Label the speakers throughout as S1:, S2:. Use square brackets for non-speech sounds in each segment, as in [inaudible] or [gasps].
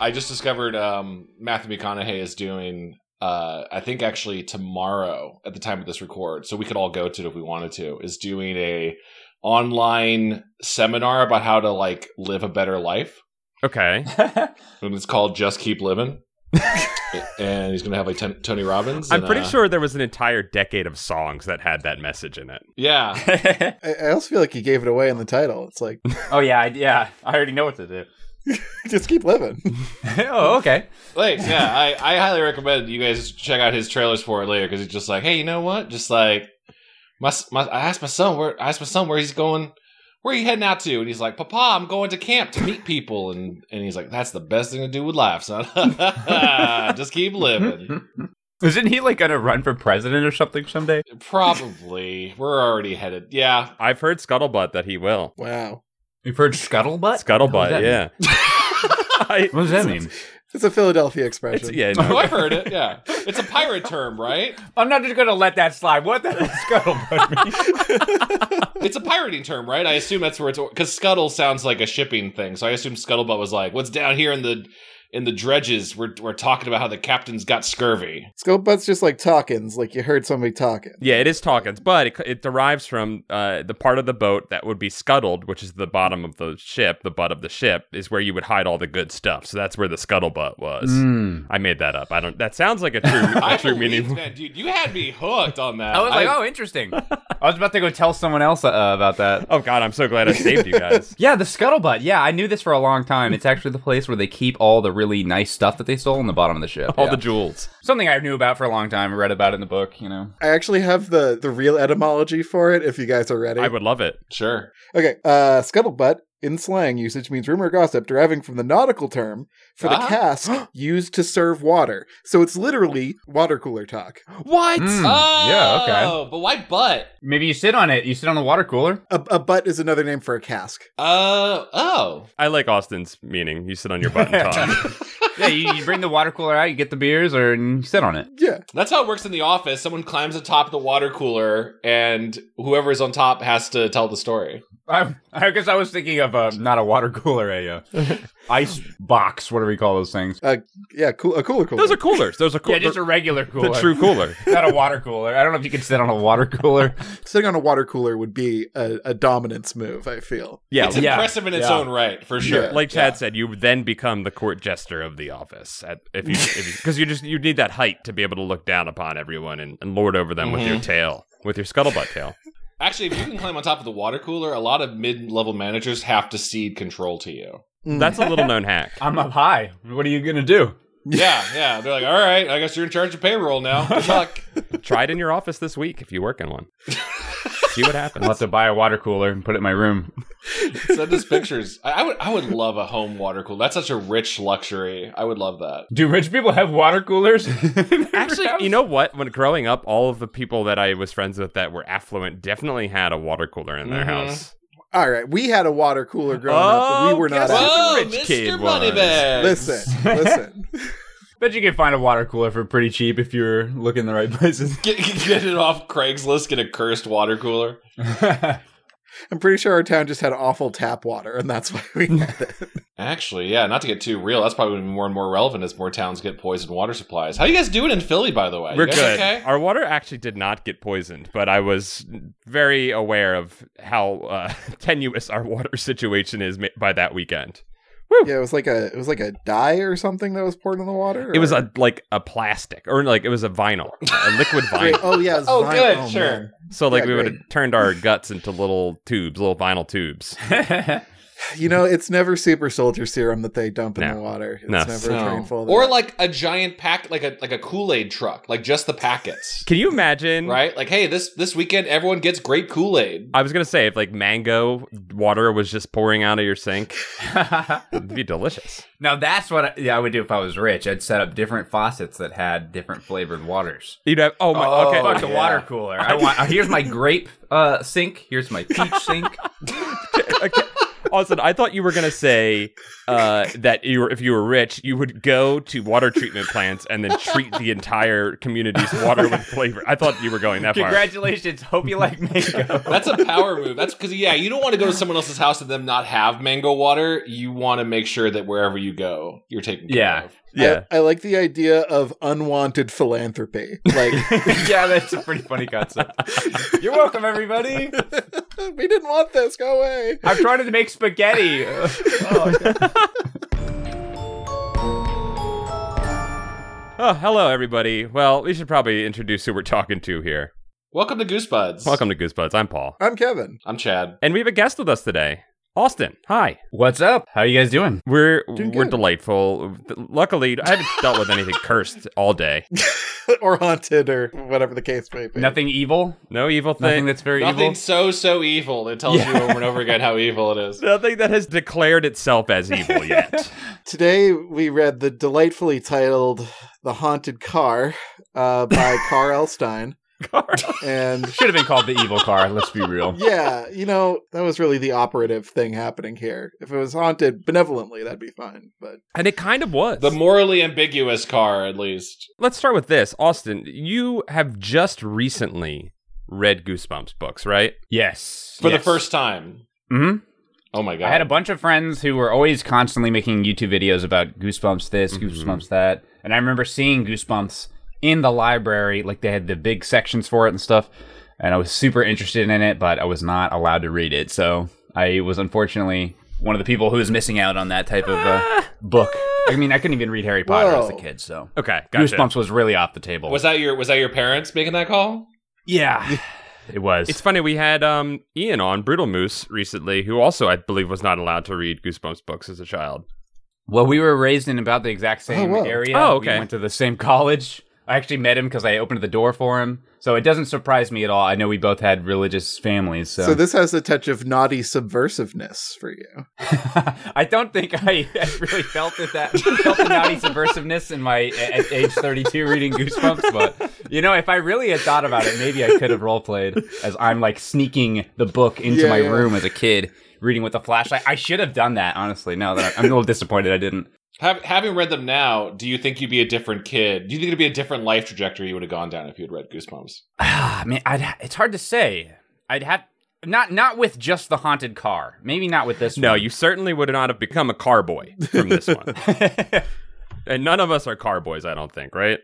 S1: I just discovered um, Matthew McConaughey is doing. Uh, I think actually tomorrow, at the time of this record, so we could all go to it if we wanted to. Is doing a online seminar about how to like live a better life,
S2: [laughs]
S3: Okay.
S1: and it's called "Just Keep
S3: [laughs]
S1: Living." and he's gonna have like Ton Tony Robbins.
S3: I'm
S1: and,
S3: pretty
S1: uh,
S3: sure there was an entire decade of songs that had that message in it.
S1: Yeah,
S4: I, I also feel like he gave it away in the title. It's like
S2: [laughs]
S4: [laughs]
S2: oh yeah, I, yeah. I already know what
S3: [laughs]
S2: to do.
S4: just keep living.
S2: oh okay.
S1: Thanks. Yeah, I, I highly recommend you guys check out his trailers for it later because he's just like, hey, you know what? Just like my, my I asked my son where I asked my son where he's going, where he heading out to, and he's like, Papa, I'm going to camp to meet people, and and he's like, that's the best thing to do with life, son. [laughs] just keep living.
S2: [laughs] Isn't he like gonna run for president or something someday?
S1: Probably we're already headed. Yeah,
S3: I've heard scuttlebutt that he will.
S4: Wow,
S2: We've heard scuttlebutt. What does
S3: Scuttlebutt,
S2: that
S3: yeah. [laughs] I,
S2: What does that mean?
S4: it's a Philadelphia expression.
S3: it's, yeah,
S1: oh,
S3: no.
S1: I've heard it. Yeah, it's a pirate term, right?
S2: I'm not just gonna let that slide. What the hell scuttlebutt mean?
S1: It's a pirating term, right? I assume that's where it's because scuttle sounds like a shipping thing. So I assume scuttlebutt was like, "What's down here in the in the dredges? We're we're talking about how the captain's got scurvy."
S4: Scope butts just like talkins, like you heard somebody talking.
S3: yeah, it is Talkins, but it, it derives from uh, the part of the boat that would be scuttled, which is the bottom of the ship, the butt of the ship, is where you would hide all the good stuff. So that's where the scuttlebutt was.
S2: Mm. Hmm.
S3: I made that up. I don't. That sounds like a
S2: [laughs]
S3: true,
S1: I
S3: a true
S1: believe,
S3: meaning.
S1: man, dude, you had me hooked on that.
S2: I was like, oh, interesting. [laughs] I was about to go tell someone else uh, about that.
S3: Oh God, I'm so glad I saved you guys.
S2: Yeah, the scuttlebutt. Yeah, I knew this for a long time. It's actually the place where they keep all the really nice stuff that they stole in the bottom of the ship.
S3: [laughs] All
S2: Yeah.
S3: the jewels.
S2: something I knew about for a long time. Read about it in the book. You know.
S4: I actually have the the real etymology for it. If you guys are ready,
S3: I would love it.
S1: sure.
S4: Okay, uh, scuttlebutt in slang usage means rumor or gossip deriving from the nautical term for the
S1: Ah.
S3: [gasps]
S4: cask used to serve water. So it's literally water cooler talk.
S3: What?
S2: Mm,
S1: oh,
S2: Yeah. Okay.
S1: But why butt?
S2: Maybe you sit on it. You sit on the water [laughs] cooler.
S4: A, a butt is another name for a cask.
S1: Uh oh.
S3: I like Austin's meaning. You sit on your
S2: [laughs]
S3: butt and talk.
S2: yeah, you, you bring the water cooler out. You get the beers, or and you sit on it.
S4: Yeah,
S1: That's how it works in the office. Someone climbs atop the water cooler, and whoever is on top has to tell the story.
S2: I I guess I was thinking of uh, not a water cooler, a
S3: [laughs]
S2: uh, ice box. What do we call those things?
S4: yeah, cool, a cooler cooler.
S3: Those are coolers. Those are cool.
S2: Yeah, just a regular
S3: the
S2: cooler.
S3: true
S2: [laughs]
S3: cooler.
S2: not a water cooler. I don't know if you can sit on a water cooler.
S4: Sitting on a water cooler would be a, a dominance move. I feel.
S3: Yeah,
S1: It's
S2: Yeah.
S1: impressive in its
S2: Yeah.
S1: own right, for sure.
S4: Yeah.
S3: like Chad said, you then become the court jester of the office. At, if you because you, just you need that height to be able to look down upon everyone and, and lord over them with
S2: Mm-hmm.
S3: your tail, with your scuttlebutt tail.
S1: Actually, if you can climb on top of the water cooler, a lot of mid-level managers have to cede control to you.
S4: Mm.
S3: That's a little known hack.
S2: [laughs] I'm up high. What are you gonna do?
S1: Yeah, yeah. They're like, all right, I guess you're in charge of payroll
S3: [laughs]
S1: now. Good luck.
S3: Try it in your office this week if you work in one. See what happens.
S2: I'll have to buy a water cooler and put it in my room.
S1: Send us pictures. I, I would, I would love a home water cooler. That's such a rich luxury. I would love that.
S2: Do rich people have water coolers?
S3: [laughs] Actually, you know what? When growing up, all of the people that I was friends with that were affluent definitely had a water cooler in their
S1: Mhm.
S4: Mm-hmm.
S3: house.
S4: All right, we had a water cooler growing up, but we were not.
S3: Oh, guess
S4: at-
S3: Whoa, rich kid
S1: Moneybags.
S4: Listen,
S3: [laughs]
S4: listen.
S2: Bet you can find a water cooler for pretty cheap if you're looking the right places.
S1: Get, get it off Craigslist. Get a cursed water cooler.
S4: I'm pretty sure our town just had awful tap water, and that's why we had it.
S1: Actually, yeah. Not to get too real, that's probably gonna be more and more relevant as more towns get poisoned water supplies. How you guys doing in Philly, by
S4: Uh,
S1: the way? You
S3: We're
S1: guys
S3: good.
S1: Okay.
S3: Our water actually did not get poisoned, but I was very aware of how uh, [laughs] tenuous our water situation is ma- by that weekend.
S4: Yeah, it was like a it was like a dye or something that was poured in the water.
S3: It was
S4: or-
S3: a like a plastic or like it was a vinyl, a
S4: [laughs]
S3: liquid
S4: Great.
S3: vinyl.
S4: Oh yeah. It
S1: [laughs]
S4: was
S1: Oh,
S4: vine-
S1: good,
S4: oh,
S1: sure.
S4: man.
S3: So like
S4: Yeah,
S3: we would have
S4: great.
S3: turned our guts into little tubes, little vinyl tubes.
S4: [laughs] You know, it's never super soldier serum that they dump in
S3: No.
S4: the water. It's
S3: No.
S4: never a train full of
S1: Or
S4: that.
S1: like a giant pack, like a like a Kool Aid truck, like just the
S2: [laughs]
S1: packets,
S3: Can you imagine?
S1: right? Like, hey, this this weekend everyone gets great Kool Aid.
S3: I was gonna say if like mango water was just pouring out of your sink, it'd be delicious.
S2: [laughs] now that's what I, yeah, I would do if I was rich. I'd set up different faucets that had different flavored waters.
S3: You'd have oh my okay.
S2: Fuck the
S1: yeah.
S2: water [laughs] cooler. I want. uh, here's my grape uh, sink. Here's my peach sink.
S3: Okay. Austin, I thought you were gonna say uh, that you were, if you were rich, you would go to water treatment plants and then treat the entire community's water with flavor. I thought you were going that far.
S2: Congratulations. Hope you like mango.
S1: That's a power move. That's because yeah, you don't want to go to someone else's house and them not have mango water. You want to make sure that wherever you go, you're taken care
S3: Yeah.
S1: of.
S3: Yeah,
S4: I, I like the idea of unwanted philanthropy. Like,
S2: [laughs]
S3: [laughs]
S2: yeah, that's a pretty funny concept. [laughs] You're welcome, everybody.
S4: we didn't want this. Go away.
S2: I'm trying to make spaghetti. Oh,
S3: Oh, hello, everybody. Well, we should probably introduce who we're talking to here.
S1: Welcome to Goosebuds.
S3: Welcome to Goosebuds. I'm Paul.
S4: I'm Kevin. [laughs]
S1: I'm Chad.
S3: And we have a guest with us today. Austin, hi.
S2: What's up? How you guys doing?
S3: We're
S4: Doing
S3: we're
S4: good.
S3: delightful. Luckily, I haven't dealt with anything cursed all day.
S4: or haunted, or whatever the case may be.
S2: Nothing evil?
S3: No evil
S2: Nothing
S3: thing.
S2: that's very
S1: Nothing
S2: evil?
S1: so so evil that tells you over and over again how evil it
S2: [laughs]
S1: is.
S3: nothing that has declared itself as evil
S4: [laughs]
S3: yet.
S4: Today we read the delightfully titled "The Haunted Car" uh, by Carl Stein, and
S2: Should have been called the evil car, let's be real.
S4: yeah, you know that was really the operative thing happening here. If it was haunted benevolently, that'd be fine. But
S3: and it kind of was.
S1: The morally ambiguous car, at least.
S3: Let's start with this. Austin, you have just recently read Goosebumps books, right?
S2: Yes.
S1: For the
S2: yes.
S1: first time.
S2: Mhm.
S1: Oh my god.
S2: I had a bunch of friends who were always constantly making YouTube videos about Goosebumps this,
S3: Mhm.
S2: Goosebumps that. And I remember seeing Goosebumps in the library, like they had the big sections for it and stuff. And I was super interested in it, but I was not allowed to read it. So I was unfortunately one of the people who was missing out on that type of uh,
S3: Ah!
S2: book. I mean, I couldn't even read Harry Potter as a
S4: Whoa.
S2: kid, so.
S3: Okay, gotcha.
S2: Goosebumps was really off the table.
S1: was that your was that your parents making that call?
S2: Yeah, [sighs] it was.
S3: It's funny we had um, Ian on Brutal Moose recently, who also I believe was not allowed to read Goosebumps books as a child.
S2: Well, we were raised in about the exact same
S4: Oh, whoa.
S2: area.
S3: Oh, okay.
S2: We went to the same [laughs] college. I actually met him because I opened the door for him. So it doesn't surprise me at all. I know we both had religious families. So,
S4: so this has a touch of naughty subversiveness for you.
S2: [laughs] I don't think I, I really felt it that felt the naughty subversiveness in my at age 32 reading Goosebumps. But you know, if I really had thought about it, maybe I could have role played as I'm like sneaking the book into
S4: Yeah,
S2: my
S4: yeah.
S2: room as a kid, reading with a flashlight. I should have done that. Honestly, now that I'm a little disappointed, I didn't.
S1: Have, having read them now, do you think you'd be a different kid? Do you think it'd be a different life trajectory you would have gone down if you had read Goosebumps?
S2: Ah, man, I'd, it's hard to say. I'd have not not with just the haunted car. Maybe not with this.
S3: No,
S2: one.
S3: you certainly would not have become a car boy from this
S4: [laughs]
S3: one. and none of us are car boys, I don't think, right?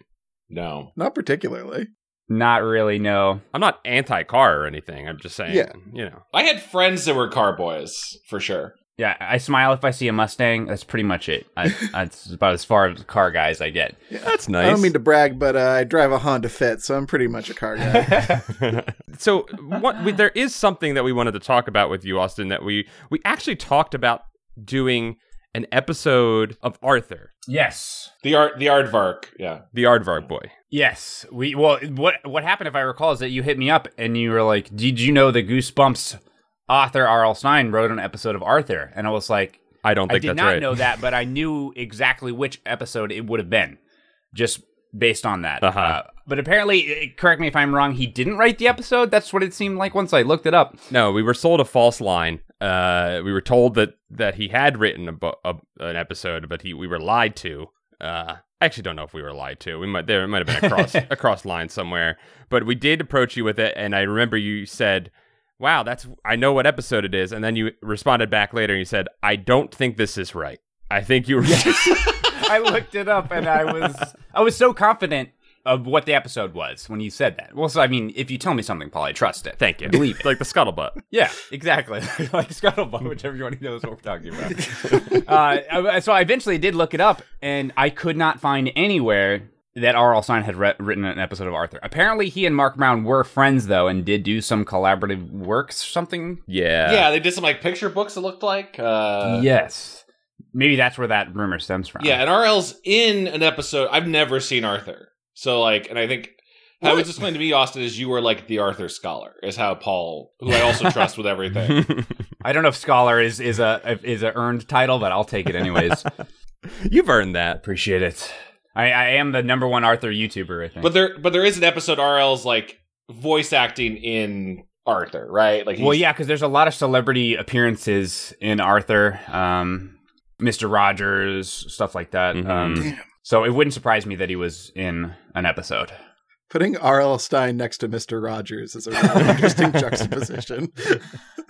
S1: No.
S4: Not particularly.
S2: [laughs] not really. No.
S3: I'm not anti car or anything. I'm just saying,
S4: Yeah.
S3: you know.
S1: I had friends that were car boys, for sure.
S2: Yeah, I smile if I see a Mustang. That's pretty much it. I, [laughs] that's about as far as car guys I get.
S3: That's
S4: I
S3: nice.
S4: don't mean to brag, but uh, I drive a Honda Fit, so I'm pretty much a car guy.
S3: [laughs] so what we, there is something that we wanted to talk about with you, Austin, that we we actually talked about doing an episode of Arthur,
S2: yes.
S1: The art, the aardvark. Yeah.
S3: the Aardvark boy.
S2: Yes. We well, what what happened if I recall is that you hit me up and you were like, "Did you know the Goosebumps author R.L. Stein wrote an episode of Arthur?" And I was like,
S3: I don't
S2: I
S3: think
S2: did
S3: that's
S2: not
S3: right.
S2: know that, but I knew exactly which episode it would have been, just based on that.
S3: Uh-huh.
S2: Uh, but apparently, eh, correct me if I'm wrong. He didn't write the episode. That's what it seemed like once I looked it up.
S3: No, we were sold a false line. Uh, we were told that that he had written a, bo- a an episode, but he we were lied to. Uh, I actually don't know if we were lied to. We might there might have been a
S2: [laughs]
S3: cross a cross line somewhere, but we did approach you with it, and I remember you said. Wow, that's I know what episode it is, and then you responded back later and you said, "I don't think this is right. I think you were
S2: [laughs]
S3: [laughs]
S2: I looked it up, and I was I was so confident of what the episode was when you said that. Well, so I mean, if you tell me something, Paul, I trust it.
S3: thank you,
S2: Believe it.
S3: like the scuttlebutt."
S2: Yeah, exactly. [laughs] like scuttlebutt, whichever you want to know is what we're talking about. uh, I- so I eventually did look it up, and I could not find anywhere that R.L. Stein had re- written an episode of Arthur. Apparently, he and Mark Brown were friends, though, and did do some collaborative works, something.
S3: Yeah,
S1: yeah, they did some like picture books. It looked like. Uh, yeah.
S2: yes. Maybe that's where that rumor stems from.
S1: and RL's in an episode. I've never seen Arthur, so like, and I think how it was explained to me, Austin, is you were like the Arthur scholar, is how Paul, who I also trust with everything.
S2: I don't know if scholar is is a is a earned title, but I'll take it anyways.
S3: you've earned that.
S2: Appreciate it. I, I am the number one Arthur YouTuber, I think.
S1: But there, but there is an episode RL's like voice acting in Arthur, right? Like, he's-
S2: Well, yeah, because there's a lot of celebrity appearances in Arthur, um, Mr. Rogers, stuff like that. Um,
S4: Mhm.
S2: so it wouldn't surprise me that he was in an episode.
S4: Putting R.L. Stein next to Mister Rogers is a really interesting juxtaposition.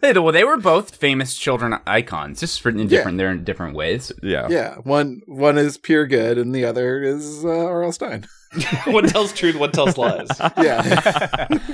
S2: Hey, though, well, they were both famous children icons, just for, in
S4: Yeah.
S2: different they're in different ways.
S3: Yeah.
S4: Yeah, one one is pure good, and the other is uh, R.L. Stein.
S1: [laughs] one tells truth, one tells lies.
S4: Yeah, [laughs]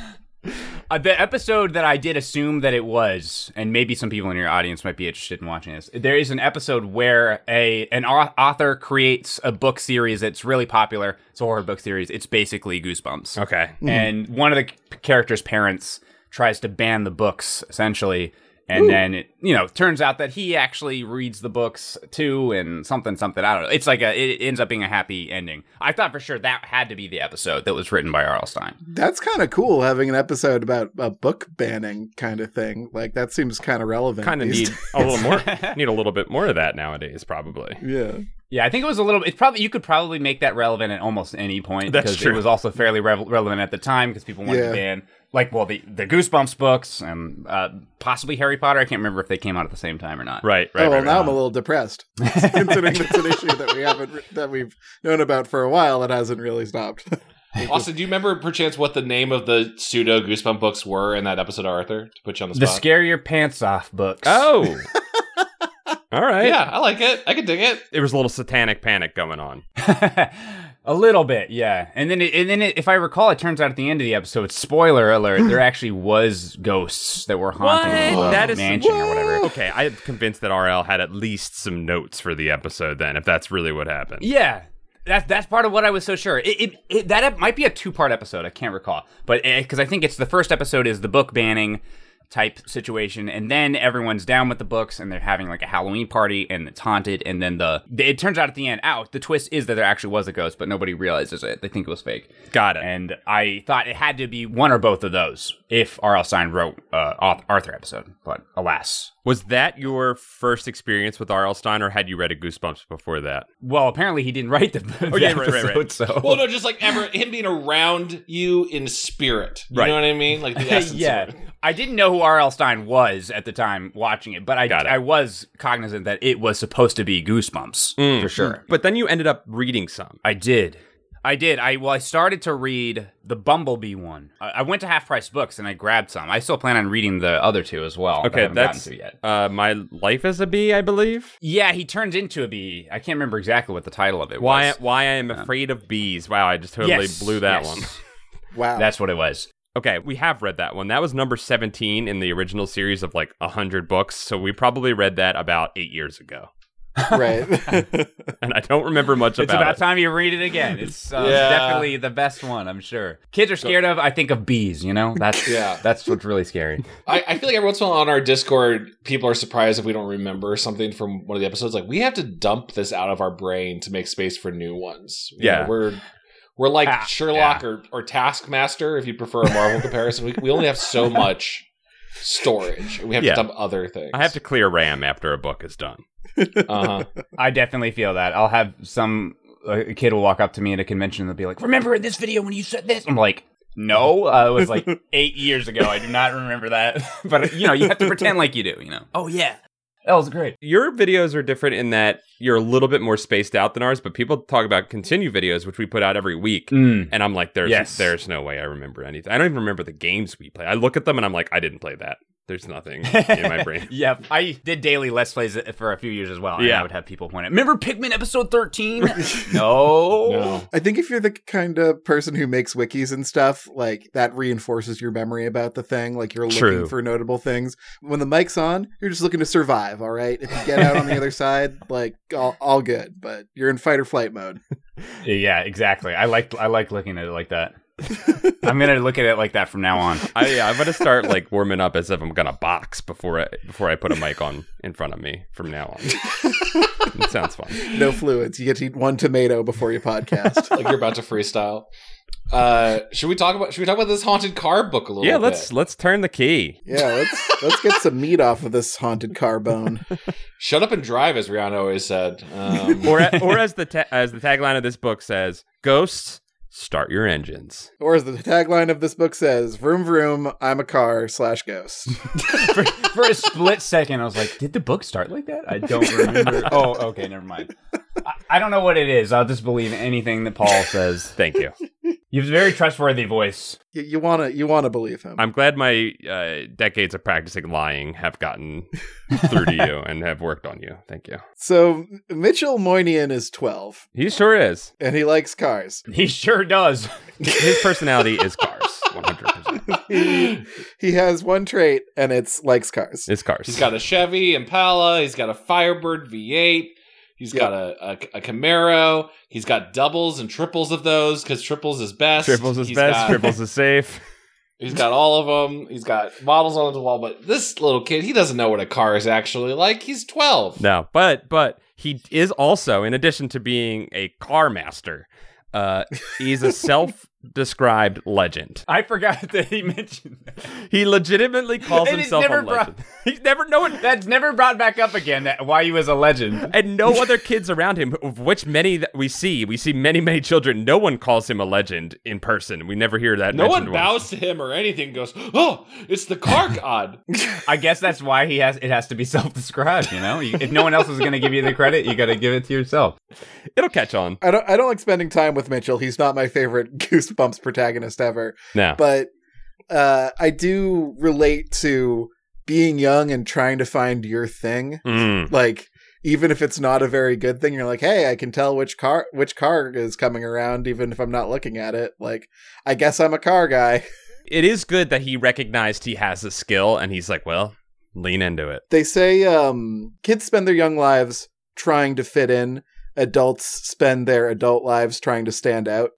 S2: Uh, the episode that I did assume that it was, and maybe some people in your audience might be interested in watching this. There is an episode where a an au- author creates a book series that's really popular. It's a horror book series. It's basically Goosebumps.
S3: Okay.
S2: and one of the c- character's parents tries to ban the books essentially and then it you know turns out that he actually reads the books too and something something i don't know it's like a it ends up being a happy ending i thought for sure that had to be the episode that was written by R.L. Stein.
S4: that's kind of cool having an episode about a book banning kind of thing. Like that seems kind of
S2: Mm,
S4: relevant.
S3: Kind of
S4: these
S3: need a little
S2: [laughs]
S3: more. Need a little bit more of that nowadays, probably.
S4: days. [laughs] Yeah,
S2: yeah i think it was a little it's probably you could probably make that relevant at almost any point
S3: That's
S2: because
S3: true.
S2: it was also fairly rev- relevant at the time because people wanted
S4: Yeah.
S2: to ban like well the, the goosebumps books and uh, possibly harry potter i can't remember if they came out at the same time or not
S3: Right. Right.
S4: oh well,
S3: right,
S4: now
S3: right.
S4: I'm a
S3: [laughs]
S4: little depressed, considering it's an issue that we haven't re- that we've known about for a while that hasn't really stopped. [laughs]
S1: Austin, do you remember perchance what the name of the pseudo Goosebump books were in that episode of Arthur to put you on the
S2: the
S1: spot?
S2: scare your pants off books
S3: Oh. All right.
S1: [laughs] yeah, I like it. I can dig it.
S3: There was a little satanic panic going on.
S2: [laughs] a little bit, yeah. And then, it, and then, it, if I recall, it turns out at the end of the episode, spoiler alert, there actually was ghosts that were haunting
S3: What?
S2: the
S3: That is-
S2: mansion or whatever.
S3: Okay, I'm convinced that RL had at least some notes for the episode. Then, if that's really what happened.
S2: Yeah, that's that's part of what I was so sure. It, it, it that ep- might be a two part episode. I can't recall, but because I think it's the first episode is the book banning type situation, and then everyone's down with the books, and they're having like a Halloween party, and it's haunted, and then the it turns out at the end, out the twist is that there actually was a ghost, but nobody realizes it. They think it was fake.
S3: Got it.
S2: and I thought it had to be one or both of those if R.L. Stein wrote uh, Arth- Arthur episode, but alas.
S3: Was that your first experience with RL Stein, or had you read a Goosebumps before that?
S2: Well, apparently he didn't write the, [laughs] the
S3: Oh, yeah, right, right,
S2: episode,
S3: right.
S2: so
S1: Well, no, just like ever him being around you in spirit. You
S3: Right.
S1: know what I mean? Like [laughs] the essence.
S2: yeah.
S1: Of it.
S2: I didn't know who R.L. Stein was at the time watching it, but I
S3: Got it.
S2: I was cognizant that it was supposed to be Goosebumps
S3: Mm.
S2: for sure.
S3: But then you ended up reading some.
S2: I did. I did. I well, I started to read the Bumblebee one. I, I went to Half Price Books and I grabbed some. I still plan on reading the other two as well. but I
S3: Okay,
S2: haven't gotten
S3: that's
S2: to yet.
S3: uh, my life as a bee, I believe.
S2: Yeah, he turns into a bee. I can't remember exactly what the title of it
S3: Why?
S2: was.
S3: Why I am afraid of bees? Wow, I just totally
S2: Yes,
S3: blew that
S2: yes.
S3: one.
S4: Wow,
S2: [laughs] That's what it was.
S3: Okay, we have read that one. That was number seventeen in the original series of like hundred books. So we probably read that about eight years ago,
S4: [laughs]
S3: [laughs]
S4: right.
S3: and I don't remember much
S2: It's about
S3: about it.
S2: time you read it again. It's uh,
S1: [laughs] Yeah.
S2: definitely the best one, I'm sure. Kids are scared of. I think of bees. You know, that's
S1: [laughs] Yeah.
S2: that's what's really scary.
S1: I, I feel like every once in a while on our Discord, people are surprised if we don't remember something from one of the episodes. Like we have to dump this out of our brain to make space for new ones. You
S3: Yeah.
S1: know, we're we're like
S2: Ah,
S1: Sherlock or, or Taskmaster, if you prefer a Marvel comparison. We, we only have so much storage. We have
S3: Yeah.
S1: to dump other things.
S3: I have to clear RAM after a book is done.
S1: Uh-huh.
S2: I definitely feel that. I'll have some a kid will walk up to me at a convention and they'll be like, "Remember in this video when you said this?" I'm like. No, uh, it was like eight years ago. I do not remember that. [laughs] But you know, you have to pretend like you do. You know. Oh yeah, that was great.
S3: Your videos are different in that you're a little bit more spaced out than ours, but people talk about continue videos, which we put out every week.
S2: Hmm.
S3: And I'm like, there's
S2: Mm. Yes.
S3: there's no way I remember anything. I don't even remember the games we play. I look at them and I'm like, I didn't play that. There's
S2: [laughs]
S3: nothing in my brain.
S2: Yep, I did daily Let's Plays for a few years as well. and
S3: Yeah.
S2: I would have people point out. Remember Pikmin episode thirteen? [laughs] no.
S1: No.
S3: [laughs]
S4: I think if you're the kind of person who makes wikis and stuff, like that reinforces your memory about the thing. Like you're looking
S3: True.
S4: for notable things. When the mic's on, you're just looking to survive. All right. If you get out
S3: [laughs]
S4: on the other side, like all, all good. But you're in fight or flight mode. [laughs]
S2: Yeah, exactly. I like I like looking at it like that. I'm gonna look at it like that from now on. [laughs]
S3: I, yeah, I'm gonna start like warming up as if I'm gonna box before I before I put a mic on in front of me from now on. it sounds fun.
S4: No fluids. You get to eat one tomato before you podcast.
S1: like you're about to freestyle. Uh, should we talk about should we talk about this haunted car book a little
S3: Yeah,
S1: bit?
S3: let's let's turn the key.
S4: yeah. Let's let's get some meat off of this haunted car bone.
S1: shut up and drive, as
S3: [laughs]
S1: Rihanna always said. Um,
S3: Or or as the ta- as the tagline of this book says, ghosts start your engines.
S4: Or as the tagline of this book says, "Vroom vroom, I'm a car slash ghost."
S2: for, for a split second, I was like, "Did the book start like that?" I don't
S3: [laughs]
S2: remember. oh, okay, never mind. I, I don't know what it is. I'll just believe anything that Paul
S3: [laughs]
S2: says.
S3: Thank you.
S2: You have a very trustworthy voice.
S4: you, you wanna you wanna believe him.
S3: I'm glad my uh, decades of practicing lying have gotten through to you and have worked on you. Thank you.
S4: so Mitchell Moynihan is twelve,
S3: He sure is.
S4: and he likes cars.
S2: He sure does.
S3: His personality is cars. 100%.
S4: He, he has one trait, and it's likes cars.
S3: It's cars.
S1: He's got a Chevy Impala. He's got a Firebird V8. He's
S4: Yeah.
S1: got a, a, a Camaro. He's got doubles and triples of those because triples is best.
S3: triples is
S1: He's
S3: best.
S1: got-
S3: Triples is safe.
S1: [laughs] He's got all of them. He's got models on the wall. But this little kid, he doesn't know what a car is actually like. He's 12.
S3: No, but but he is also, in addition to being a car master, uh, he's
S2: [laughs]
S3: a self-described legend.
S2: I forgot [laughs] that he mentioned that.
S3: He legitimately calls
S2: And he's
S3: himself
S2: never
S3: a
S2: brought-
S3: legend. [laughs] he's never no one
S2: That's never brought back up again. That why he was a legend.
S3: and no other kids around him, of which many that we see, we see many many children. No one calls him a legend in person. We never hear that.
S1: No one
S3: mentioned
S1: bows to him or anything. and Goes, oh, it's the car
S3: [laughs]
S1: god.
S2: I guess that's why he has. It has to be [laughs] self-described. You know, You- if no one else is going to give you the credit, you got to give it to yourself.
S3: once. It'll catch on.
S4: I don't I don't like spending time with Mitchell. He's not my favorite [laughs] Goosebumps protagonist ever,
S3: No,
S4: but uh, I do relate to being young and trying to find your thing.
S3: Mm.
S4: Like even if it's not a very good thing, you're like, "Hey, I can tell which car which car is coming around even if I'm not looking at it." Like, I guess I'm a car guy. [laughs]
S3: it is good that he recognized he has a skill, and he's like, well, lean into it.
S4: They say um kids spend their young lives trying to fit in. Adults spend their adult lives trying to stand out.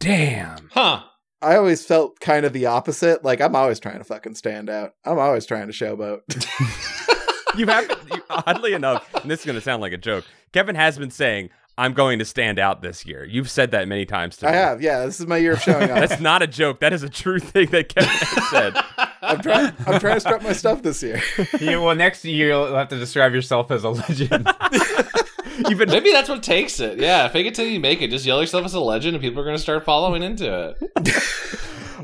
S3: Damn.
S1: Huh.
S4: I always felt kind of the opposite. Like I'm always trying to fucking stand out. I'm always trying to showboat.
S3: You haven't, you, oddly enough, and this is going to sound like a joke. Kevin has been saying, I'm going to stand out this year. You've said that many times to [laughs]
S4: I
S3: me.
S4: have, yeah. This is my year of showing off.
S3: That's not a joke. That is a true thing that Kevin
S4: [laughs]
S3: has said.
S4: I'm trying. I'm trying to strut my stuff this year.
S2: You, well, next year you'll have to describe yourself as a legend.
S3: You've been
S1: Maybe that's what takes it. Yeah, fake it till you make it. Just yell yourself as a legend, and people are going to start following into it.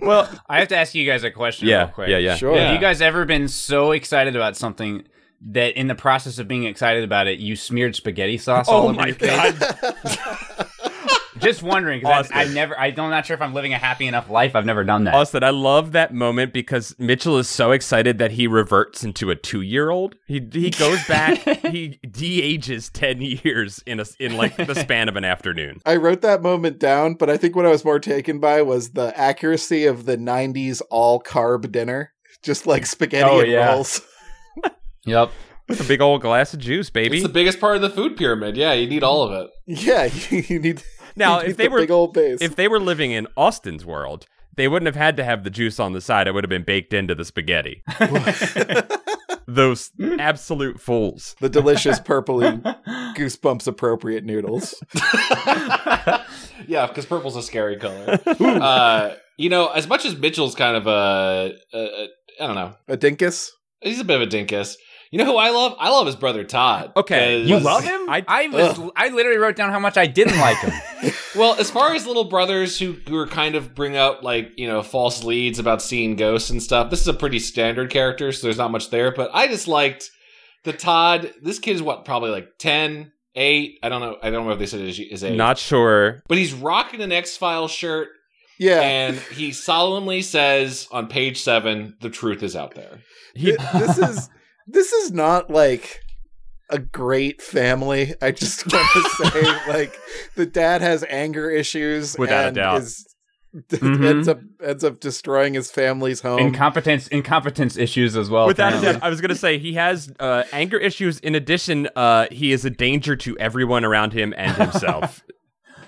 S3: well.
S2: [laughs] I have to ask you guys a question.
S3: Yeah,
S2: real
S3: [laughs]
S2: quick.
S3: yeah, yeah.
S4: Sure.
S1: Yeah.
S2: Have you guys ever been so excited about something that in the process of being excited about it, you smeared spaghetti sauce all
S3: Oh
S2: over
S3: my
S2: your face?
S3: god.
S2: Just wondering, because
S3: Austin.
S2: I, I never, I don't, am not sure if I'm living a happy enough life. I've never done that.
S3: Austin, I love that moment because Mitchell is so excited that he reverts into a two-year-old. He he goes back, he de-ages ten years in a in like the span of an afternoon.
S4: I wrote that moment down, but I think what I was more taken by was the accuracy of the '90s all carb dinner, just like spaghetti
S2: Oh,
S4: and
S2: yeah.
S4: rolls. [laughs]
S2: Yep.
S3: With a big old glass of juice, baby.
S1: It's the biggest part of the food pyramid. Yeah, you need all of it.
S4: Yeah, [laughs] you, you need
S3: now,
S4: you need
S3: if they
S4: the
S3: were
S4: big old base.
S3: if they were living in Austin's world, they wouldn't have had to have the juice on the side. It would have been baked into the
S2: [laughs]
S3: spaghetti. Those absolute fools.
S4: the delicious
S2: [laughs]
S4: purpley goosebumps appropriate noodles.
S1: [laughs] yeah, because purple's a scary color. uh, you know, as much as Mitchell's kind of a, a, a, I don't know,
S4: A dinkus.
S1: he's a bit of a dinkus. You know who I love? I love his brother Todd.
S3: Okay.
S1: 'Cause-
S2: You love him?
S3: I-
S2: I, was, I literally wrote down how much I didn't like him.
S1: Well, as far as little brothers who who are kind of bring up like you know false leads about seeing ghosts and stuff, this is a pretty standard character, so there's not much there. But I just liked the Todd. This kid is what probably like 10, 8. I don't know. I don't know if they said his, his age.
S3: Not sure.
S1: but he's rocking an X File shirt,
S4: Yeah,
S1: and he solemnly says on page seven, "The truth is out there."
S2: [laughs]
S3: He
S2: Um,
S4: Th- this
S3: [laughs]
S4: is this is not like a great family. I just want
S3: [laughs]
S4: to say, like, the dad has anger issues.
S3: Without a
S4: and
S3: doubt. Mm-hmm.
S4: is- [laughs] d-
S2: Mhm.
S4: ends up ends up destroying his family's home.
S2: incompetence, incompetence issues as well.
S3: Without a
S2: apparently.
S3: doubt, I was gonna say he has uh, anger issues. In addition, uh, he is a danger to everyone around him and himself.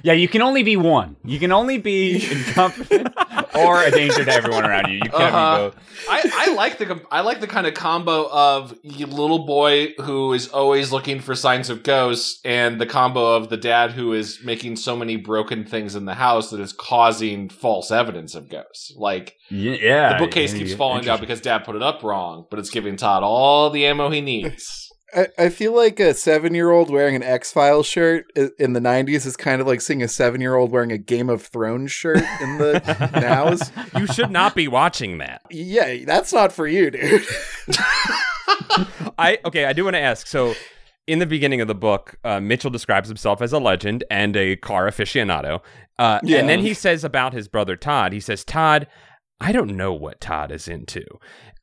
S2: Yeah, you can only be one. You can only be
S1: [laughs]
S2: incompetent [laughs] or a danger to everyone around you. You can't
S1: Uh-huh.
S2: be both.
S1: I, I like the com- I like the kind of combo of y- little boy who is always looking for signs of ghosts, and the combo of the dad who is making so many broken things in the house that is causing false evidence of ghosts. Like
S2: Y- Yeah.
S1: the bookcase
S2: yeah,
S1: keeps [laughs]
S2: yeah.
S1: falling down because dad put it up wrong, but it's giving Todd all the ammo he needs.
S4: I, I feel like a seven year old wearing an X Files shirt i- in the 90s is kind of like seeing a seven year old wearing a Game of Thrones shirt in the
S3: [laughs]
S4: nows.
S3: You should not be watching that.
S4: Yeah, that's not for you, dude.
S3: I okay, I do want to ask. So, in the beginning of the book, uh, Mitchell describes himself as a legend and a car aficionado, uh,
S4: Yeah.
S3: and then he says about his brother Todd. He says, "Todd, I don't know what Todd is into,"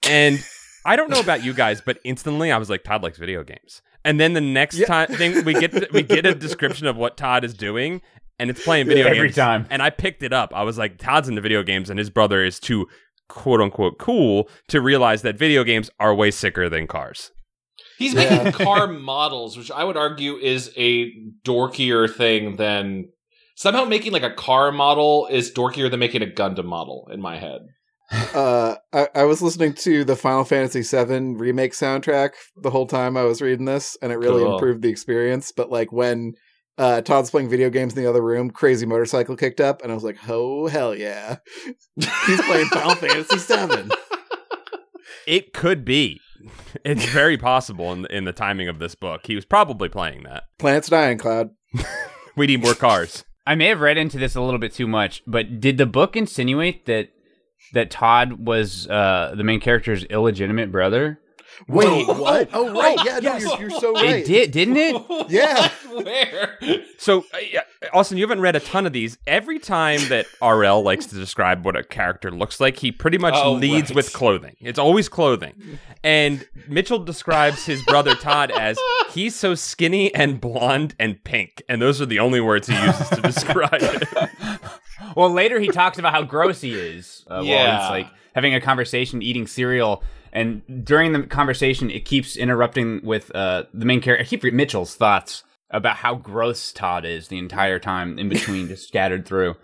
S3: and I don't know about you guys, but instantly I was like, "Todd likes video games." And then the next
S4: Yeah.
S3: time thing we get we get a description of what Todd is doing. And it's playing video
S2: Every
S3: games.
S2: time.
S3: And I picked it up. I was like, Todd's into video games, and his brother is too quote unquote cool to realize that video games are way sicker than cars.
S1: He's
S4: Yeah.
S1: making car models, which I would argue is a dorkier thing than somehow making like a car model is dorkier than making a Gundam model in my head. [laughs]
S4: Uh, I, I was listening to the Final Fantasy VII remake soundtrack the whole time I was reading this, and it really
S1: Cool.
S4: improved the experience. But like when uh, Todd's playing video games in the other room, crazy motorcycle kicked up, and I was like, "Oh hell yeah, he's playing Final Fantasy VII."
S3: It could be. [laughs] It's very possible in in the timing of this book. He was probably playing that.
S4: Planets dying, Cloud.
S3: We need more cars.
S2: I may have read into this a little bit too much, but did the book insinuate that that Todd was uh, the main character's illegitimate brother?
S1: Wait, what?
S4: Oh right, yeah, no, you're, you're so right.
S2: It did, didn't it?
S4: Yeah.
S1: Where?
S3: [laughs] So, uh, yeah, Austin, you haven't read a ton of these. Every time that RL likes to describe what a character looks like, he pretty much
S1: Oh,
S3: leads
S1: right.
S3: with clothing. It's always clothing. And Mitchell describes his brother Todd as he's so skinny and blonde and pink. And those are the only words he uses to describe
S2: [laughs]
S3: it.
S2: Well, later he talks about how gross he is. Uh,
S1: Yeah.
S2: While it's like having a conversation, eating cereal, and during the conversation, it keeps interrupting with uh, the main character. I keep re- Mitchell's thoughts about how gross Todd is the entire time in between, just
S3: [laughs]
S2: scattered through.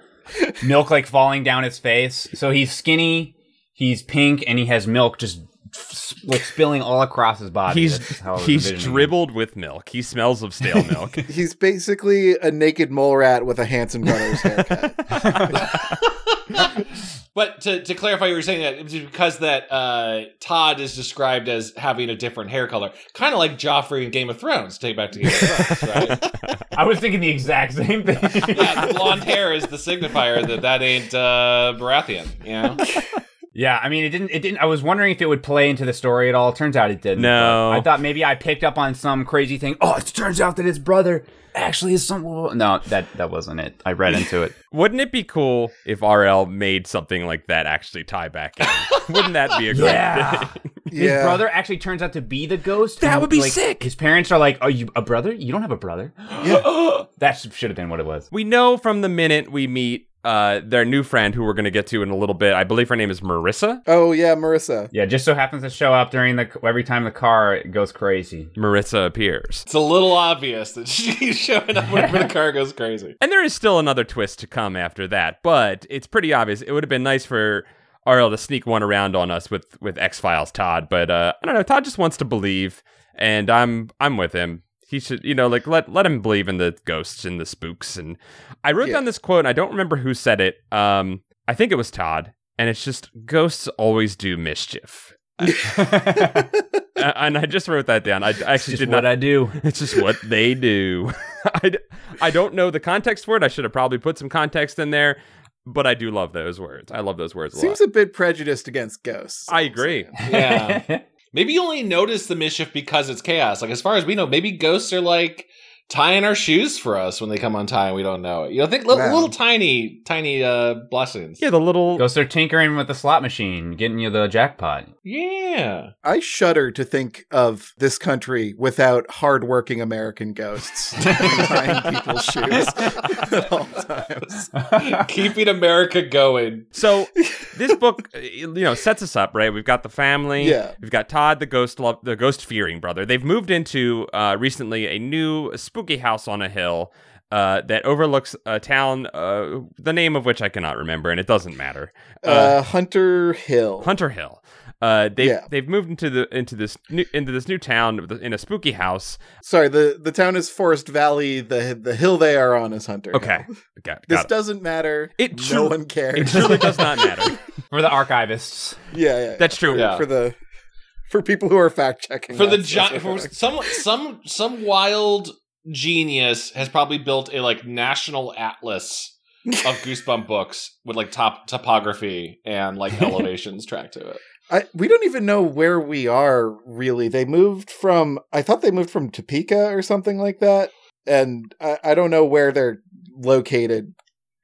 S2: Milk like falling down his face. So he's skinny, he's pink, and he has milk just f- like spilling all across his body. That's
S3: He's
S2: how I was
S3: he's
S2: envisioning it.
S3: dribbled with milk. He smells of stale
S2: [laughs]
S3: milk.
S4: He's basically a naked mole rat with a Hanson Brothers haircut.
S1: But to, to clarify, you were saying that it's because that uh, Todd is described as having a different hair color, kind of like Joffrey in Game of Thrones. Take it back to Game of Thrones, right?
S2: I was thinking the exact same thing.
S3: [laughs]
S1: yeah, the blonde hair is the signifier that that ain't uh, Baratheon. You know?
S2: Yeah, I mean, it didn't. It didn't. I was wondering if it would play into the story at all. Turns out it didn't.
S3: No.
S2: But I thought maybe I picked up on some crazy thing. Oh, it turns out that his brother actually is some. No, that that wasn't it. I read into it.
S3: Wouldn't it be cool if RL made something like that actually tie back in? Wouldn't that be a great thing?
S2: [laughs] his
S4: yeah.
S2: brother actually turns out to be the ghost.
S3: That
S2: and,
S3: would be
S2: like,
S3: sick.
S2: His parents are like, "Are you a brother? You don't have a brother." [gasps] that should have been what it was.
S3: We know from the minute we meet uh, their new friend, who we're going to get to in a little bit. I believe her name is Marissa.
S4: Oh yeah, Marissa.
S2: Yeah, just so happens to show up during the every time the car goes crazy.
S3: Marissa appears.
S1: It's a little obvious that [laughs] she's showing up whenever the car goes crazy.
S3: And there is still another twist to come after that, but it's pretty obvious. It would have been nice for RL to sneak one around on us with, with X Files Todd, but uh, I don't know. Todd just wants to believe, and I'm I'm with him. He should, you know, like let let him believe in the ghosts and the spooks. And I wrote
S4: Yeah.
S3: down this quote, and I don't remember who said it. Um, I think it was Todd, and it's just ghosts always do mischief. [laughs] Uh, and I just wrote that down. I I actually
S2: Just
S3: did
S2: what
S3: not.
S2: I do.
S3: [laughs] It's just what they do. [laughs] I, d- I don't know the context for it. I should have probably put some context in there, but I do love those words. I love those words a lot.
S4: Seems a bit prejudiced against ghosts.
S3: I agree.
S1: Yeah. Maybe you only notice the mischief because it's chaos. Like as far as we know, maybe ghosts are like tying our shoes for us when they come untie and we don't know it. You know, think li-
S4: Wow.
S1: little tiny, tiny uh blessings.
S3: Yeah, the little.
S2: Ghosts are tinkering with the slot machine, getting you the jackpot.
S1: Yeah. [laughs]
S4: I shudder to think of this country without hardworking
S3: [laughs]
S4: American ghosts tying people's shoes [laughs] at all times.
S1: Keeping America going.
S3: So this book, uh, you know, sets us up right. We've got the family.
S4: Yeah.
S3: We've got Todd, the ghost, love, the ghost fearing brother. They've moved into uh, recently a new spooky house on a hill. Uh, that overlooks a town, uh, the name of which I cannot remember, and it doesn't matter.
S4: Uh, Hunter Hill.
S3: Hunter Hill. Uh, they
S4: Yeah.
S3: have they've moved into the into this new, into this new town with- in a spooky house.
S4: Sorry, the, the town is Forest Valley. The the hill they are on is Hunter.
S3: Okay,
S4: [laughs] Hill.
S3: got,
S4: This
S3: got it.
S4: doesn't matter.
S3: It
S4: no
S3: tru-
S4: one [laughs] cares. [laughs]
S3: It truly does not matter.
S2: For the archivists.
S4: yeah, yeah.
S3: That's true.
S1: Yeah.
S4: for the for people who are fact checking
S1: for the
S4: [laughs]
S1: giant for some some some wild genius has probably built a like national atlas of goosebump books with like top topography and like elevations tracked to it
S4: I, we don't even know where we are really. They moved from I thought they moved from Topeka or something like that, and I, I don't know where they're located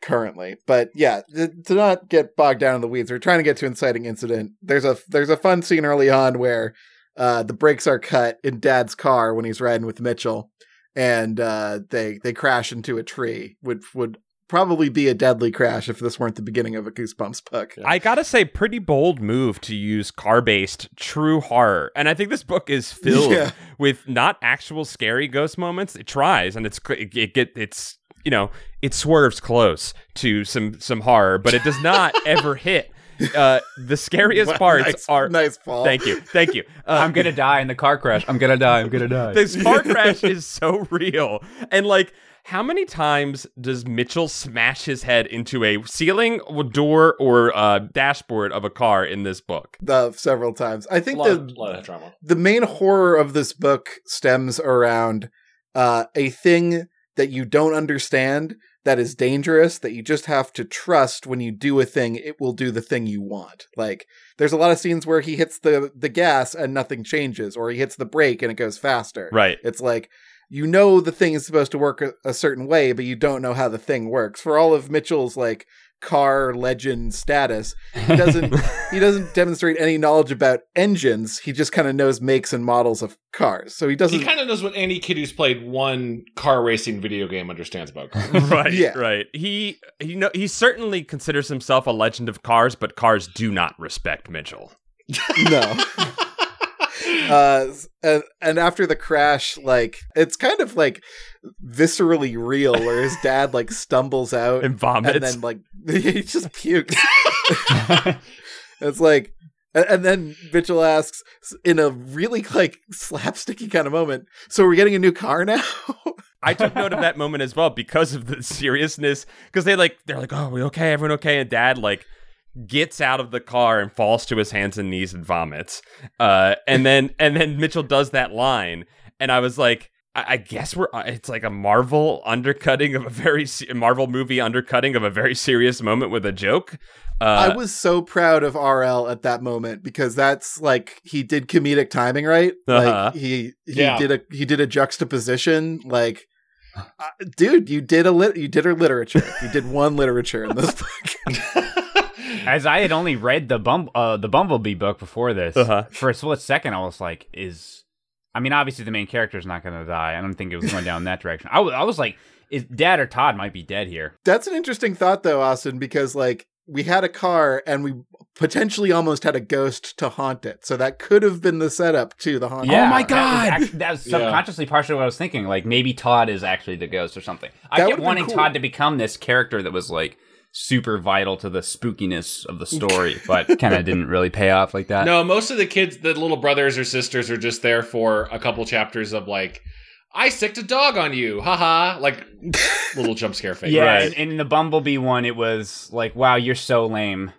S4: currently. But yeah, th- to not get bogged down in the weeds, we're trying to get to inciting incident. There's a there's a fun scene early on where uh, the brakes are cut in Dad's car when he's riding with Mitchell, and uh, they they crash into a tree, which would probably be a deadly crash if this weren't the beginning of a Goosebumps book.
S3: I gotta say, pretty bold move to use car based true horror. And I think this book is filled
S4: [laughs] Yeah.
S3: with not actual scary ghost moments. It tries and it's cl- it, it get it's you know, it swerves close to some some horror, but it does not ever
S4: [laughs]
S3: hit. Uh the scariest
S4: Wow,
S3: parts
S4: nice,
S3: are
S4: nice fall.
S3: Thank you. Thank
S4: [laughs]
S3: you. Uh,
S2: I'm gonna die in the car crash. I'm gonna die. I'm gonna die.
S3: this car
S4: [laughs]
S3: crash is so real. And like, how many times does Mitchell smash his head into a ceiling, door, or uh, dashboard of a car in this book?
S4: uh, several times. I think
S1: lot,
S4: the
S1: lot of drama
S4: the main horror of this book stems around uh, a thing that you don't understand that is dangerous that you just have to trust when you do a thing it will do the thing you want like there's a lot of scenes where he hits the the gas and nothing changes or he hits the brake and it goes faster [laughs]
S3: Right. [laughs]
S4: it's like you know the thing is supposed to work a, a certain way, but you don't know how the thing works. For all of Mitchell's like car legend status, he doesn't he doesn't demonstrate any knowledge about engines. He just kind of knows makes and models of cars. So he doesn't.
S1: he kind of knows what any kid who's played one car racing video game understands about cars.
S3: [laughs] right.
S4: Yeah.
S3: Right. He he know he certainly considers himself a legend of cars, but cars do not respect Mitchell.
S4: no.
S1: [laughs]
S4: Uh, s- and, and after the crash, like it's kind of like viscerally real, where his dad like stumbles out
S3: And vomits.
S4: and then like [laughs] he just
S3: [laughs]
S4: pukes. it's like, and, and then Mitchell asks in a really like slapsticky kind of moment. So we're getting a new car now. [laughs]
S3: I took note of that moment as well because of the [laughs] seriousness. Because they like they're like, "Oh, we okay? Everyone okay?" And Dad like gets out of the car and falls to his hands and knees and vomits. Uh, and then
S4: [laughs]
S3: and then Mitchell does that line, and I was like. I I guess we're. uh, It's like a Marvel undercutting of a very se- Marvel movie undercutting of a very serious moment with a joke. Uh, [laughs]
S4: I was so proud of RL at that moment because that's like he did comedic timing right.
S3: Uh-huh.
S4: Like he he
S1: Yeah.
S4: did a he did a juxtaposition. Like, uh, dude, you did a lit you did a literature. you did one literature in this book.
S2: As I had only read the bum uh, the Bumblebee book before this,
S3: Uh-huh.
S2: for a split second, I was like, "Is I mean, obviously the main character is not going to die. I don't think it was going down that direction. I wa- I was like, "Is Dad or Todd might be dead here?"
S4: That's an interesting thought though, Austin, because like we had a car and we potentially almost had a ghost to haunt it. So that could have been the setup to the haunt.
S2: Yeah,
S3: Oh my
S2: That was,
S3: God!
S2: act- that was
S1: Yeah.
S2: subconsciously partially what I was thinking. Like maybe Todd is actually the ghost or something.
S4: That
S2: I
S4: would've
S2: kept
S4: been
S2: wanting
S4: cool.
S2: Todd to become this character that was like super vital to the spookiness of the story, but kind of didn't really pay off like that.
S1: no, most of the kids, the little brothers or sisters, are just there for a couple chapters of like, I sicked a dog on you, haha, like little jump scare face.
S2: Yeah,
S3: Right.
S2: and, and in the Bumblebee one, it was like, "Wow, you're so
S3: [laughs]
S2: lame."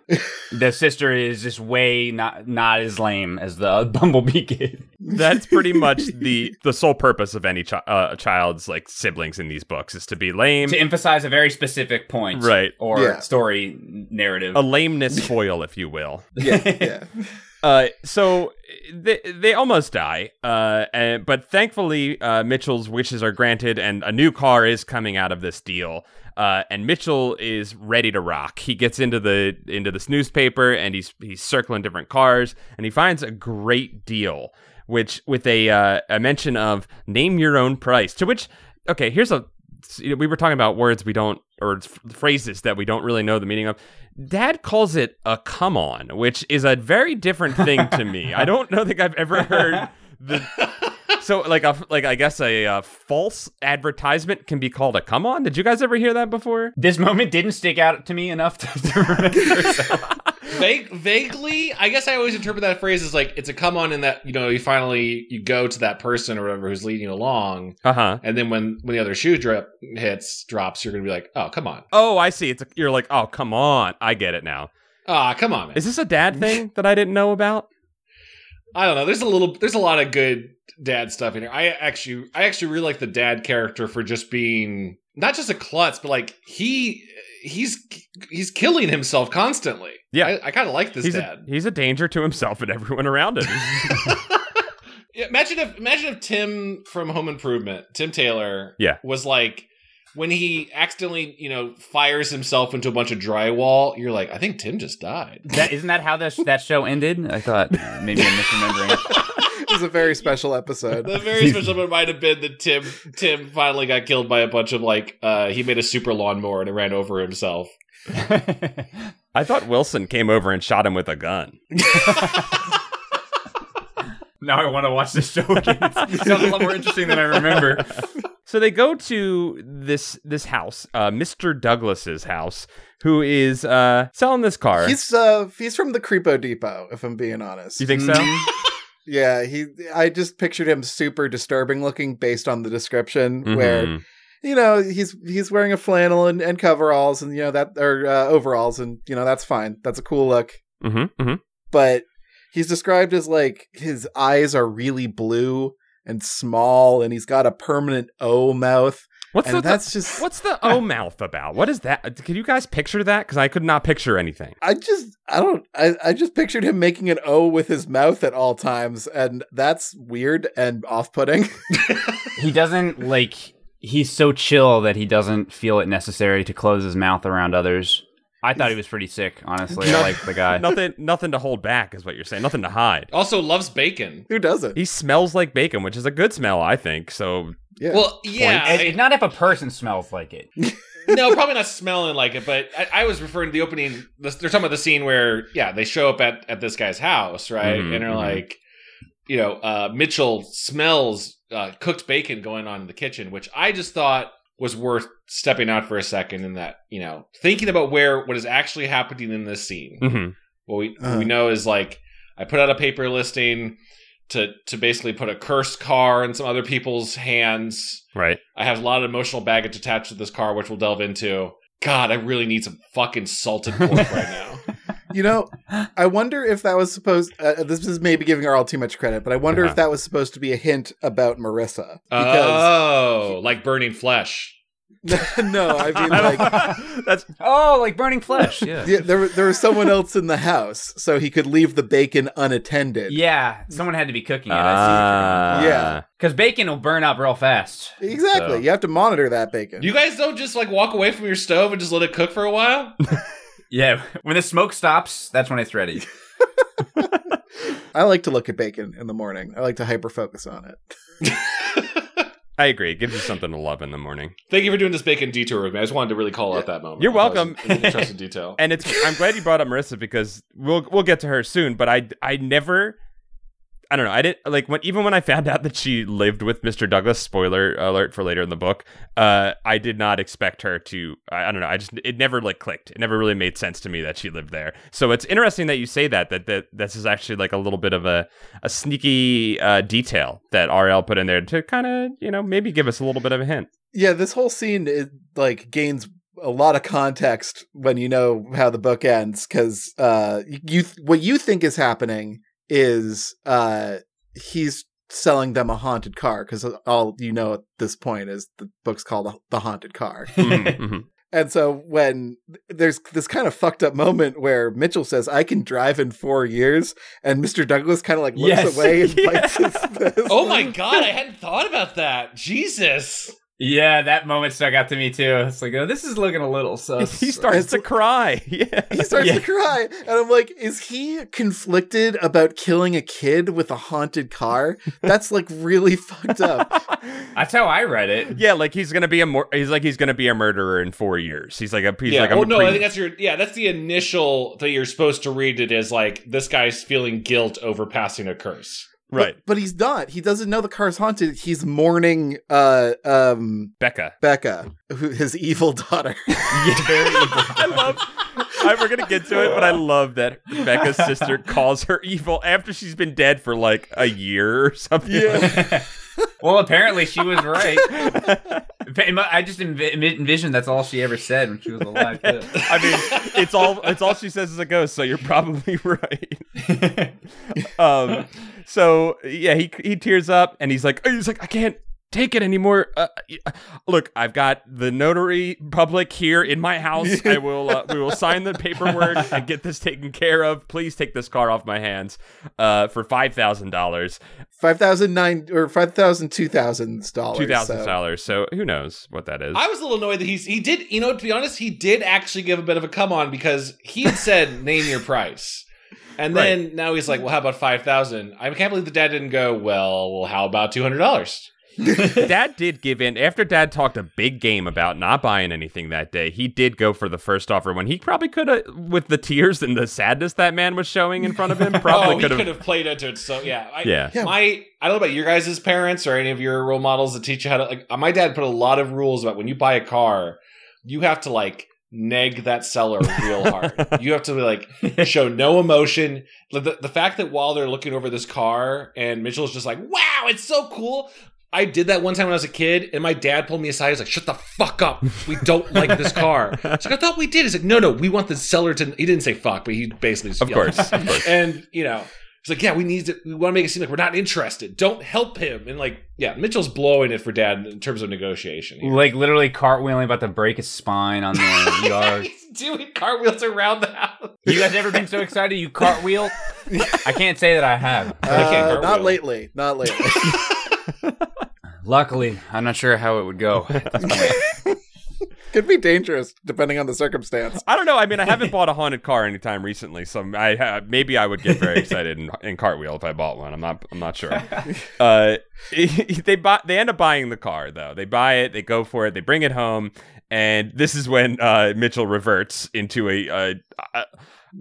S2: the sister is just way not not as lame as the [laughs] Bumblebee kid.
S3: That's pretty
S4: [laughs]
S3: much the the sole purpose of any chi- uh, child's like siblings in these books is to be lame,
S2: to emphasize a very specific point,
S3: Right.
S2: Or
S4: Yeah.
S2: story narrative.
S3: a
S4: [laughs]
S3: lameness foil, if you will.
S4: yeah,
S3: [laughs]
S4: yeah.
S3: Uh, so they they almost die, uh, and, but thankfully uh, Mitchell's wishes are granted, and a new car is coming out of this deal. Uh, and Mitchell is ready to rock. He gets into the into this newspaper, and he's he's circling different cars, and he finds a great deal, which with a uh, a mention of name your own price. To which, okay, here's a you know, we were talking about words we don't or f- phrases that we don't really know the meaning of. Dad calls it a come on, which is a very different thing to me. I don't know think I've ever heard the so like a like I guess a, uh false advertisement can be called a come on. Did you guys ever hear that before?
S2: this moment didn't stick out to me enough to, [laughs] to remember. so-
S1: Vague, vaguely, I guess I always interpret that phrase as like it's a come on in that you know you finally you go to that person or whatever who's leading you along,
S3: Uh huh.
S1: and then when when the other shoe drip hits drops, you're gonna be like, oh come on,
S3: Oh, I see. It's a, you're like, oh come on. I get it now.
S1: ah come on, man.
S3: Is this a dad thing that I didn't know about?
S1: I don't know. There's a little. There's a lot of good dad stuff in here. I actually, I actually really like the dad character for just being not just a klutz, but like he, he's he's killing himself constantly.
S3: Yeah.
S1: I, I kind of like this
S3: he's a,
S1: dad.
S3: he's a danger to himself and everyone around him.
S1: Yeah, imagine if imagine if Tim from Home Improvement, Tim Taylor,
S3: Yeah.
S1: was like when he accidentally, you know, fires himself into a bunch of drywall. You're like, I think Tim just died.
S2: That isn't that how that that show ended? I thought uh, maybe I'm
S3: [laughs]
S2: misremembering. it.
S4: It was a very special episode.
S1: The very special one might have been that Tim Tim finally got killed by a bunch of like uh he made a super lawnmower and it ran over himself.
S3: I thought Wilson came over and shot him with a gun.
S2: now I want to watch this show again. It sounds a lot more interesting than I remember.
S3: So they go to this this house, uh, Mr. Douglas's house, who is uh, selling this car.
S4: He's uh he's from the Creepo Depot, if I'm being honest.
S3: you think so?
S2: Mhm.
S4: Yeah, he I just pictured him super disturbing looking based on the description where
S3: Mhm.
S4: you know, he's he's wearing a flannel and, and coveralls and you know that or uh, overalls and you know that's fine. That's a cool look.
S3: Mhm, mhm.
S4: But he's described as like his eyes are really blue and small and he's got a permanent O mouth
S3: What's
S4: and
S3: the
S4: that's just
S3: what's the O mouth about? What is that? Can you guys picture that? Because I could not picture anything.
S4: I just I don't I, I just pictured him making an O with his mouth at all times, and that's weird and off putting.
S2: He doesn't like. He's so chill that he doesn't feel it necessary to close his mouth around others. I thought he was pretty sick, honestly. I like the
S3: [laughs]
S2: guy.
S3: nothing, nothing to hold back is what you're saying. Nothing to hide.
S1: Also loves bacon.
S4: [laughs] Who doesn't?
S3: He smells like bacon, which is a good smell, I think. So
S4: Yeah.
S1: Well, yeah,
S2: It-
S1: I-
S2: it's not if a person smells like it.
S1: no, probably not smelling like it, but I, I was referring to the opening. This, they're talking about the scene where, yeah, they show up at, at this guy's house, right?
S3: Mhm,
S1: and they're
S3: mhm.
S1: like, you know, uh, Mitchell smells uh, cooked bacon going on in the kitchen, which I just thought was worth stepping out for a second and that, you know, thinking about where what is actually happening in this scene.
S3: mhm.
S1: What we, what
S4: Uh-huh.
S1: we know is like, I put out a paper listing to to basically put a cursed car in some other people's hands
S3: right.
S1: I have a lot of emotional baggage attached to this car, which we'll delve into. God, I really need some fucking salted pork right now.
S4: you know, I wonder if that was supposed. Uh, this is maybe giving Earl too much credit, but I wonder
S3: Uh-huh.
S4: if that was supposed to be a hint about Marissa. Because
S1: oh, like burning flesh.
S3: Uh.
S4: [laughs] no, I
S3: [laughs]
S4: mean like.
S3: That's
S2: Oh, like burning flesh. Yeah.
S4: Yeah, there, was- there was someone else in the house, so he could leave the bacon unattended.
S2: Yeah, someone had to be cooking it.
S3: Ah.
S4: Yeah.
S2: Because bacon will burn up real fast.
S4: exactly.
S2: So-
S4: You have to monitor that bacon.
S1: You guys don't just like walk away from your stove and just let it cook for a while?
S2: Yeah, when the smoke stops, that's when it's ready.
S4: I like to look at bacon in the morning. I like to hyper focus on it.
S3: I agree. It gives you something to love in the morning.
S1: Thank you for doing this bacon detour with me. I just wanted to really call out that moment.
S3: You're
S1: I thought it was
S3: welcome.
S1: an Interesting detail.
S3: [laughs] And it's I'm glad you brought up Marissa because we'll we'll get to her soon, but I I never I don't know. I didn't like when even when I found out that she lived with Mr. Douglas, spoiler alert for later in the book, uh I did not expect her to I, I don't know. I just it never like clicked. It never really made sense to me that she lived there. So it's interesting that you say that that that this is actually like a little bit of a a sneaky uh detail that RL put in there to kind of, you know, maybe give us a little bit of a hint.
S4: yeah this whole scene it like gains a lot of context when you know how the book ends because uh you what you think is happening is uh he's selling them a haunted car because all you know at this point is the book's called the haunted car
S3: Mhm, mhm.
S4: and so when there's this kind of fucked up moment where mitchell says i can drive in four years and mr douglas kind of like looks
S2: Yes.
S4: away
S3: [laughs]
S4: and
S3: Yeah.
S4: bites his
S1: oh my god, I hadn't thought about that. Jesus.
S2: Yeah, that moment stuck out to me too. It's like, oh, this is looking a little [laughs] sus.
S3: he starts to cry. [laughs] Yeah.
S4: he starts
S2: Yeah.
S4: to cry and i'm like is he conflicted about killing a kid with a haunted car that's like really [laughs] fucked up
S2: That's how I read it.
S3: Yeah, like he's gonna be a mor- he's like he's gonna be a murderer in four years. He's like a he's
S1: yeah.
S3: like I'm
S1: well,
S3: a
S1: no,
S3: pre-
S1: I think that's your. Yeah, that's the initial that you're supposed to read it as like this guy's feeling guilt over passing a curse.
S3: right.
S4: but, but he's not he doesn't know the car's haunted he's mourning uh um
S1: [laughs]
S3: Becca.
S4: becca who his evil [laughs] daughter
S3: [laughs]
S1: [laughs]
S3: I love. I, we're gonna get to it, but I love that Becca's sister calls her evil after she's been dead for like a year or something.
S2: well, apparently she was
S3: [laughs]
S2: right. I just envi- envisioned that's all she ever said when she was alive. Too.
S3: I mean, it's [laughs] all it's all she says is a ghost, so you're probably right. um, so yeah, he he tears up and he's like, he's like, I can't take it anymore. Uh, uh, look, I've got the notary public here in my house. I will uh, we will sign the paperwork and get this taken care of. Please take this car off my hands uh, for five thousand dollars,
S4: Five thousand nine or five thousand two thousand dollars.
S3: two thousand dollars. So who knows what that is?
S1: I was a little annoyed that he's he did you know to be honest he did actually give a bit of a come on because he had said [laughs] name your price, and then now he's like well how about five thousand I can't believe the dad didn't go well well how about two hundred dollars
S3: Dad did give in after Dad talked a big game about not buying anything that day. He did go for the first offer when he probably could have, with the tears and the sadness that man was showing in front
S1: [laughs]
S3: of him, probably
S1: oh he
S3: could
S1: could
S3: have.
S1: have played into it so yeah I,
S3: Yeah.
S4: Yeah.
S1: my I don't know about your guys' parents or any of your role models that teach you how to like my dad put a lot of rules about when you buy a car you have to like neg that seller real
S3: [laughs]
S1: hard you have to be like show no emotion the, the, the fact that while they're looking over this car and Mitchell's just like wow it's so cool I did that one time when I was a kid, and my dad pulled me aside. He's like, "Shut the fuck up! We don't like this
S3: [laughs]
S1: car." It's like I thought we did. He's like, "No, no, we want the seller to." He didn't say fuck, but he basically just
S3: Of
S1: yelled
S3: course, of course.
S1: and you know he's like yeah we need to we want to make it seem like we're not interested don't help him and like yeah mitchell's blowing it for dad in terms of negotiation here.
S2: Like literally cartwheeling about to break his spine
S3: [laughs]
S2: on the yard.
S1: he's doing cartwheels around the house
S2: You guys ever been so excited you cartwheel? I can't say that I have.
S1: can't
S4: Uh,
S1: cartwheel.
S4: not lately. Not lately. [laughs]
S2: Luckily, I'm not sure how it would go.
S4: Could be dangerous depending on the circumstance.
S3: I don't know. I mean, I haven't bought a haunted car anytime recently, so I ha- maybe I would get very excited in, in Cartwheel if I bought one. I'm not. I'm not sure. Uh, [laughs] they buy. They end up buying the car though. They buy it. They go for it. They bring it home, and this is when uh, Mitchell reverts into a. Uh, I,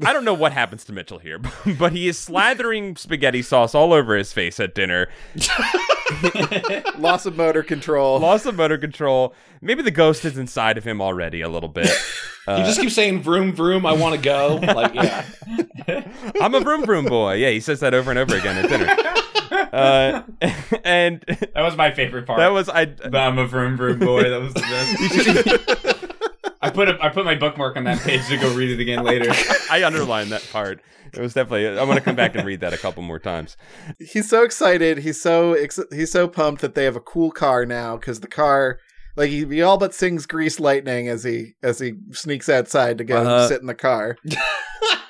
S3: I don't know what happens to Mitchell here, [laughs] but he is slathering spaghetti sauce all over his face at dinner.
S4: Loss of motor control.
S3: Loss of motor control. Maybe the ghost is inside of him already a little bit.
S1: he just keeps saying vroom vroom i want to go like yeah
S3: I'm a vroom vroom boy. Yeah, he says that over and over again at dinner. Uh, [laughs] and
S2: That was my favorite part.
S3: that was I.
S2: The I'm a vroom vroom boy. That was the best.
S3: [laughs]
S2: I put a, I put my bookmark on that page to go read it again later.
S3: I underlined that part. It was definitely. I want to come back and read that a couple more times.
S4: he's so excited. He's so ex- he's so pumped that they have a cool car now because the car, like he, he all but sings "Grease Lightning" as he as he sneaks outside to go
S3: Uh-huh.
S4: sit in the car.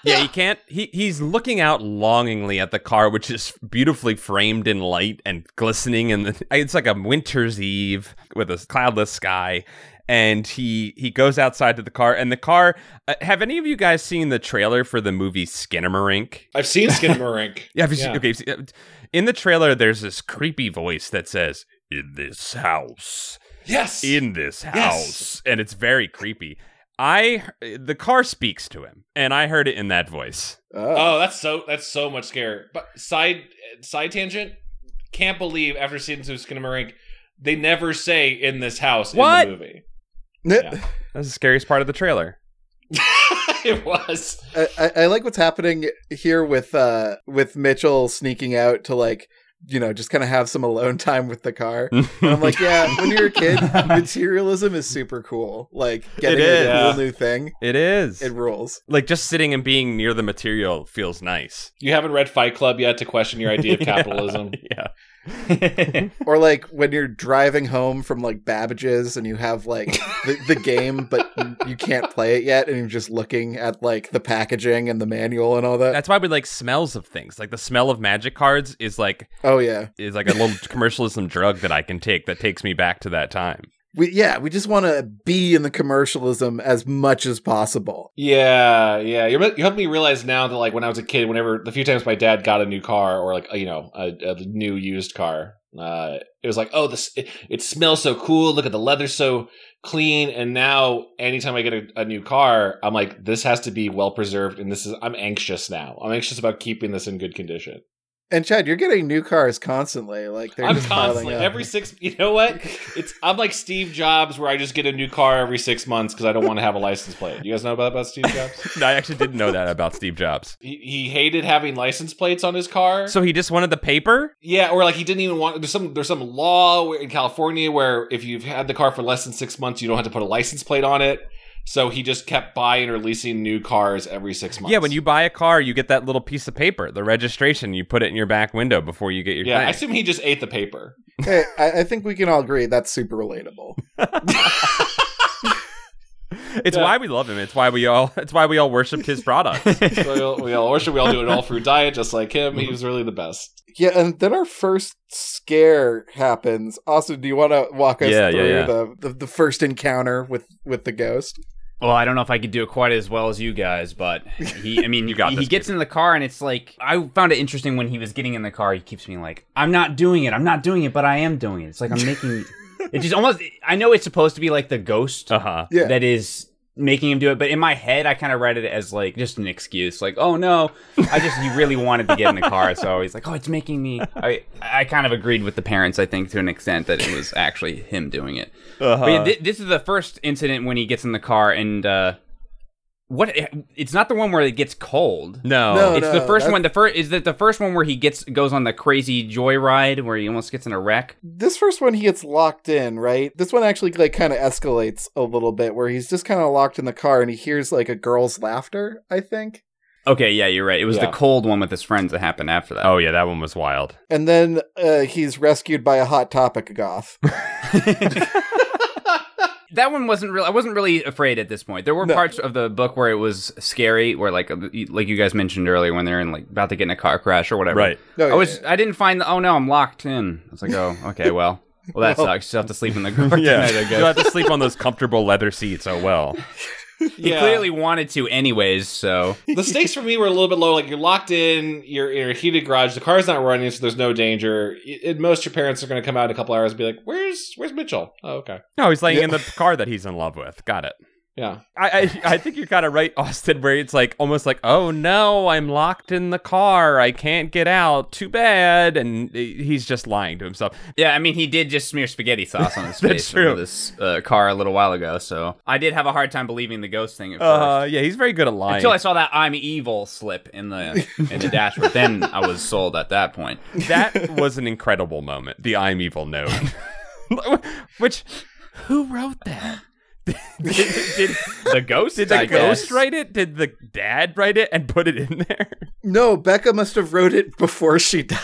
S3: Yeah, he can't. He he's looking out longingly at the car, which is beautifully framed in light and glistening, and the, it's like a winter's eve with a cloudless sky. And he he goes outside to the car, and the car. Uh, have any of you guys seen the trailer for the movie Skinamarink?
S1: i've seen skinamarink
S3: Yeah, if you see-
S1: Yeah.
S3: okay. if you see- uh, In the trailer, there's this creepy voice that says, "In this house,
S1: yes
S3: in this house,"
S1: Yes.
S3: and it's very creepy. I the car speaks to him, and I heard it in that voice.
S4: Oh.
S1: oh that's so that's so much scarier but side side tangent can't believe after seeing two skinamarink they never say in this house
S3: What?
S1: in the movie [laughs] yeah.
S3: That's the scariest part of the [laughs] trailer.
S1: it was
S4: I, I, I like what's happening here with uh with Mitchell sneaking out to like you know just kind of have some alone [laughs] time with the car. And I'm like, yeah, when you're a kid, materialism is super cool. Like getting
S3: is.
S4: a
S1: Yeah.
S4: cool new thing,
S3: it is
S4: it rules.
S3: like just sitting and being near the material feels nice.
S1: you haven't read fight club yet to question your idea of capitalism
S3: [laughs] Yeah,
S4: Or like when you're driving home from like Babbage's and you have like the, the game, but you can't play it yet, and you're just looking at like the packaging and the manual and all
S3: [laughs]
S4: that.
S3: that's why we like smells of things. Like the smell of magic cards is like
S4: oh yeah,
S3: is like a little commercialism drug that I can take that takes me back to that [laughs] time.
S4: we yeah we just want to be in the commercialism as much as possible.
S1: Yeah, yeah. You you helped me realize now that like when I was a kid, whenever the few times my dad got a new car or like you know a, a new used car, uh, it was like oh this it, it smells so cool. Look at the leather so clean. And now anytime I get a, a new car, I'm like this has to be well preserved, and this is I'm anxious now. I'm anxious about keeping this in good condition.
S4: And Chad, you're getting new cars constantly. Like they're
S1: I'm
S4: just piling
S1: constantly
S4: up.
S1: every six. You know what? It's I'm like Steve Jobs where I just get a new car every six months because I don't want to have a license plate. You guys know about about Steve Jobs?
S3: No, I actually didn't know that about Steve Jobs.
S1: he, he hated having license plates on his car.
S3: So he just wanted the paper?
S1: yeah, or like he didn't even want. There's some there's some law where- in California where if you've had the car for less than six months, you don't have to put a license plate on it. So he just kept buying or leasing new cars every six months.
S3: Yeah, when you buy a car, you get that little piece of paper, the registration. You put it in your back window before you get your
S1: yeah, I
S3: thing.
S1: assume he just ate the
S3: [laughs]
S1: paper.
S4: Hey, I, I think we can all agree that's super relatable.
S3: it's
S1: Yeah.
S3: why we love him. [laughs] It's why we all. [laughs] It's why we all worship his products.
S1: So we all, we all, or should we all do an all food diet just like him? He was really the best.
S4: Yeah, and then our first scare happens. Austin, do you want to walk us
S3: Yeah, yeah,
S4: through
S3: yeah.
S4: The, the the first encounter with with the ghost?
S2: Well, I don't know if I could do it quite as well as you guys, but he, I
S3: [laughs]
S2: mean,
S3: You got
S2: he
S3: this,
S2: gets in the car and it's like, I found it interesting when he was getting in the car, he keeps being like, I'm not doing it, I'm not doing it, but I am doing it. It's like, I'm
S3: [laughs]
S2: making, it's just almost, I know it's supposed to be like the ghost
S3: Uh huh.
S4: Yeah.
S2: that is making him do it, but in my head, I kind of read it as like just an excuse, like, oh no, I just, he really wanted to get in the car, so he's like, oh, it's making me, I, I kind of agreed with the parents, I think, to an extent that it was actually him doing it. But
S4: Uh,
S2: yeah, thi- this is the first incident when he gets in the car and uh, what? eh, It's not the one where it gets cold.
S3: No.
S4: No.
S2: it's the first
S4: that's-
S2: one. The first is that the first one where he gets goes on the crazy joyride where he almost gets in a wreck.
S4: This first one he gets locked in, right? This one actually like kind of escalates a little bit where he's just kind of locked in the car and he hears like a girl's laughter, I think.
S2: Okay, yeah, you're right. It was
S1: Yeah.
S2: the cold one with his friends that happened after that.
S3: Oh yeah, that one was wild.
S4: And then uh, he's rescued by a hot
S3: [laughs]
S4: topic goth.
S2: that one wasn't real. I wasn't really afraid at this point. There were
S4: No.
S2: parts of the book where it was scary, where like uh, you- like you guys mentioned earlier when they're in like about to get in a car crash or whatever.
S3: Right.
S4: No,
S2: I was.
S4: yeah,
S2: I didn't find the. Oh no, I'm locked in. I was like, oh, okay, well, well, that
S4: [laughs] Well.
S2: sucks. You have to sleep in the car
S3: Yeah.
S2: tonight, I
S3: you
S2: guess.
S3: have to sleep on those comfortable leather seats. Oh well.
S2: He
S1: Yeah.
S2: clearly wanted to,
S3: [laughs]
S2: anyways. So
S1: the stakes for me were a little bit low. Like you're locked in, you're in a heated garage, the car's not running, so there's no danger. Y- At most, your parents are going to come out in a couple hours and be like, "Where's Where's Mitchell?" Oh, okay.
S3: No, he's laying
S4: Yeah.
S3: in the car that he's in love with. Got it.
S1: Yeah,
S3: I, I I think you're kind of right, Austin. Where it's like almost like, oh no, I'm locked in the car. I can't get out. Too bad. And he's just lying to himself.
S2: yeah, I mean, he did just smear spaghetti sauce on
S3: [laughs]
S2: his
S3: That's
S2: face over
S3: true.
S2: this uh, car a little while ago. So I did have a hard time believing the ghost thing at first.
S3: Uh, yeah, he's very good at lying.
S2: Until I saw that "I'm evil" slip in the in the
S3: [laughs]
S2: dashboard, then I was sold at that point.
S3: that was an incredible moment. The I'm evil [laughs] note, which who wrote that? [laughs] did, did,
S2: The ghost,
S3: did the
S2: I
S3: ghost
S2: guess.
S3: write it? Did the dad write it and put it in there?
S4: no, Becca must have wrote it before she died.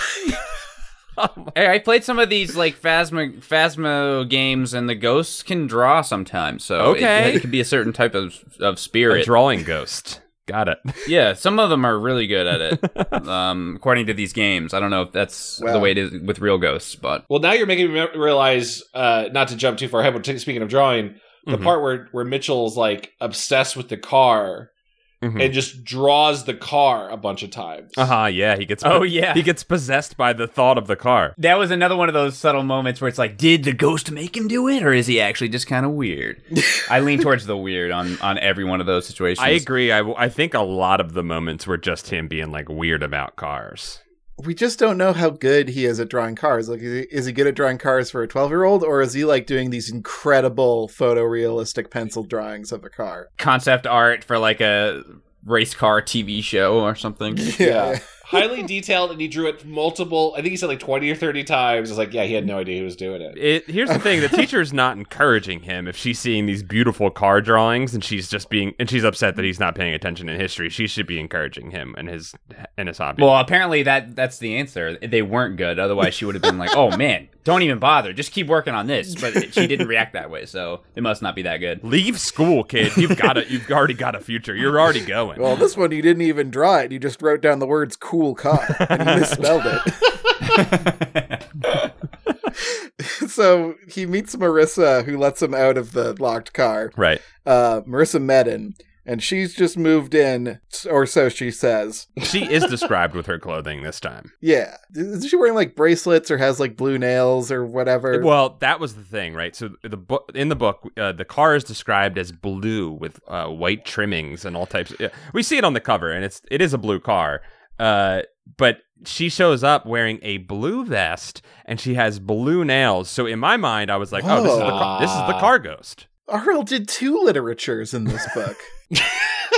S2: Hey, I played some of these like Phasma Phasmo games, and the ghosts can draw sometimes. So it-
S3: Okay.
S2: it, could be a certain type of of
S3: A
S2: spirit.
S3: drawing ghost. Got it.
S2: Yeah, some of them are really good
S3: [laughs]
S2: at it. um, according to these games, I don't know if that's
S4: Wow.
S2: the way it is with real ghosts, but
S1: Well, now you're making me re- realize uh, not to jump too far ahead. But t- speaking of drawing, the
S3: Mhm.
S1: part where where Mitchell's like obsessed with the car
S3: Mhm.
S1: and just draws the car a bunch of times.
S3: Uh huh. Yeah, he gets.
S2: Oh, yeah.
S3: he gets possessed by the thought of the car.
S2: that was another one of those subtle moments where it's like, did the ghost make him do it, or is he actually just kind
S3: [laughs]
S2: of weird? I lean towards the weird on on every one of those situations.
S3: I agree. I, I think a lot of the moments were just him being like weird about cars.
S4: we just don't know how good he is at drawing cars. Like, is he, is he good at drawing cars for a 12 year old, or is he like doing these incredible photorealistic pencil drawings of a car? [laughs]
S2: Concept art for like a race car TV show or
S3: [laughs]
S2: something.
S4: [laughs]
S1: Yeah. Highly detailed, and he drew it multiple. I think he said like twenty or thirty times. It's like, yeah, he had no idea he was doing it.
S3: It, here's the thing: the teacher's not encouraging him if she's seeing these beautiful car drawings, and she's just being and she's upset that he's not paying attention in history. She should be encouraging him and his and his hobby.
S2: Well, apparently that that's the answer. They weren't good. Otherwise, she would have been like, "Oh man, don't even bother. Just keep working on this." But she didn't react that way, so it must not be that good.
S3: Leave school, kid. You've got it. You've already got a future. You're already going.
S4: Well, this one you didn't even draw it. You just wrote down the words "cool car" and you misspelled it. [laughs] so he meets Marissa, who lets him out of the locked car.
S3: right.
S4: Uh, Marissa Medin, and she's just moved in, or so she says.
S3: She is described with her clothing this time.
S4: Yeah, is she wearing like bracelets or has like blue nails or whatever?
S3: Well, that was the thing, right? So the book in the book, uh, the car is described as blue with uh, white trimmings and all types. yeah. we see it on the cover, and it's it is a blue car. Uh, but she shows up wearing a blue vest, and she has blue nails. So in my mind, I was like, oh, this is the car, this is the car ghost.
S4: Arl did two literatures in this
S3: [laughs]
S4: book.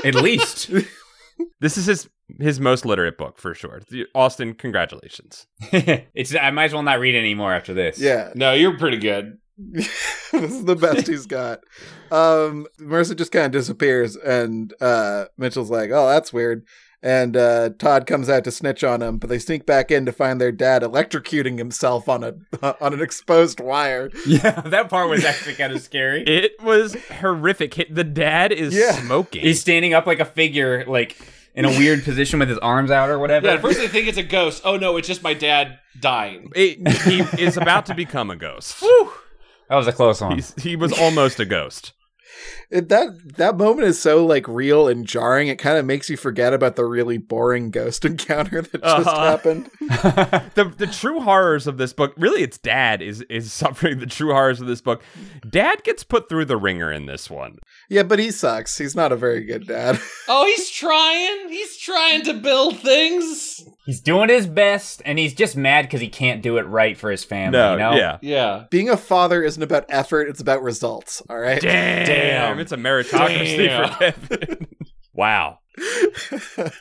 S2: At least [laughs]
S3: This is his his most literate book for sure. The- Austin, congratulations.
S2: it's. I might as well not read it anymore after this.
S4: yeah. [laughs]
S1: No, you're pretty good.
S4: this is the best he's got. Um, Marissa just kind of disappears, and uh, Mitchell's like, "Oh, that's weird." And uh, Todd comes out to snitch on him, but they sneak back in to find their dad electrocuting himself on a [laughs] on an exposed wire.
S2: [laughs] Yeah, that part was actually kind of scary.
S3: It was horrific. Hi- The dad is
S4: Yeah.
S3: smoking.
S2: He's standing up like a figure, like in a weird position with his arms out or whatever.
S1: Yeah, at first they think it's a ghost. Oh no, it's just my dad dying.
S3: It- he is about to become a
S4: [laughs]
S3: ghost.
S2: that was a close one.
S3: He's, he was almost a ghost.
S4: It, that that moment is so like real and jarring. It kind of makes you forget about the really boring ghost [laughs] encounter that just
S3: Uh-huh.
S4: happened.
S3: The the true horrors of this book, really, it's dad is is [laughs] suffering the true horrors of this book. Dad gets put through the ringer in this one.
S4: Yeah, but he sucks. He's not a very good dad. [laughs]
S1: Oh, he's trying. He's trying to build things.
S2: He's doing his best, and he's just mad because he can't do it right for his family.
S3: No,
S2: you know?
S3: yeah.
S1: Yeah.
S4: Being a father isn't about effort; it's about results. All right.
S3: Damn,
S1: Damn.
S3: it's a meritocracy
S1: Damn.
S3: for Kevin. [laughs] wow.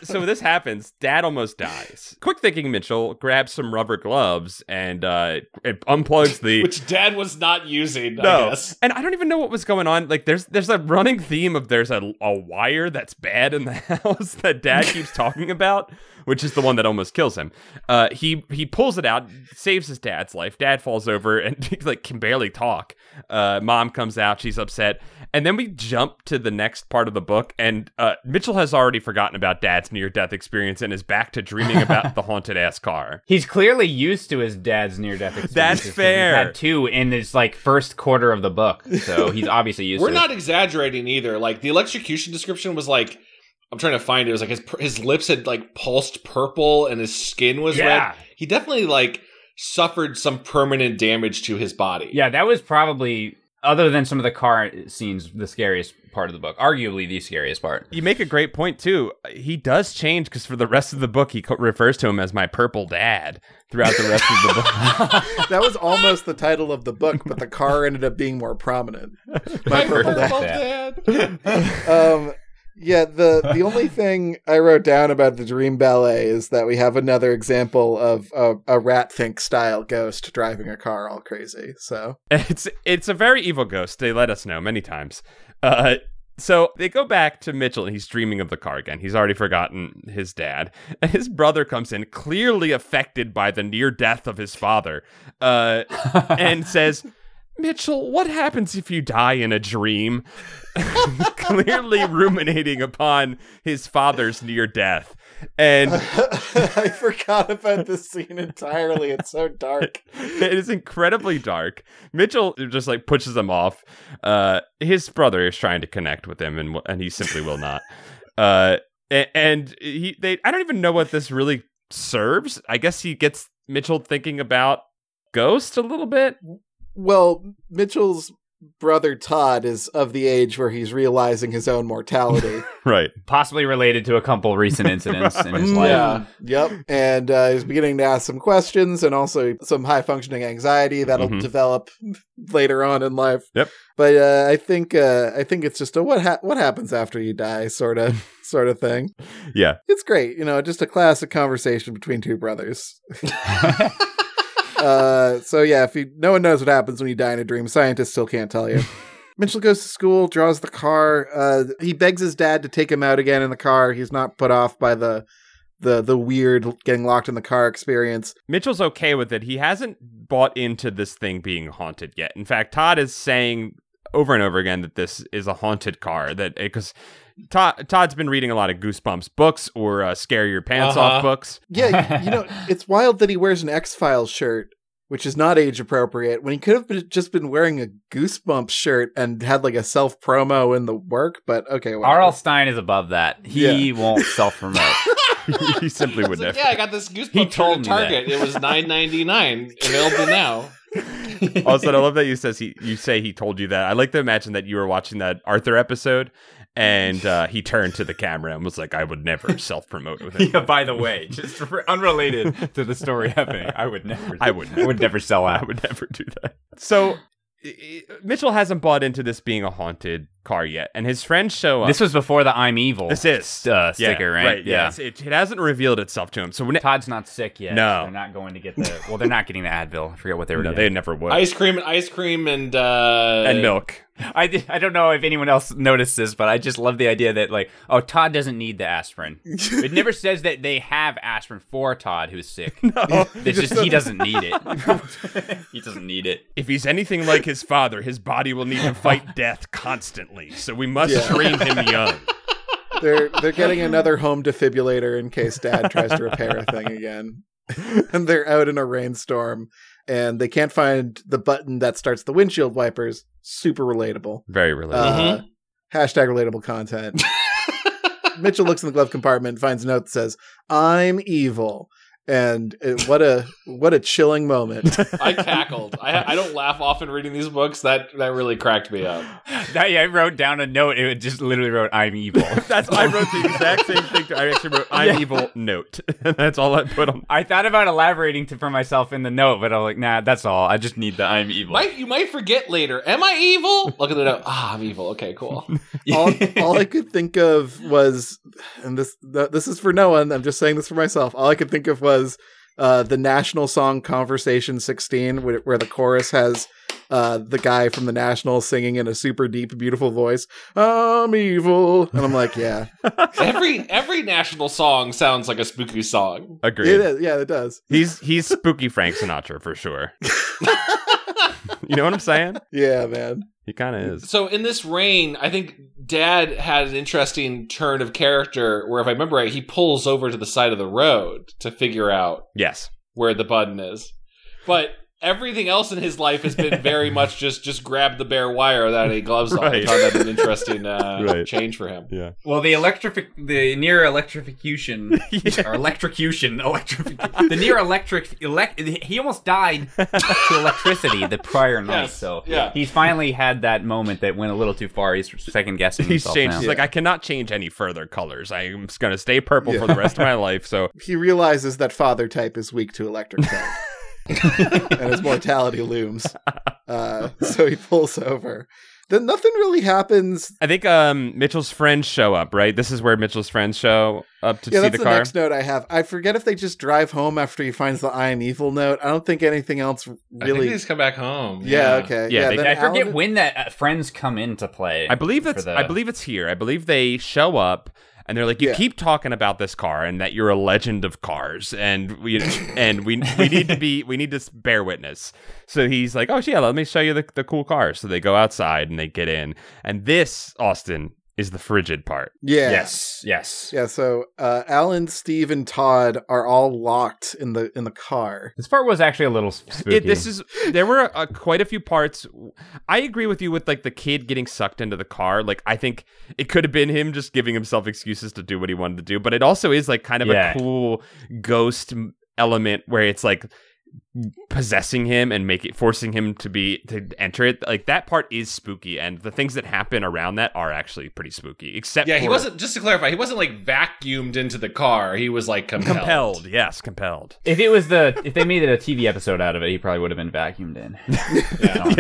S3: so this happens. Dad almost dies. Quick thinking, Mitchell grabs some rubber gloves and uh, it unplugs the
S1: Which dad was not using, I
S3: No.
S1: guess.
S3: And I don't even know what was going on. Like, there's there's a running theme of there's a, a wire that's bad in the [laughs] house that Dad keeps
S1: [laughs]
S3: talking about, which is the one that almost kills him. Uh, he he pulls it out, saves his dad's life. Dad falls over and [laughs] he, like can barely talk. Uh, Mom comes out, she's upset, and then we jump to the next part of the book, and uh, Mitchell has already forgotten about Dad's near death experience and is back to dreaming
S1: [laughs]
S3: about the haunted ass car.
S2: He's clearly used to his dad's near death experience.
S3: fair.
S2: He's had two in his like first quarter of the book, so he's obviously used
S1: We're
S2: to
S1: not exaggerating either. Like the electrocution description was like I'm trying to find it. It was like his his lips had like pulsed purple and his skin was
S2: Yeah.
S1: red. He definitely like suffered some permanent damage to his body. [laughs]
S2: it. Yeah, that was probably other than some of the car scenes, the scariest part of the book. Arguably the scariest part.
S3: You make a great point too. He does change because for the rest of the book, he co- refers to him as my purple dad throughout the rest of the book.
S4: that was almost the title of the book, but the car ended up being more prominent. My
S1: [laughs] My
S4: purple
S1: purple
S4: dad.
S1: dad.
S2: [laughs]
S4: Um, yeah, the the only thing I wrote down about the Dream Ballet is that we have another example of a, a rat think style ghost driving a car all crazy. So [laughs]
S3: [laughs] It's it's a very evil ghost. They let us know many times. Uh, so they go back to Mitchell, and he's dreaming of the car again. He's already forgotten his dad, and his brother comes in, clearly affected by the near death of his father, uh, and says. Mitchell, what happens if you die in a dream? [laughs] Clearly ruminating upon his father's near death. And
S4: I forgot about this scene entirely. It's so dark.
S3: [laughs] it is incredibly dark. Mitchell just like pushes him off. Uh, his brother is trying to connect with him, and and he simply will not. [laughs] Uh, a- and he they I don't even know what this really serves. I guess he gets Mitchell thinking about Ghost a little bit.
S4: Well, Mitchell's brother Todd is of the age where he's realizing his own mortality.
S3: Right.
S2: Possibly related to a couple recent incidents in his
S4: [laughs] Mm,
S2: life.
S1: Yeah.
S4: Yep. And uh, he's beginning to ask some questions and also some high functioning anxiety that'll
S3: Mhm.
S4: develop later on in life.
S3: Yep.
S4: But uh, I think uh, I think it's just a what ha- what happens after you die sort of sort of thing.
S3: Yeah.
S4: It's great, you know, just a classic conversation between two brothers. uh, so yeah, if you no one knows what happens when you die in a dream, scientists still can't tell you. Mitchell goes to school, draws the car. Uh, he begs his dad to take him out again in the car. He's not put off by the the the weird getting locked in the car experience.
S3: Mitchell's okay with it. He hasn't bought into this thing being haunted yet. In fact, Todd is saying over and over again that this is a haunted car. That because Todd Todd's been reading a lot of Goosebumps books or uh, Scare Your Pants
S1: Uh-huh.
S3: Off books. [laughs]
S4: Yeah, you know, it's wild that he wears an X Files shirt, which is not age appropriate. When he could have been, just been wearing a Goosebumps shirt and had like a self promo in the work. But okay, whatever.
S2: R.L. Stein is above that. He [laughs] won't self promote.
S3: he simply would
S1: It's like,
S3: never.
S1: yeah, I got this goosebump
S2: He
S1: he
S2: told
S1: told at
S2: me
S1: Target. It was nine ninety nine. Available now.
S3: Also, I love that you says he you say he told you that. I like to imagine that you were watching that Arthur episode. And uh, he turned to the camera and was like, "I would never self-promote with him.
S2: yeah, by the way, just for, unrelated to the story happening, I would never.
S3: I would
S2: [laughs] I would never sell
S3: I
S2: out.
S3: would never do that." So i- i- Mitchell hasn't bought into this being a haunted car yet, and his friends show up.
S2: This was before the I'm evil.
S3: This is
S2: uh, sticker,
S3: yeah,
S2: right?
S3: Yeah, it's- It, it hasn't revealed itself to him. So when it,
S2: Todd's not sick yet.
S3: No.
S2: so they're not going to get the. Well, they're not getting the Advil. I forget what they were.
S3: no, they
S2: getting.
S3: never would.
S1: Ice cream and ice cream and uh
S3: and milk. [laughs]
S2: I di- I don't know if anyone else noticed this, but I just love the idea that like, oh, Todd doesn't need
S3: [laughs]
S2: the aspirin. it never says that they have aspirin for Todd who's sick.
S3: [laughs] No.
S2: It's just he doesn't need
S3: [laughs]
S2: it. [laughs] he doesn't need it.
S3: If he's anything like his father, his body will need to fight death constantly. So we must
S4: Yeah.
S3: train him young.
S4: [laughs] They're they're getting another home defibrillator in case Dad tries to repair a thing again. [laughs] and they're out in a rainstorm, and they can't find the button that starts the windshield wipers. Super relatable.
S3: Very relatable.
S4: Uh, Hashtag relatable content. Mitchell looks in the glove compartment, finds a note that says, "I'm evil," and it, what a what a chilling moment.
S1: I cackled. I I don't laugh often reading these books. That that really cracked me up.
S2: That, yeah, I wrote down a note. It just literally wrote, "I'm [laughs] evil."
S3: That's I wrote the exact same thing. To, I actually wrote "I'm
S2: Yeah.
S3: evil" note. [laughs] That's all I put
S2: [laughs]
S3: on.
S2: I thought about elaborating to, for myself in the note, but I'm like, nah, that's all. I just need the I'm evil.
S1: Might you might forget later. Am I evil? Look at the note. Ah, I'm evil. Okay,
S3: [laughs]
S1: cool.
S4: all, all I could think of was, and this th- this is for no one. I'm just saying this for myself. All I could think of was uh, the national song "Conversation 16," where, where the chorus has uh, the guy from the National singing in a super deep, beautiful voice, "I'm evil," and I'm like, yeah,
S1: Every every national song sounds like a spooky song.
S4: it
S3: Agreed.
S4: is, yeah, it does.
S3: He's he's spooky Frank Sinatra for sure. [laughs] you know what I'm saying?
S4: Yeah, man.
S3: He kind of is.
S1: So in this rain, I think Dad had an interesting turn of character where if I remember right, he pulls over to the side of the road to figure out
S3: Yes.
S1: where the button is. But everything else in his life has been
S3: [laughs]
S1: very much just just grab the bare wire without any gloves on. I
S3: Right.
S1: thought that an interesting uh,
S3: [laughs] Right.
S1: change for him.
S2: Well, the electrific, the near [laughs] electrification, or electrocution, electric, the near electric, elect. He almost [laughs] died to electricity the prior night.
S1: Yes,
S2: So
S1: yeah.
S2: he's finally had that moment that went a little too far. He's second guessing
S3: He's
S2: himself
S3: changed.
S2: now.
S3: He's like, I cannot change any further colors. I'm just gonna stay purple for the rest of
S4: [laughs]
S3: my life. So
S4: he realizes that father type is weak to electric type and his mortality looms uh, so he pulls over then nothing really happens
S3: I think um, Mitchell's friends show up. Right. This is where Mitchell's friends show up to
S4: yeah
S3: see
S4: that's
S3: the,
S4: the,
S3: car.
S4: next note i have i forget if they just drive home after he finds the i am evil note i don't think anything else really
S1: he's come back home.
S4: yeah, okay
S3: Yeah, they-
S4: then
S2: I forget
S4: Alan-
S2: when that uh, friends come into play.
S3: I believe that's
S2: for the-
S3: I believe it's here. I believe they show up and they're like, "You
S4: Yeah.
S3: keep talking about this car and that you're a legend of cars, and we and we we need to be we need to s- bear witness." So he's like, "Oh yeah, let me show you the the cool car." So they go outside and they get in, and this Austin is the frigid part.
S4: yeah
S2: yes, yes.
S4: yeah so uh, alan steve and todd are all locked in the in the car
S2: This part was actually a little s- spooky.
S3: It, this is there were uh, quite a few parts. I agree with you with like the kid getting sucked into the car. Like I think it could have been him just giving himself excuses to do what he wanted to do. But it also is like kind of
S2: Yeah.
S3: a cool ghost m- element where it's like possessing him and make it forcing him to be to enter it. Like that part is spooky, and the things that happen around that are actually pretty spooky. Except
S1: Yeah, he
S3: for-
S1: wasn't. Just to clarify, he wasn't like vacuumed into the car. He was like compelled.
S3: compelled. Yes, compelled.
S2: if it was the if they made it a TV episode out of it, he probably would have been vacuumed in.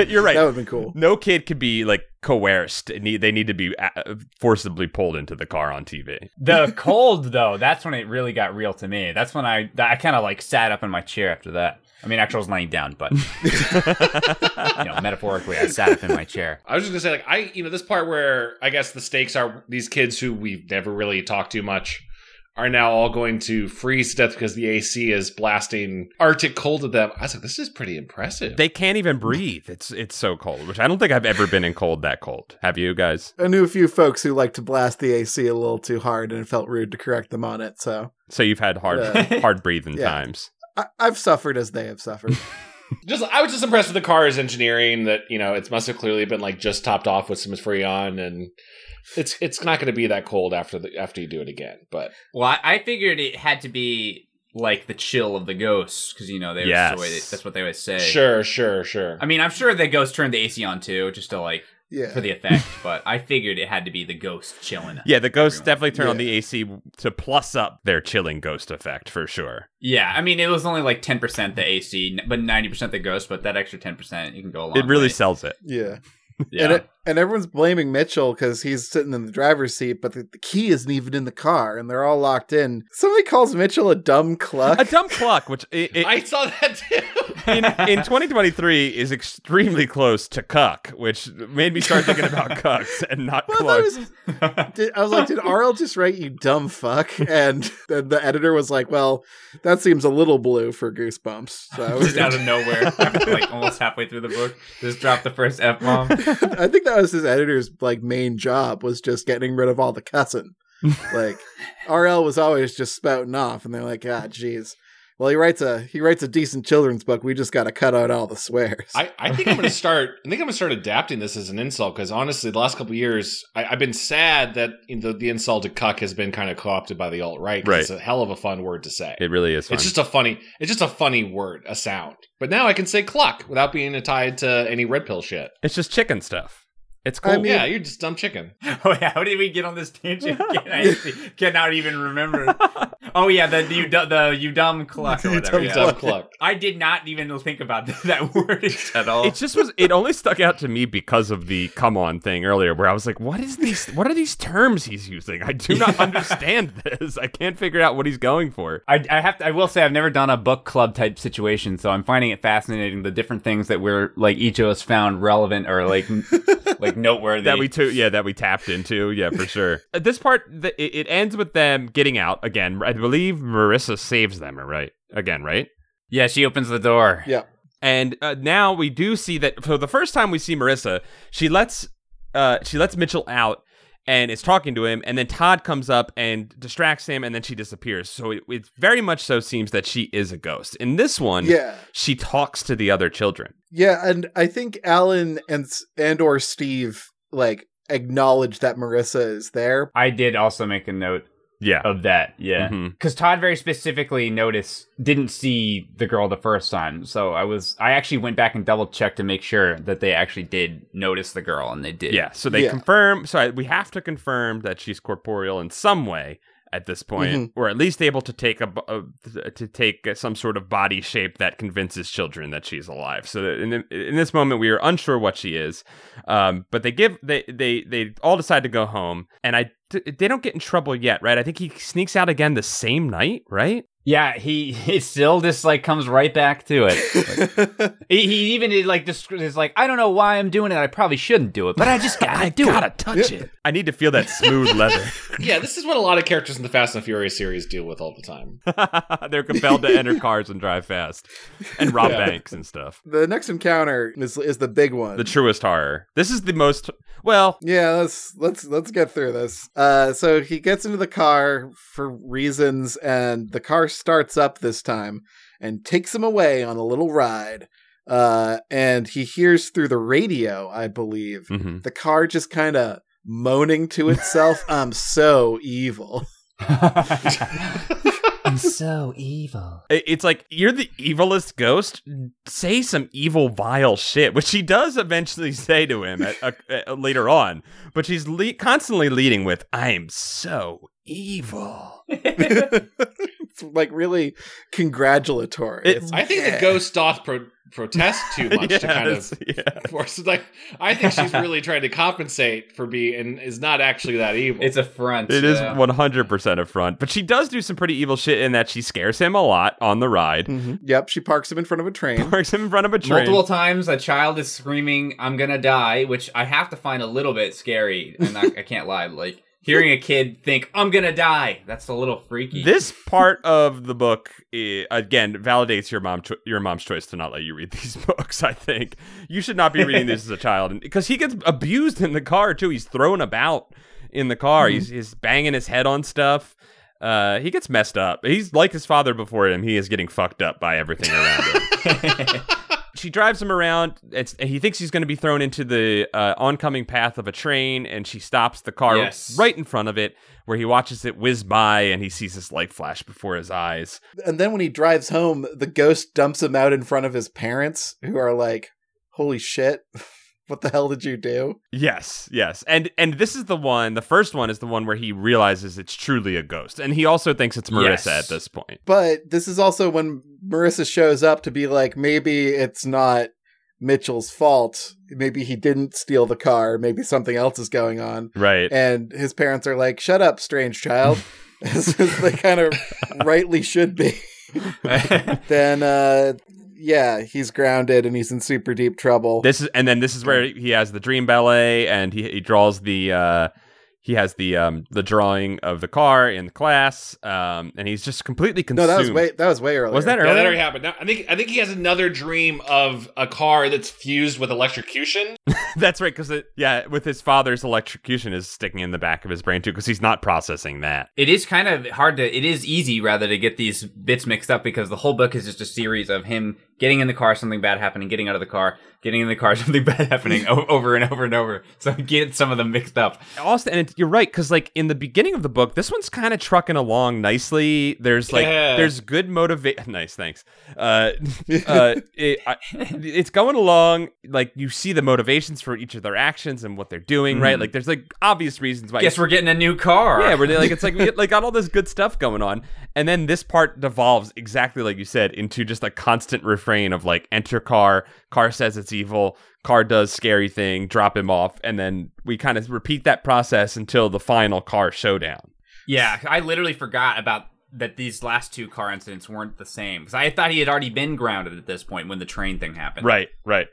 S3: You're right.
S4: that would have been cool
S3: no kid could be like coerced. It need- They need to be uh, forcibly pulled into the car on TV.
S2: The cold though, that's when it really got real to me. That's when I I kind of like sat up in my chair after that. I mean, actually, I was laying down, but you know, metaphorically, I sat up in my chair.
S1: I was just gonna say, like, I, you know, this part where I guess the stakes are these kids who we've never really talked to much are now all going to freeze to death because the AC is blasting Arctic cold at them. I was like, this is pretty impressive.
S3: They can't even breathe. It's it's so cold, which I don't think I've ever been in cold that cold. Have you guys?
S4: I knew a few folks who liked to blast the AC a little too hard, and it felt rude to correct them on it. So
S3: So you've had hard [laughs]
S4: Yeah.
S3: hard breathing
S4: Yeah.
S3: times.
S4: I- I've suffered as they have suffered.
S1: just, I was just impressed with the car's engineering that you know it must have clearly been like just topped off with some freon, and it's it's not gonna be that cold after the after you do it again. But
S2: Well, I, I figured it had to be like the chill of the ghosts because you know they
S3: Yes. the way they- that's
S2: what they always say.
S1: sure, sure, sure.
S2: mean, I'm sure the ghost turned the AC on too, just to like
S4: Yeah.
S2: the effect. but I figured it had to be the ghost chilling.
S3: Yeah, the ghosts
S2: Everyone.
S3: definitely turn on
S4: Yeah.
S3: the AC to plus up their chilling ghost effect for sure.
S2: Yeah, I mean, it was only like 10% the AC, n- but 90% the ghost, but that extra 10%, you can go a long
S3: it really
S2: way.
S3: sells it.
S4: Yeah.
S2: Yeah.
S4: And it, and everyone's blaming Mitchell because he's sitting in the driver's seat, but the, the key isn't even in the car, and they're all locked in. Somebody calls Mitchell a dumb cluck. [laughs]
S3: A dumb clock, which it, [laughs] it-
S1: I saw that too.
S3: in, in 2023 is extremely close to cuck, which made me start thinking
S4: [laughs]
S3: about cucks and not
S4: Well, I,
S3: clucks.
S4: thought it was, [laughs] did, I was like, did RL just write you dumb fuck? And [laughs] then the editor was like, well, that seems a little blue for Goosebumps. So
S2: [laughs] Just out of
S3: [laughs]
S2: nowhere, like almost halfway through the book, just dropped the first
S3: [laughs]
S2: f bomb.
S4: I think that was his editor's like main job was just getting rid of all the cussing. like RL was always just spouting off, and they're like, ah, jeez. Well, he writes a he writes a decent children's book. We just got to cut out all the swears.
S1: I, I think I'm gonna start. I think I'm gonna start adapting this as an insult because honestly, the last couple of years, I, I've been sad that you know, the, the insult to cuck has been kind of co-opted by the alt right.
S3: Right.
S1: It's a hell of a fun word to say.
S3: It really is fun.
S1: It's just a funny. It's just a funny word, a sound. But now I can say cluck without being tied to any red pill shit. Oh,
S3: it's just chicken stuff. It's cool.
S4: I mean-
S1: yeah, you're just dumb chicken.
S2: [laughs] Oh yeah, how did we get on this tangent? [laughs] Again? I actually cannot
S3: [laughs]
S2: even remember. Oh yeah, the, the you du- the you dumb cluck or
S4: You
S2: whatever.
S4: dumb
S2: yeah.
S1: Dumb cluck.
S2: I did not even think about [laughs] that,
S3: [laughs]
S2: that word at all.
S3: it just was it only stuck out to me because of the come on thing earlier where i was like what is these what are these terms he's using i do [laughs] not understand this i can't figure out what he's going for
S2: I, I have to, I will say I've never done a book club type situation, so I'm finding it fascinating the different things that we're like each of us found relevant or like
S3: [laughs]
S2: n- like noteworthy.
S3: that we too yeah that we tapped into yeah for sure Uh, [laughs] this part the, it, it ends with them getting out again i believe marissa saves them right again right
S2: yeah, she opens the door.
S4: yeah,
S3: and uh, now we do see that for the first time we see Marissa, she lets uh, she lets Mitchell out and is talking to him, and then Todd comes up and distracts him, and then she disappears. So it, it very much so seems that she is a ghost. In this one,
S4: yeah,
S3: she talks to the other children.
S4: yeah. And I think Alan and S- and or Steve like acknowledge that Marissa is there.
S2: I did also make a note
S3: Yeah,
S2: of that. Oh, Yeah,
S3: Mhm.
S2: because Todd very specifically noticed didn't see the girl the first time, so I was I actually went back and double checked to make sure that they actually did notice the girl, and they did.
S3: yeah. So they
S4: Yeah.
S3: confirm. Sorry, we have to confirm that she's corporeal in some way at this point, or at least able to take a, bo- a to take some sort of body shape that convinces children that she's alive. So that in the, in this moment, we are unsure what she is, um, but they give they they they all decide to go home, and I they don't get in trouble yet, right? I think he sneaks out again the same night, right?
S2: yeah. He [laughs] it still just like comes right back to
S3: [laughs]
S2: it. He, he even did like this is like I don't know why I'm doing it. I probably shouldn't do it, but I
S3: [laughs]
S2: just gotta do it.
S3: touch it. I need to feel that smooth leather. [laughs]
S1: Yeah, this is what a lot of characters in the Fast and Furious series deal with all the time.
S3: They're compelled to enter cars and drive fast, and rob
S1: Yeah.
S3: banks and stuff.
S4: [laughs] the next encounter is is the big one.
S3: the truest horror. This is the most well.
S4: Yeah, let's let's let's get through this. Uh so he gets into the car for reasons and the car starts up this time and takes him away on a little ride. Uh and he hears through the radio, I believe,
S1: Mm-hmm.
S3: Mhm.
S4: the car just kind of moaning
S1: [laughs]
S4: to itself, I'm so evil. [laughs]
S2: [laughs] I'm so evil.
S3: I- It's like you're the evilest ghost. Say some evil, vile shit, which she does eventually [laughs] say to him at, uh, uh, later on. But she's le- constantly leading with, "I'm so evil."
S4: it's like really congratulatory.
S3: It-
S4: It's-
S1: I think the ghost doth pro- protest
S3: [laughs]
S1: too much to kind of
S3: Yes, yeah.
S1: [laughs] force. Like, I think she's really trying to compensate for being and is not actually that evil.
S2: It's a front.
S3: It is
S2: yeah.
S3: 100% a front, but she does do some pretty evil shit in that she scares him a lot on the ride,
S4: Mhm. Yep, she parks him in front of a
S1: Mm-hmm.
S4: train.
S3: parks him in front of a train.
S2: Multiple times a child is screaming, I'm gonna die, which I have to find a little bit scary. And I, I can't lie. Like, hearing a kid think, I'm gonna die, that's a little freaky.
S3: this part of the book eh, again validates your mom cho- your mom's choice to not let you read these [laughs] books i think you should not be reading this as a child because he gets abused in the car too he's thrown about in the car he's, he's banging his head on stuff uh, he gets messed up he's like his father before him he is getting fucked up by everything around him she drives him around. It's, he thinks he's going to be thrown into the uh, oncoming path of a train, and she stops the car
S2: Yes.
S3: right in front of it, where he watches it whiz by, and he sees this light flash before his eyes.
S4: and then when he drives home, the ghost dumps him out in front of his parents, who are like, "Holy shit, [laughs] what the hell did you do?"
S3: Yes, yes, and and this is the one. The first one is the one where he realizes it's truly a ghost, and he also thinks it's Marissa
S2: Yes.
S3: at this point.
S4: But this is also when Marissa shows up to be like, "Maybe it's not Mitchell's fault. Maybe he didn't steal the car. Maybe something else is going on.
S3: Right.
S2: [laughs]
S4: And his parents are like, "Shut up,
S3: [laughs]
S4: strange child," [laughs] as they kind of rightly should be. then, uh, yeah, he's grounded and he's in super deep trouble.
S3: This is and then this is where he has the dream ballet and he, he draws the uh he has the um the drawing of the car in the class um and he's just completely
S4: no,
S3: consumed.
S4: that was way that was way earlier.
S3: Oh, Was that
S1: Yeah, that
S3: earlier?
S1: already happened. Now, I think I think he has another dream of a car that's fused with electrocution.
S3: That's right cuz yeah, with his father's electrocution is sticking in the back of his brain too cuz he's not processing that.
S2: It is kind of hard to. It is easy rather to get these bits mixed up because the whole book is just a series of him getting in the car, something bad happening, getting out of the car, getting in the car, [laughs] something bad happening, o- over and over and over. So I get some of them mixed up.
S3: Also and it, you're right cuz like in the beginning of the book this one's kind of trucking along nicely. There's like
S1: Yeah.
S3: there's good motivation. [laughs] Nice, thanks. Uh uh, it, I, it's going along. Like you see the motivations for each of their actions and what they're doing, right? Like there's like obvious reasons why.
S2: Guess we're getting a new car.
S3: yeah, where they like it's like we get, like got all this good stuff going on, and then this part devolves exactly like you said into just a constant refrain of like enter car, car says it's evil, car does scary thing, drop him off, and then we kind of repeat that process until the final car showdown.
S2: Yeah, I literally forgot about that these last two car incidents weren't the same because I thought he had already been grounded at this point when the train thing happened.
S3: Right, right.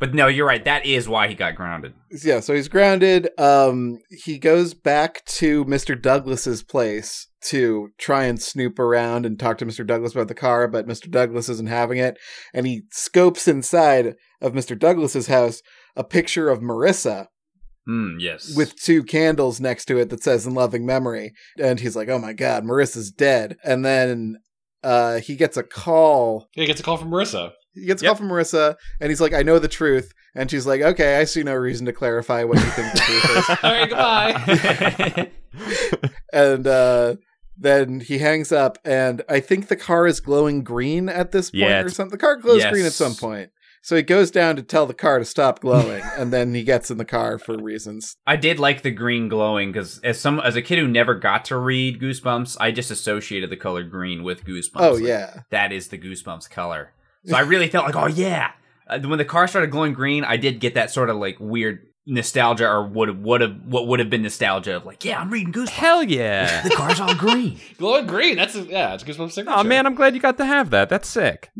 S2: But no, you're right. That is why he got grounded.
S4: yeah so he's grounded um he goes back to mr douglas's place to try and snoop around and talk to mr douglas about the car but mr douglas isn't having it and he scopes inside of mr douglas's house a picture of marissa
S2: Hmm, yes.
S4: with two candles next to it that says in loving memory and he's like oh my god marissa's dead and then uh he gets a call
S1: Yeah, he gets a call from Marissa.
S4: he gets a call from Marissa, and he's like, "I know the truth," and she's like, "Okay, I see no reason to clarify what you think the truth is."
S1: All right, goodbye. [laughs]
S4: And uh, then he hangs up, and I think the car is glowing green at this point,
S3: Yeah,
S4: or
S3: it's-
S4: something. The car glows
S2: Yes.
S4: green at some point, so he goes down to tell the car to stop glowing,
S2: [laughs]
S4: and then he gets in the car for reasons.
S2: I did like the green glowing because as some as a kid who never got to read Goosebumps, I just associated the color green with Goosebumps.
S4: Oh
S2: Like,
S4: yeah,
S2: that is the Goosebumps color. So I really felt like, oh yeah. Uh, when the car started glowing green, I did get that sort of like weird nostalgia or would would have what would have been nostalgia of like, yeah, I'm reading Goosebumps.
S3: [laughs] Hell yeah. [laughs]
S2: [laughs] The car's all green.
S1: Glowing green. That's a, yeah. It's a goosebumps signature.
S3: Oh man, I'm glad you got to have that. That's sick.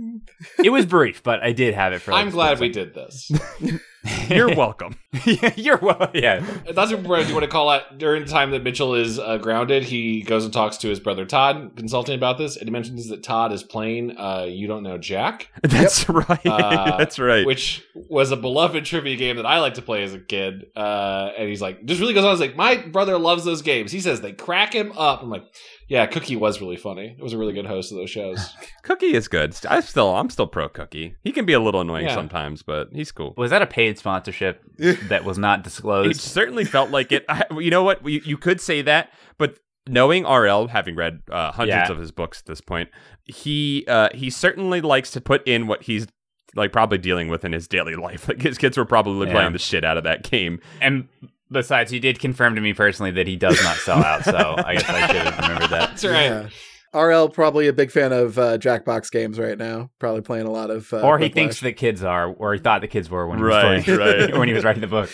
S2: it was brief, but I did have it for.
S1: I'm glad we did this.
S3: [laughs] You're welcome.
S2: yeah, you're well. Yeah,
S1: That's what I do want to call out. During the time that Mitchell is uh, grounded, he goes and talks to his brother Todd, consulting about this, and he mentions that Todd is playing uh, You Don't Know Jack,
S3: That's right.
S1: Uh,
S3: [laughs] That's right.
S1: which was a beloved trivia game that I liked to play as a kid. Uh, and he's like, just really goes on. He's like, my brother loves those games. He says they crack him up. I'm like, yeah, Cookie was really funny. It was a really good host of those shows.
S3: [laughs]
S1: [laughs]
S3: Cookie is good. I still, I'm still pro Cookie. He can be a little annoying
S1: Yeah.
S3: sometimes, but he's cool.
S2: was that a paid
S3: [laughs]
S2: sponsorship that was not
S3: It
S2: disclosed?
S3: certainly felt like
S2: [laughs]
S3: it. I, you know what? You, you could say that, but knowing RL, having read uh, hundreds
S2: Yeah.
S3: of his books at this point, he uh, he certainly likes to put in what he's like probably dealing with in his daily life. Like his kids were probably
S2: Yeah.
S3: playing the shit out of that game.
S2: And besides, he did confirm to me personally that he does not sell out. So I guess I should have
S3: [laughs]
S2: remembered that.
S1: That's right.
S4: Yeah. RL probably a big fan of uh, Jackbox games right now. Probably playing a lot of. Uh,
S2: or he
S4: Whiplash.
S2: thinks the kids are, or he thought the kids were when he
S3: Right,
S2: was playing,
S3: right.
S2: [laughs] when he was writing the book.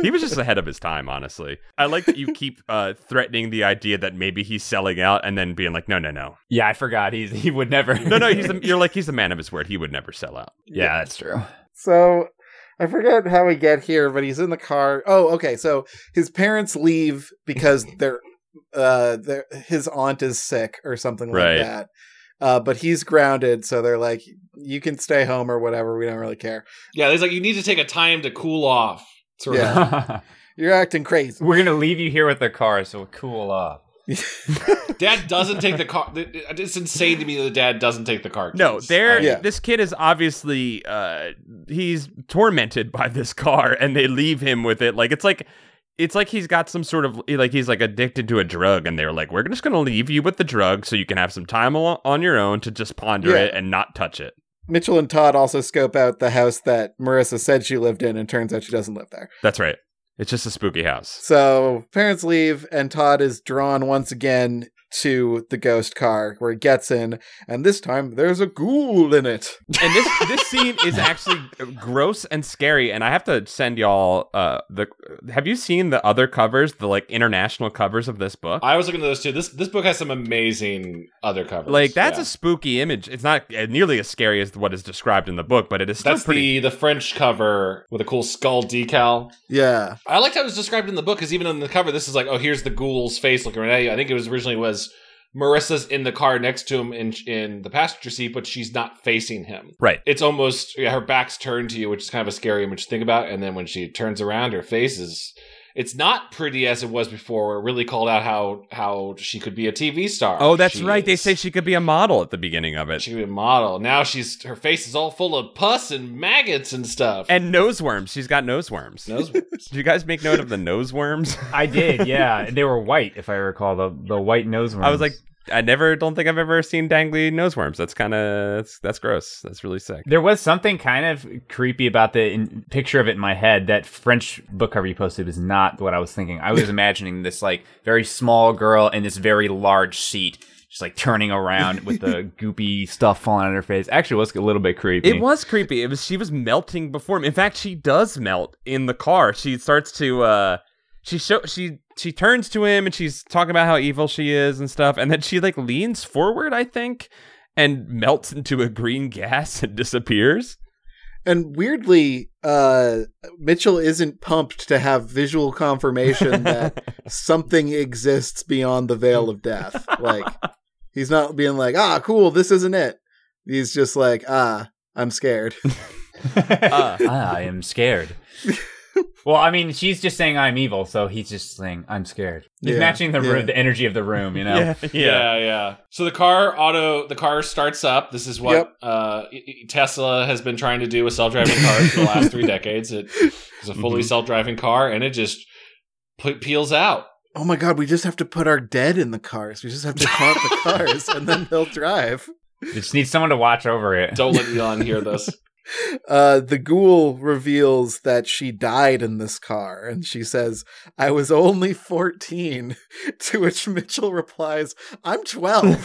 S3: He was just ahead of his time, honestly. I like that you keep uh, threatening the idea that maybe he's selling out and then being like, no, no, no,
S2: Yeah, I forgot. He's he would never.
S3: no, no.
S2: [laughs]
S3: He's a, you're like he's a man of his word. He would never sell out.
S2: yeah, that's true.
S4: So I forget how we get here, but he's in the car. Oh, okay. So his parents leave because they're uh their his aunt is sick or something
S3: Right.
S4: like that. Uh, but he's grounded, so they're like, "You can stay home or whatever. We don't really care.
S1: Yeah, he's like, you need to take a time to cool off. Sort
S4: Yeah.
S1: of.
S4: You're acting crazy."
S2: [laughs] We're gonna leave you here with the car, so cool off.
S1: Dad doesn't take the car. It's insane to me that the dad doesn't take the car.
S3: No,
S1: keys.
S3: they're
S1: I-
S4: Yeah.
S3: this kid is obviously uh he's tormented by this car [laughs] and they leave him with it. Like it's like it's like he's got some sort of like he's like addicted to a drug and they're like we're just going to leave you with the drug so you can have some time al- on your own to just ponder
S4: Yeah.
S3: it and not touch it.
S4: Mitchell and Todd also scope out the house that Marissa said she lived in, and turns out she doesn't live there.
S3: That's right. It's just a spooky house.
S4: So parents leave, and Todd is drawn once again to the ghost car where it gets in, and this time there's a ghoul in it.
S3: and this this scene is actually gross and scary. And I have to send y'all uh the. Have you seen the other covers, the like international covers of this book?
S1: I was looking at those too. This this book has some amazing other covers.
S3: like that's
S1: Yeah.
S3: a spooky image. It's not uh, nearly as scary as what is described in the book, but it is still
S1: that's
S3: pretty.
S1: the the French cover with a cool skull decal.
S4: Yeah.
S1: I liked how it was described in the book because even on the cover, this is like, oh, here's the ghoul's face looking right at you. I think it was originally was Marissa's in the car next to him in in the passenger seat, but she's not facing him.
S3: Right.
S1: It's almost yeah, her back's turned to you, which is kind of a scary image to think about. And then when she turns around, her face is. It's not pretty as it was before. Where it really called out how how she could be a TV star.
S3: Oh, that's
S1: She
S3: right. They
S1: is-
S3: say she could be a model at the beginning of it.
S1: she could be a model. Now she's her face is all full of pus and maggots and stuff.
S3: and noseworms. She's got noseworms. [laughs]
S1: Those-
S3: Do you guys make note of the noseworms?
S2: I did, yeah. And They were white, if I recall the the white nose worms.
S3: I was like, I never don't think I've ever seen dangly noseworms. That's kind of that's, that's gross. That's really sick.
S2: there was something kind of creepy about the in- picture of it in my head. That French book cover you posted was not what I was thinking. I was imagining this like very small girl in this very large seat, just like turning around with the goopy stuff falling on her face. Actually, it was a little bit creepy.
S3: It was creepy. It was she was melting before me. In fact, she does melt in the car. She starts to uh she show she she turns to him and she's talking about how evil she is and stuff and then she like leans forward, I think, and melts into a green gas and disappears.
S4: And weirdly, uh, Mitchell isn't pumped to have visual confirmation that something exists beyond the veil of death. Like, he's not being like, ah, cool, this isn't it. He's just like, ah, I'm scared.
S3: [laughs] Uh,
S2: [laughs] Ah, I am scared. well, I mean, she's just saying I'm evil, so he's just saying I'm scared. He's
S4: Yeah,
S2: matching the
S4: yeah.
S2: room, the energy of the
S3: [laughs]
S2: room, [laughs] you know.
S1: yeah, yeah. So the car auto, the car starts up. This is what
S4: Yep.
S1: uh, y- y- Tesla has been trying to do with self-driving cars for the last three decades. It is a fully
S3: Mhm.
S1: self-driving car, and it just pe- peels out.
S4: Oh my god, we just have to put our dead in the cars. We just have to haunt the cars and then they'll drive.
S2: You just need someone to watch over it.
S1: Don't let Elon hear this.
S4: Uh, the ghoul reveals that she died in this car, and she says, I was only 14. [laughs] To which Mitchell replies, I'm 12.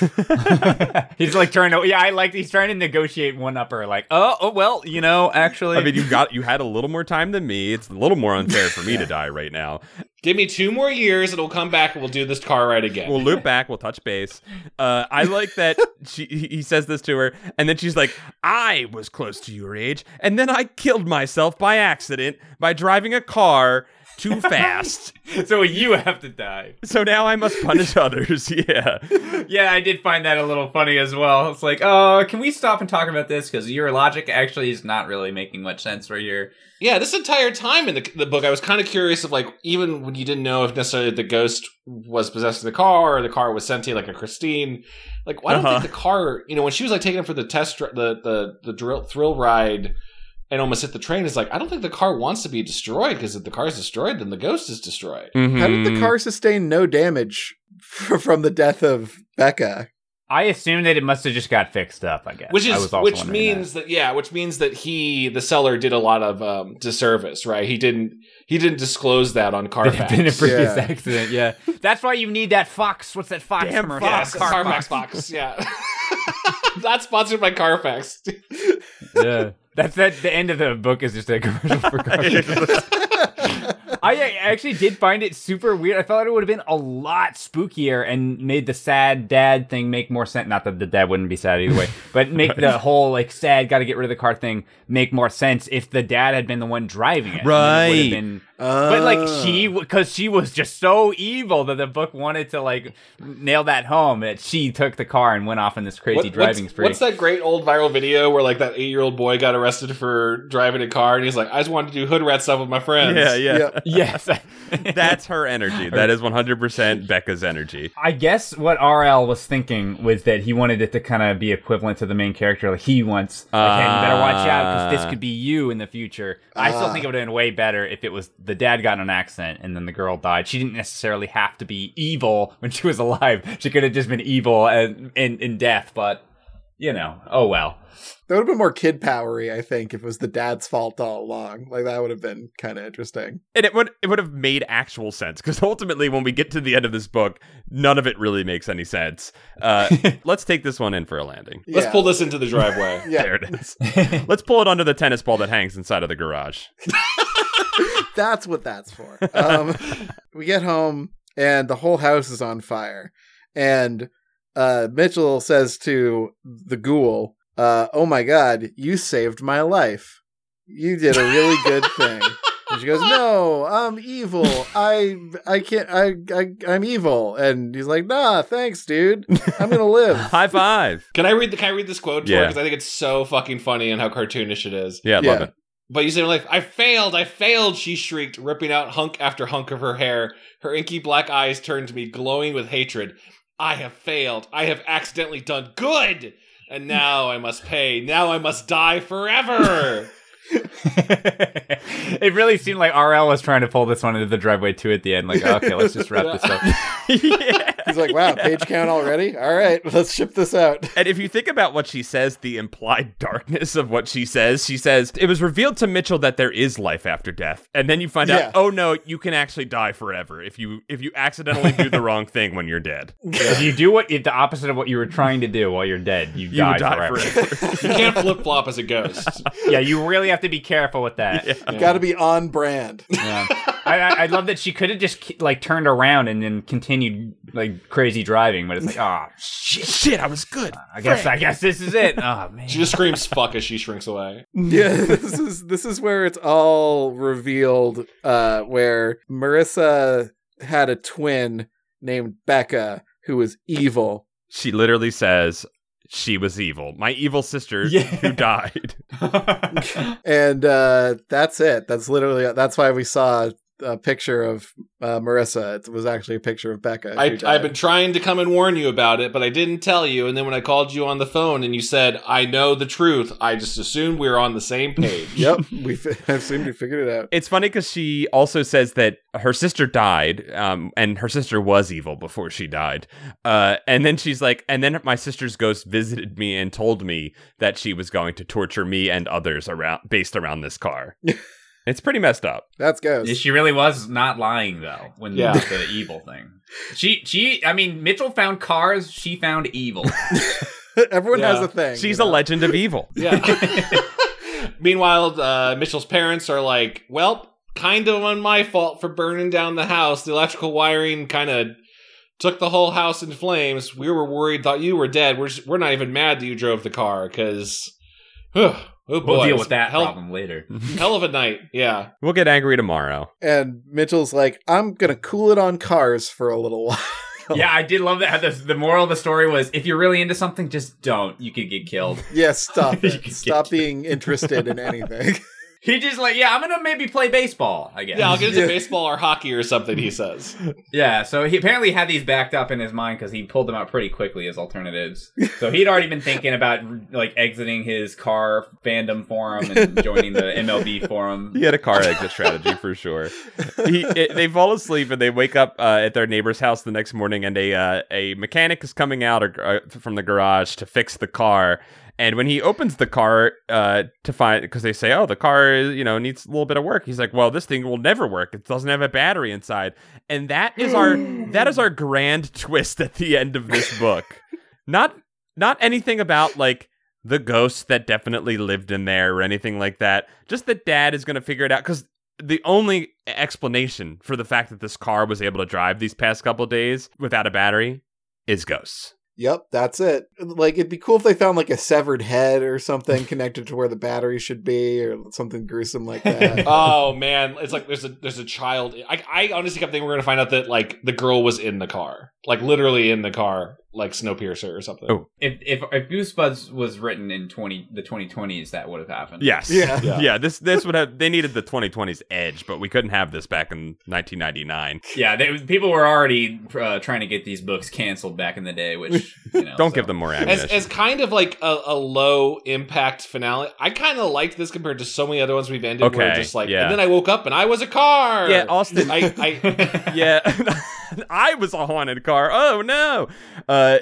S2: [laughs] he's like trying to. Yeah, I like. He's trying to negotiate one upper. Like, oh, oh, well, you know, actually,
S3: I mean,
S2: [laughs]
S3: you got you had a little more time than me. It's a little more unfair for me to die right now.
S1: Give me two more years, and we'll come back and we'll do this car ride again.
S3: We'll loop back. We'll touch base. Uh, I like
S4: [laughs]
S3: that she he he says this to her, and then she's like, "I was close to your age, and then I killed myself by accident by driving a car
S4: [laughs]
S3: too fast.
S2: [laughs] so you have to die.
S3: so now I must punish others." [laughs] Yeah,
S2: Yeah, I did find that a little funny as well. It's like, oh, can we stop and talk about this because your logic actually is not really making much sense right here.
S1: Yeah, this entire time in the, the book, I was kind of curious of like, even when you didn't know if necessarily the ghost was possessing the car or the car was sentient, like a Christine. Like, why don't
S3: Uh-huh.
S1: think the car? You know, when she was like taking him for the test, dri- the the the drill, thrill ride, and almost hit the train, is like, I don't think the car wants to be destroyed because if the car's destroyed, then the ghost is destroyed.
S4: How did the
S3: Mhm.
S4: car sustain no damage [laughs] f- from the death of Becca?
S2: I assume that it must have just got fixed up. I guess,
S1: Which
S2: I
S1: is
S2: was also
S1: which
S2: wondering that.
S1: means that. yeah, which means that he the seller did a lot of um, disservice, right? He didn't he didn't disclose that
S2: [laughs]
S1: on
S2: That had
S1: Carfax.
S2: been a previous
S4: Yeah.
S2: accident. Yeah, that's why you need that Fox. What's that Fox
S3: Damn
S2: commercial?
S1: Yes,
S3: Fox.
S1: Carfax box. Yeah. [laughs] Not sponsored by Carfax.
S2: Yeah, [laughs] that's that. The end of the book is just a commercial
S1: [laughs]
S2: for Carfax. I I actually did find it super weird. I thought it would have been a lot spookier and made the sad dad thing make more sense. Not that the dad wouldn't be
S1: [laughs]
S2: sad either way, but make the whole like sad, got to get rid of the car thing make more sense if the dad had been the one driving it. And it would
S3: Right.
S2: have been but like
S4: Ah.
S2: she, because she was just so evil that the book wanted to like nail that home that she took the car and went off on this crazy
S1: What-
S2: driving
S1: what's,
S2: spree.
S1: what's that great old viral video where like that eight year old boy got arrested for driving a car and he's like, I just wanted to do hood rat stuff with my friends.
S3: Mm-hmm. Yeah, yeah.
S4: Yep.
S1: [laughs]
S2: [laughs] Yes,
S3: [laughs] That's her energy. That is
S4: [laughs]
S3: 100% Becca's energy.
S2: I guess what RL was thinking was that he wanted it to kind of be equivalent to the main character. Like he wants, like, hey, you better watch out because
S3: Ah.
S2: this could be you in the future. I still
S4: Ah.
S2: think it would have been way better if it was the dad got in an accident and then the girl died. She didn't necessarily have to be evil when she was alive. She could have just been evil and in, in death, but you know, oh well.
S4: That would have been more kid powery, I think, if it was the dad's fault all along. Like that would have been kind of interesting.
S3: and it would it would have made actual sense because ultimately when we get to the end of this book none of it really makes any sense uh,
S4: [laughs]
S3: let's take this one in for a landing
S1: Let's
S4: Yeah.
S1: pull this into the
S3: [laughs]
S1: driveway.
S4: Yeah.
S3: there it is let's pull it under the tennis ball that hangs inside of the garage
S4: That's what that's for. Um, we get home and the whole house is on fire. And uh, Mitchell says to the ghoul, uh, "Oh my god, you saved my life. You did a really good thing." And she goes, "No, I'm evil. I I can't. I, I I'm evil." And he's like, "Nah, thanks, dude. I'm gonna
S3: [laughs]
S4: live."
S3: high five
S1: Can I read the? Can I read this quote?
S3: Yeah.
S1: because I think it's so fucking funny and how cartoonish it is.
S3: yeah, love
S4: Yeah.
S3: it
S1: But you say like, "I failed! I failed!" She shrieked, ripping out hunk after hunk of her hair. Her inky black eyes turned to me, glowing with hatred. I have failed. I have accidentally done good, and now I must pay. Now I must die forever.
S2: it really seemed like RL was trying to pull this one into the driveway too at the end. Like, okay, let's just wrap this up.
S3: Yeah.
S4: He's like, "Wow, page count already. All right, let's ship this out."
S3: And if you think about what she says, the implied [laughs] darkness of what she says, she says, It was revealed to Mitchell that there is life after death. And then you find
S4: Yeah.
S3: out, oh no, you can actually die forever if you if you accidentally do
S4: [laughs]
S3: the wrong thing when you're dead.
S2: If you do what if the opposite of what you were trying to do while you're dead, you,
S3: You
S2: die,
S3: would die
S2: forever.
S3: forever.
S1: you can't flip flop as a ghost.
S2: yeah, you really have to be careful with that.
S1: Yeah.
S4: Got to be on brand.
S2: Yeah. I, I, I love that she could have just ki- like turned around and then continued like crazy driving, but it's like, ah,
S3: [laughs] shit, shit, I was good.
S2: I guess I guess this is it. Oh
S1: [laughs]
S2: man,
S1: She just screams "fuck" as she shrinks away.
S4: [laughs] yeah this is this is where it's all revealed uh where marissa had a twin named becca who was evil
S3: She literally says she was evil. My evil sister
S2: Yeah.
S3: who died.
S4: and uh that's it that's literally that's why we saw a picture of uh, marissa it was actually a picture of becca who
S1: I,
S4: died.
S1: I've been trying to come and warn you about it, but I didn't tell you. And then when I called you on the phone and you said, "I know the truth," I just assumed we were on the same page.
S4: yep we fi- [laughs] i assumed we figured it out
S3: It's funny because she also says that her sister died, um, and her sister was evil before she died. Uh, and then she's like, and then my sister's ghost visited me and told me that she was going to torture me and others around based around this car. it's pretty messed up.
S4: that's ghost
S2: [laughs] she really was not lying though when
S1: Yeah.
S2: yeah. the evil thing. She she I mean Mitchell found cars, she found [laughs] evil.
S4: [laughs] everyone has
S1: Yeah.
S4: a thing
S3: She's
S4: you
S3: a
S4: know?
S3: legend of evil.
S1: Yeah. [laughs] Meanwhile, uh, Mitchell's parents are like, well, kind of on my fault for burning down the house. The electrical wiring kind of took the whole house in flames. We were worried, thought you were dead. We're, just, we're not even mad that you drove the car because, [sighs] oh boy.
S2: We'll deal with that
S1: hell,
S2: problem later.
S1: Hell of a night. Yeah.
S3: We'll get angry tomorrow.
S4: and mitchell's like i'm gonna cool it on cars for a little while [laughs]
S2: [laughs] Yeah, I did love that. how The, the moral of the story was if you're really into something, just don't. You could
S1: [laughs]
S2: get killed.
S4: yeah stop
S2: You
S4: it
S2: can
S4: stop
S2: get-
S4: being interested in anything
S2: He just like, yeah, I'm gonna maybe play baseball. I guess. [laughs]
S1: Yeah, I'll get into
S4: Yeah.
S1: baseball or hockey or something, he says.
S2: Yeah, so he apparently had these backed up in his mind because he pulled them out pretty quickly as alternatives. So he'd already been thinking about like exiting his car fandom forum
S1: [laughs]
S2: and joining the MLB forum.
S3: He had a car exit strategy for sure. He, it, they fall asleep and they wake up uh, at their neighbor's house the next morning, and a uh, a mechanic is coming out or, uh, from the garage to fix the car. And when he opens the car uh, to find, because they say, "Oh, the car is, you know needs a little bit of work," he's like, "Well, this thing will never work. It doesn't have a battery inside." And that is our that is our grand twist at the end of this book. not not anything about like the ghosts that definitely lived in there or anything like that. Just that dad is going to figure it out because the only explanation for the fact that this car was able to drive these past couple days without a battery is ghosts.
S4: Yep, that's it. Like it'd be cool if they found like a severed head or something connected to where the battery should be or something gruesome like that.
S1: oh man, it's like there's a there's a child. I, I honestly kept thinking we are gonna find out that like the girl was in the car, like literally in the car, like Snowpiercer or something.
S3: Oh.
S2: If if if Goosebuds was written in twenty the 2020s, that would have happened.
S3: Yes.
S4: Yeah.
S1: Yeah.
S3: yeah this this would have they needed the 2020s edge, but we couldn't have this back in 1999.
S2: yeah. They, people were already uh, trying to get these books canceled back in the day,
S1: [laughs]
S2: which you know,
S3: Don't
S2: so-
S3: give them more
S1: As,
S3: ammunition.
S1: as kind of like a, a low impact finale, I kind of liked this compared to so many other ones we've ended. where
S3: Okay,
S1: just like,
S3: yeah.
S1: and then I woke up and I was a car.
S3: yeah, Austin.
S1: I, I
S3: [laughs]
S2: [laughs]
S3: yeah, I was a haunted car. Oh no. Uh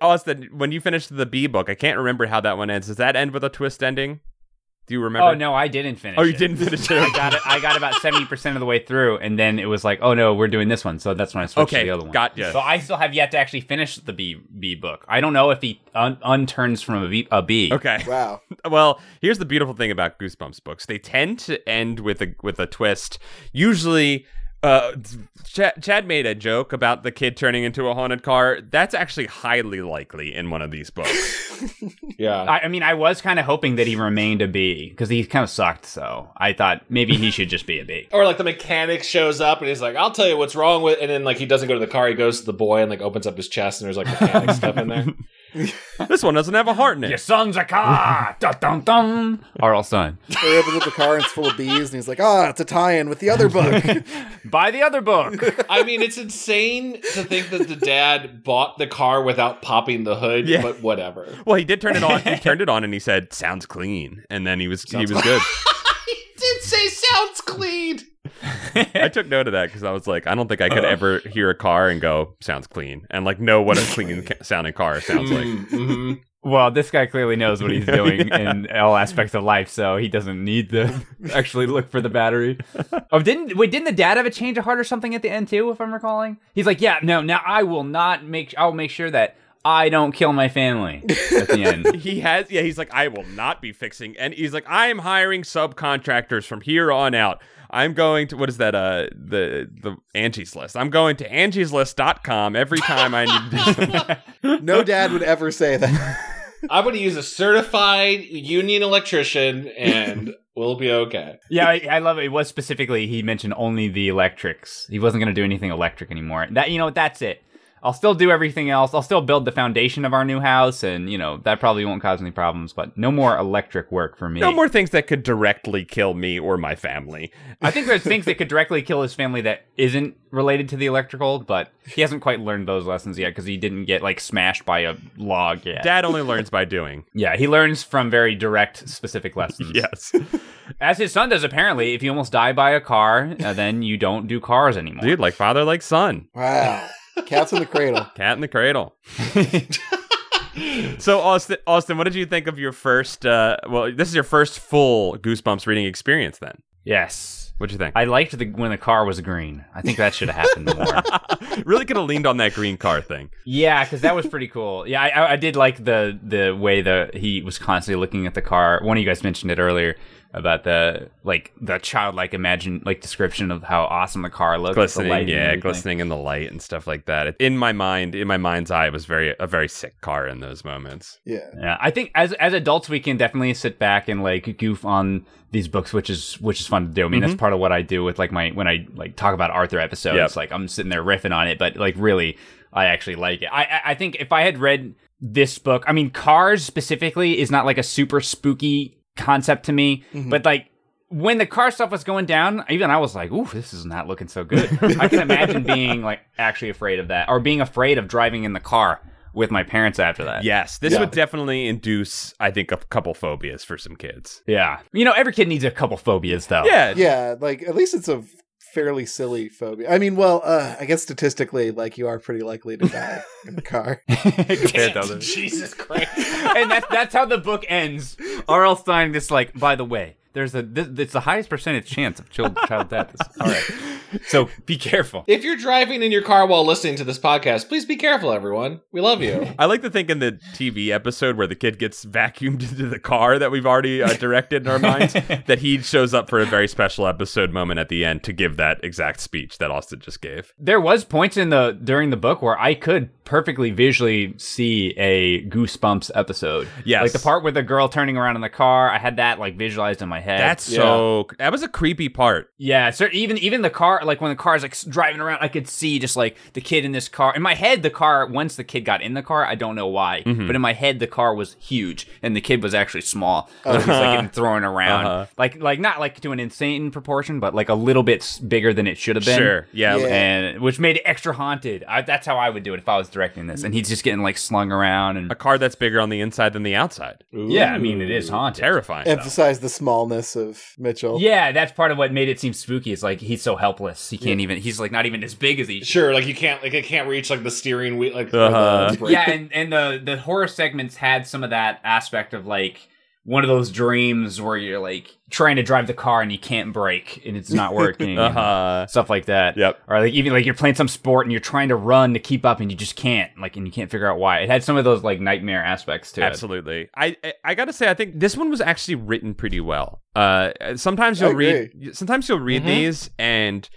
S3: Austin, when you finished the B book, I can't remember how that one ends. Does that end with a twist ending? Do you remember?
S2: Oh no, I didn't finish.
S3: Oh, you
S2: it.
S3: didn't finish
S2: [laughs] I
S3: it.
S2: got it. I got about seventy percent of the way through, and then it was like, oh no, we're doing this one. So that's when I switched
S3: Okay,
S2: to the other one.
S3: gotcha.
S2: So I still have yet to actually finish the B B book. I don't know if he un- unturns from a B. A B.
S3: Okay.
S4: Wow.
S3: Well, here's the beautiful thing about Goosebumps books. They tend to end with a with a twist. Usually uh Ch- Chad made a joke about the kid turning into a haunted car. That's actually highly likely in one of these
S4: [laughs]
S3: books.
S1: Yeah.
S2: I, I mean, I was kind of hoping that he remained a B because he kind of sucked. So I thought maybe he should just be
S3: [laughs]
S2: a B.
S1: or like the mechanic shows up and he's like, "I'll tell you what's wrong with," and then like he doesn't go to the car. He goes to the boy and like opens up his chest and there's like
S3: [laughs]
S1: mechanic stuff in there.
S3: this one doesn't have a heart in it.
S2: Your son's a car. [laughs] dun dun dun. Our
S3: [laughs]
S2: old son.
S4: He opens up the car and it's full of bees, and he's like, "Ah, it's a tie-in with the other book."
S2: Buy the other book.
S1: I mean, it's insane to think that the dad bought the car without popping the hood,
S3: Yeah.
S1: but
S3: [laughs]
S1: whatever.
S3: Well, he did turn it on. He turned it on and he said, "Sounds clean." And then he was
S1: Sounds
S3: he was good.
S1: He did say sounds clean.
S3: I took note of that because I was like, I don't think I could ever hear a car and go, "Sounds clean," and like know what a clean ca- sounding car sounds like.
S1: Mm, mhm.
S2: Well, this guy clearly knows what
S3: [laughs]
S2: he's doing in all aspects of life, so he doesn't need to actually look for the battery. Oh, didn't wait? Didn't the dad have a change of heart or something at the end too? If I'm recalling, he's like, "Yeah, no, now I will not make. I'll make sure that I don't kill my family
S3: [laughs]
S2: at the end."
S3: He has, yeah. He's like, I will not be fixing, and he's like, I am hiring subcontractors from here on out. I'm going to what is that? Uh, the the Angie's List. I'm going to angieslist.com every time I need [laughs] to do something.
S4: no dad would ever say that.
S1: I'm going to use a certified union electrician, and we'll be okay.
S2: yeah, I, I love it. It was specifically he mentioned only the electrics. He wasn't going to do anything electric anymore. That you know, what, that's it. I'll still do everything else. I'll still build the foundation of our new house, and you know that probably won't cause any problems. But no more electric work for me.
S3: No more things that could directly kill me or my family.
S2: I think there's things that could directly kill his family that isn't related to the electrical, but he hasn't quite learned those lessons yet because he didn't get like smashed by a log yet.
S3: Dad only learns by doing.
S2: yeah, he learns from very direct, specific lessons.
S3: [laughs] Yes.
S2: As his son does, apparently, if you almost die by a car, uh, then you don't do cars anymore.
S3: Dude, like father, like son.
S4: Wow. Cats in the cradle.
S3: Cat in the cradle. [laughs] so Austin, Austin, what did you think of your first? Uh, well, this is your first full Goosebumps reading experience. Then,
S2: Yes.
S3: what'd you think?
S2: I liked the, when the car was green. I think that should have happened
S3: [laughs]
S2: more.
S3: really could have leaned on that green car thing.
S2: Yeah, because that was pretty cool. Yeah, I- I, I did like the the way that he was constantly looking at the car. One of you guys mentioned it earlier about the like the childlike imagine like description of how awesome the car looked, with the light
S3: Glistening,
S2: and
S3: yeah,
S2: everything.
S3: glistening in the light and stuff like that. In my mind, in my mind's eye, it was very a very sick car in those moments.
S4: Yeah.
S2: Yeah, I think as as adults we can definitely sit back and like goof on these books, which is which is fun to do. I mean, that's part of what I do with like my when I like talk about Arthur episodes.
S3: Yep.
S2: Like I'm sitting there riffing on it, but like really, I actually like it. I I- I think if I had read this book, I mean, Cars specifically is not like a super spooky concept to me, but like. When the car stuff was going down, even I was like, "Ooh, this is not looking so good." I can imagine being like actually afraid of that, or being afraid of driving in the car with my parents after that.
S3: Yes, this
S1: Yeah.
S3: would definitely induce, I think, a couple phobias for some kids.
S2: Yeah. You know, every kid needs a couple phobias, though.
S3: Yeah, [laughs]
S4: Yeah, like at least it's a fairly silly phobia. I mean, well, uh, I guess statistically, like you are pretty likely to die in a car.
S2: Compared
S1: [laughs]
S2: to others.
S3: [laughs]
S1: Jesus Christ.
S2: [laughs] and that's, that's how the book ends. R.L. Stein just like, by the way, there's a this, it's the highest percentage chance of child, child death.
S3: [laughs]
S2: All right. So be careful.
S1: If you're driving in your car while listening to this podcast, please be careful, everyone. We love you. [laughs]
S3: I like to think in the TV episode where the kid gets vacuumed [laughs] into the car that we've already uh, directed in our minds,
S2: [laughs]
S3: that he shows up for a very special episode moment at the end to give that exact speech that Austin just gave.
S2: There was points in the during the book where I could perfectly visually see a Goosebumps episode.
S3: Yes.
S2: Like the part with the girl turning around in the car, I had that like visualized in my head.
S3: That's so. That was a creepy part.
S2: Yeah, so even even the car, like when the car's like s- driving around, I could see just like the kid in this car. In my head, the car once the kid got in the car, I don't know why,
S3: Mm-hmm.
S2: but in my head the car was huge and the kid was actually small. So he was like getting thrown around,
S3: Uh-huh.
S2: like like not like to an insane proportion, but like a little bit s- bigger than it should have been.
S3: Sure. Yeah.
S4: Yeah.
S2: and which made it extra haunted. I, that's how I would do it if I was directing this. And he's just getting like slung around and
S3: A car that's bigger on the inside than the outside.
S2: yeah, I mean it is haunted.
S3: Terrifying.
S4: Emphasize the smallness of Mitchell.
S2: Yeah, that's part of what made it seem spooky. Is like he's so helpless. Atlas. He can't even. He's like not even as big as he.
S1: Sure, like you can't like it can't reach like the steering wheel like
S3: Uh-huh.
S2: [laughs]
S1: or the-
S2: yeah, and and the the horror segments had some of that aspect of like one of those dreams where you're like trying to drive the car and you can't brake and it's
S3: [laughs]
S2: not working.
S3: Uh huh.
S2: Stuff like that.
S3: Yep.
S2: Or like even like you're playing some sport and you're trying to run to keep up and you just can't. Like and you can't figure out why. It had some of those like nightmare aspects to it.
S3: Absolutely. I, I I gotta say, I think this one was actually written pretty well. Uh, sometimes you'll
S4: I
S3: read, sometimes you'll read
S2: Mm-hmm.
S1: Mhm.
S3: these, and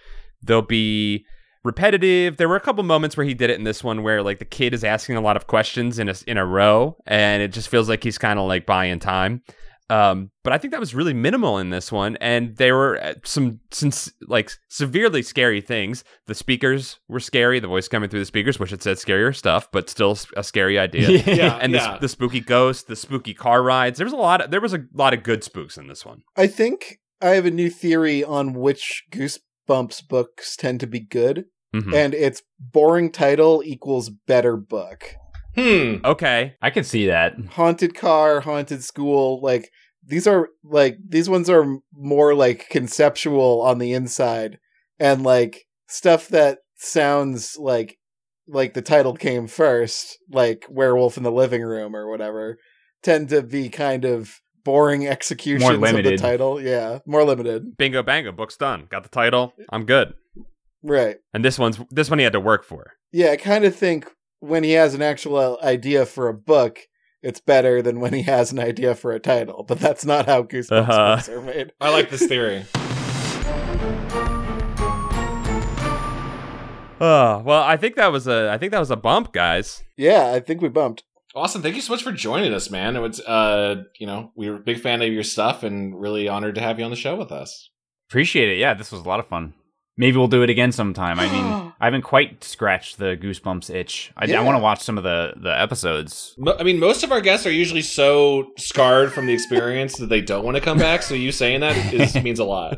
S3: they'll be repetitive. There were a couple moments where he did it in this one, where like the kid is asking a lot of questions in a in a row, and it just feels like he's kind of like buying time. Um, but I think that was really minimal in this one, and there were uh, some since like severely scary things. The speakers were scary. The voice coming through the speakers, which it said scarier stuff, but still s- a scary idea
S2: [laughs]
S1: yeah,
S3: and
S1: yeah.
S3: the, the spooky ghost, the spooky car rides. There was a lot. Of, there was a lot of good spooks in this one.
S4: I think I have a new theory on which Goosebumps books tend to be good,
S3: Mhm.
S4: and it's boring title equals better book.
S1: hmm.
S3: Okay,
S2: I could see that.
S4: Haunted car, haunted school, like these are like these ones are more like conceptual on the inside and like stuff that sounds like like the title came first, like werewolf in the living room or whatever, tend to be kind of boring executions of the
S2: limited.
S4: title. Yeah, more limited.
S3: bingo bango, book's done. Got the title. I'm good.
S4: Right.
S3: And this one's this one he had to work for.
S4: Yeah, I kind of think when he has an actual uh, idea for a book, it's better than when he has an idea for a title. But that's not how Goosebumps
S3: Uh-huh.
S4: books are made.
S1: I like this theory. [laughs]
S3: Oh well, I think that was a I think that was a bump, guys.
S4: Yeah, I think we bumped.
S1: Austin, thank you so much for joining us, man. It was, uh, you know, we were a big fan of your stuff and really honored to have you on the show with us.
S2: Appreciate it. Yeah, this was a lot of fun. Maybe we'll do it again sometime. I mean, I haven't quite scratched the goosebumps itch. I,
S4: Yeah.
S2: I want to watch some of the the episodes.
S1: Mo- I mean, most of our guests are usually so scarred from the experience that they don't want to come back. So you saying that is, means a lot.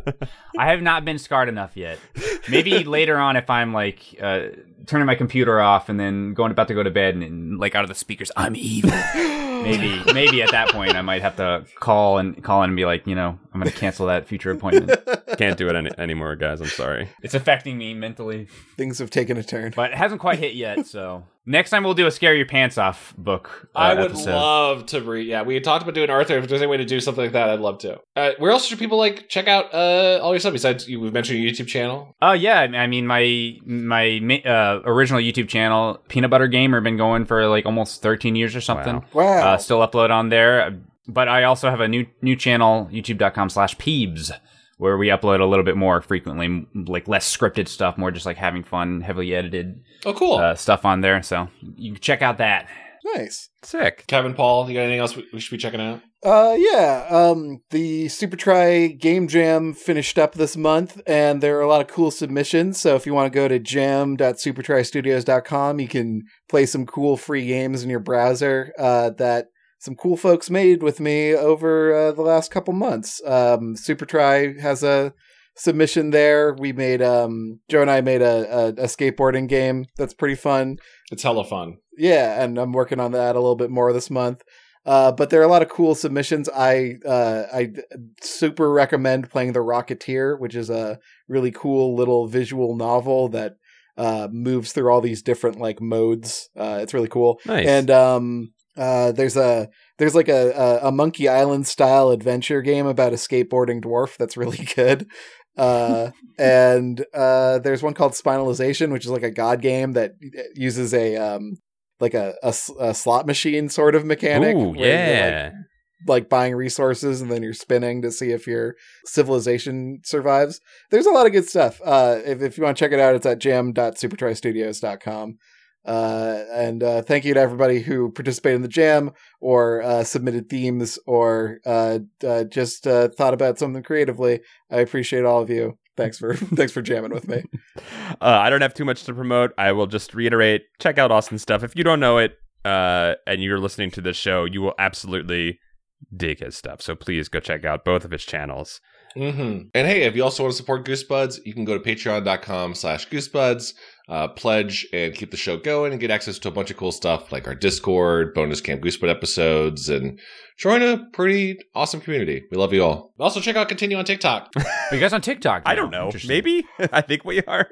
S2: I have not been scarred enough yet. [laughs] Maybe later on, if I'm like uh, turning my computer off and then going about to go to bed and, and like out of the speakers, I'm evil. [laughs] maybe, maybe at that point, I might have to call and call in and be like, you know, I'm going to cancel that future appointment.
S3: Can't do it any, anymore, guys. I'm sorry.
S2: [laughs] it's affecting me mentally,
S4: [gasps] Things have taken a turn.
S2: but it hasn't quite hit yet. So next time we'll do a scare your pants off book. uh,
S1: I would
S2: episode.
S1: love to read. Yeah, we had talked about doing Arthur. If there's any way to do something like that, I'd love to. Uh, where else should people like check out uh, all your stuff besides you, we've mentioned your YouTube channel?
S2: Oh yeah, I mean my my ma- uh, original YouTube channel, Peanut Butter Gamer, been going for like almost 13 years or something.
S3: Wow.
S4: Wow.
S2: Uh, still upload on there, but I also have a new new channel, YouTube.com/slash Peebs, where we upload a little bit more frequently, m- like less scripted stuff, more just like having fun, heavily edited
S1: Oh, cool.
S2: uh, stuff on there. So you can check out that.
S4: nice.
S3: Sick.
S1: Kevin Paul, you got anything else we we should be checking out?
S4: Uh yeah, um the Super Try Game Jam finished up this month and there are a lot of cool submissions. So if you want to go to jam.supertrystudios.com, you can play some cool free games in your browser uh that some cool folks made with me over uh, the last couple months. Um Super Try has a submission there. We made um Joe and I made a a, a skateboarding game that's pretty fun.
S1: It's hella fun.
S4: Yeah, and I'm working on that a little bit more this month. Uh, but there are a lot of cool submissions. I uh, I d- super recommend playing The Rocketeer, which is a really cool little visual novel that uh, moves through all these different like modes. Uh, it's really cool
S3: Nice.
S4: and um uh there's a there's like a, a a monkey island style adventure game about a skateboarding dwarf that's really [laughs] good uh and uh there's one called spinalization which is like a god game that uses a um like a, a s- a slot machine sort of mechanic
S3: Ooh,
S4: where you're, like,
S3: yeah.
S4: like buying resources and then you're spinning to see if your civilization survives. There's a lot of good stuff. Uh, if, if you want to check it out, it's at jam.supertrystudios.com. Uh, and uh, thank you to everybody who participated in the jam or uh, submitted themes or uh, uh, just uh, thought about something creatively. I appreciate all of you. Thanks for [laughs] thanks for jamming with
S2: [laughs]
S4: me.
S3: Uh, I don't have too much to promote. I will just reiterate: check out Austin's stuff. If you don't know it, uh, and you're listening to this show, you will absolutely dig his stuff. So please go check out both of his channels.
S1: Mm-hmm. And hey, if you also want to support Goosebuds, you can go to patreon.com slash goosebuds, uh, pledge and keep the show going and get access to a bunch of cool stuff like our Discord, bonus Camp Goosebud episodes, and join a pretty awesome community. We love you all. Also, check out Continue on TikTok.
S2: Are you guys on TikTok?
S3: I
S2: now?
S3: don't know.
S2: Interesting. [laughs]
S3: Maybe I think we are.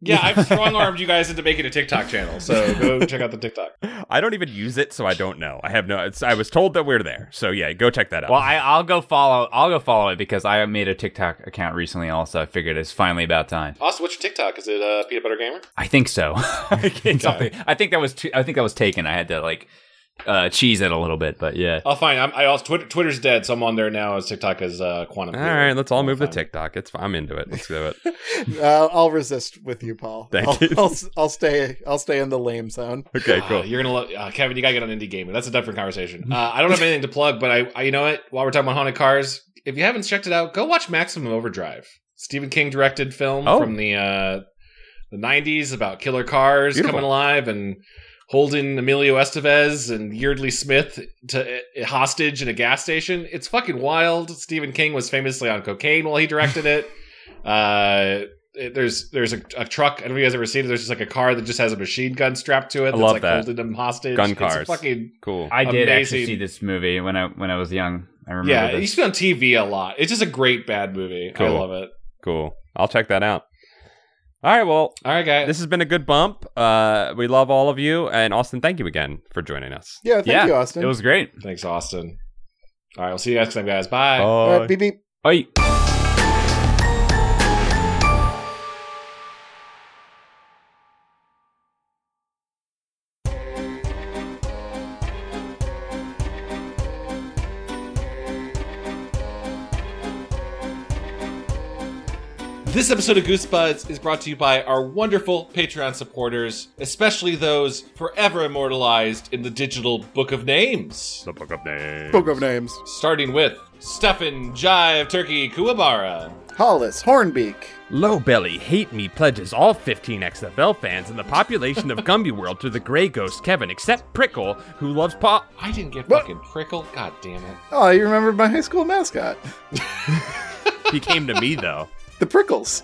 S1: Yeah, I've strong
S3: [laughs]
S1: armed you guys into making a TikTok channel, so go check out the TikTok.
S3: I don't even use it, so I don't know. I have no. It's, I was told that we're there, so yeah, go check that out.
S2: Well, I, I'll go follow. I'll go follow it because I made a TikTok account recently. Also, I figured it's finally about time.
S1: Austin, what's your TikTok? Is it uh, Peanut Butter Gamer?
S2: I think so. [laughs] It's something- I think that was. Too, I think that was taken. I had to like uh, cheese it a little bit, but yeah.
S1: Oh, fine. I'm, I also Twitter, Twitter's dead, so I'm on there now as TikTok is uh, Quantum.
S3: all
S1: Theory.
S3: right, let's all move to
S1: Fine.
S3: TikTok. It's I'm into it. Let's
S2: [laughs]
S3: do it.
S4: Uh, I'll resist with you, Paul.
S3: Thank
S4: I'll,
S3: you.
S4: I'll, I'll stay. I'll stay in the lame zone.
S3: Okay,
S1: Ah,
S3: cool.
S1: you're gonna love uh, Kevin. You gotta get on indie gaming. That's a different
S3: [laughs]
S1: conversation. Uh, I don't have anything to plug, but I, I, you know what? While we're talking about haunted cars, if you haven't checked it out, go watch Maximum Overdrive. Stephen King directed film
S3: Oh.
S1: from the uh, the '90s about killer cars
S3: Beautiful.
S1: coming alive and holding Emilio Estevez and Yeardley Smith to uh, hostage in a gas station. It's fucking wild. Stephen King was famously on cocaine while he directed it.
S3: [laughs]
S1: Uh, it- there's there's a, a truck. I don't know if you guys ever seen it. There's just like a car that just has a machine gun strapped to it. that's
S3: love
S1: like
S3: that.
S1: holding them hostage.
S3: Gun
S1: It's
S3: cars.
S1: fucking
S3: Cool.
S2: I
S1: Amazing.
S2: did actually see this movie when I when I was young. I remember.
S1: yeah. It
S2: this.
S1: used to be on TV a lot. It's just a great bad movie. I
S3: Cool.
S1: love it.
S3: Cool. I'll check that out. All right. Well,
S1: All right, guys.
S3: this has been a good bump. Uh, we love all of you, and Austin, thank you again for joining us.
S4: Yeah. Thank
S2: Yeah,
S4: you, Austin.
S2: It was great.
S1: Thanks, Austin. All right, we'll see you guys next time, guys. Bye.
S3: Oh.
S4: All right, beep beep.
S2: Bye.
S1: This episode of Goosebuds is brought to you by our wonderful Patreon supporters, especially those forever immortalized in the digital Book of Names.
S3: the book of names.
S4: Book of names:
S1: Starting with Stefan Jive Turkey Kuwabara,
S4: Hollis Hornbeak,
S3: Low Belly Hate Me pledges all 15 XFL fans in the population of Gumby World to the Grey Ghost Kevin, except Prickle, who loves Paw.
S1: I didn't get
S4: What?
S1: fucking prickle. God damn it.
S4: Oh, you remembered my high school mascot,
S3: He came to me though.
S4: the Prickles.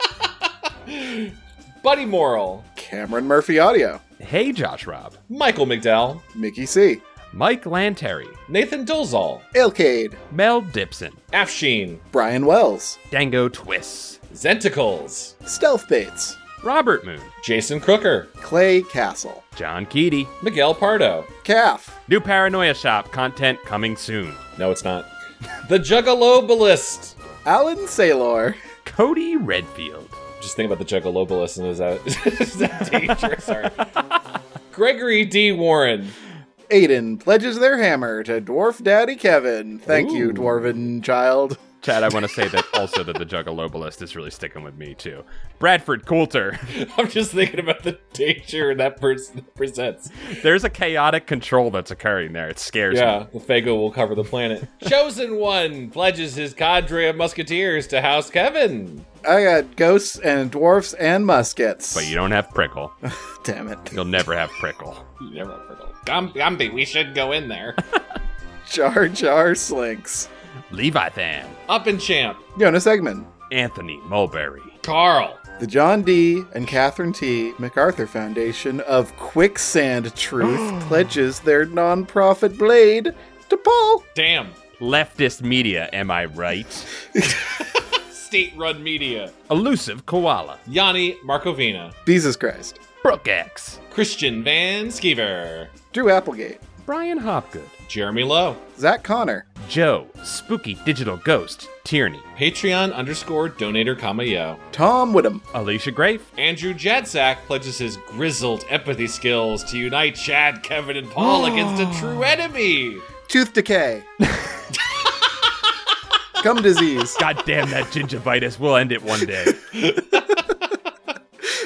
S4: [laughs]
S1: Buddy Morrill,
S4: Cameron Murphy Audio,
S3: Hey, Josh Rob,
S1: Michael McDowell,
S4: Mickey C,
S3: Mike Lanteri,
S1: Nathan Dolzall,
S4: Ailcade,
S3: Mel Dipson,
S1: Afshin,
S4: Brian Wells,
S3: Dango Twists,
S1: Zenticles,
S4: Stealth Bates,
S3: Robert Moon,
S1: Jason Crooker,
S4: Clay Castle,
S3: John Keaty.
S1: Miguel Pardo.
S4: Calf,
S3: New Paranoia Shop content coming soon.
S1: No, it's not. The Juggalobalist.
S4: Alan Saylor,
S3: Cody Redfield,
S1: Just think about the Juggalobalist and is that, [laughs] is that dangerous? Sorry. Gregory D. Warren.
S4: Aiden pledges their hammer to Dwarf Daddy Kevin. Thank
S1: Ooh.
S4: you, Dwarven child.
S3: Chad, I want to say that also that the Juggalobalist is really sticking with me too. Bradford Coulter. [laughs]
S1: I'm just thinking about the danger that person presents.
S3: There's a chaotic control that's occurring there. It scares me.
S1: Yeah, the Fago will cover the planet. [laughs] Chosen One pledges his cadre of musketeers to House Kevin.
S4: I got ghosts and dwarfs and muskets.
S3: But you don't have Prickle.
S4: Damn it.
S3: You'll never have Prickle.
S1: You never have Prickle. Gum- Gumby, we should go in there. [laughs]
S4: Jar Jar Slinks.
S3: Leviathan,
S1: Up and Champ,
S4: Jonas Eggman.
S3: Anthony Mulberry,
S1: Carl,
S4: The John D. and Catherine T. MacArthur Foundation of Quicksand [gasps] Truth pledges their nonprofit blade to Paul.
S1: Damn,
S3: Leftist Media, am I right?
S1: State Run Media,
S3: Elusive Koala,
S1: Yanni Markovina,
S4: Jesus Christ.
S3: Brooke X,
S1: Christian Van Skeever,
S4: Drew Applegate.
S3: Brian Hopgood,
S1: Jeremy Lowe,
S4: Zach Connor.
S3: Joe, Spooky Digital Ghost, Tierney,
S1: Patreon underscore donator comma yo.
S4: Tom Whittem.
S3: Alicia Grafe,
S1: Andrew Jadzak pledges his grizzled empathy skills to unite Chad, Kevin, and Paul against [gasps] a true enemy.
S4: Tooth [laughs] Decay. Gum Disease.
S3: God damn that gingivitis. We'll end it one day.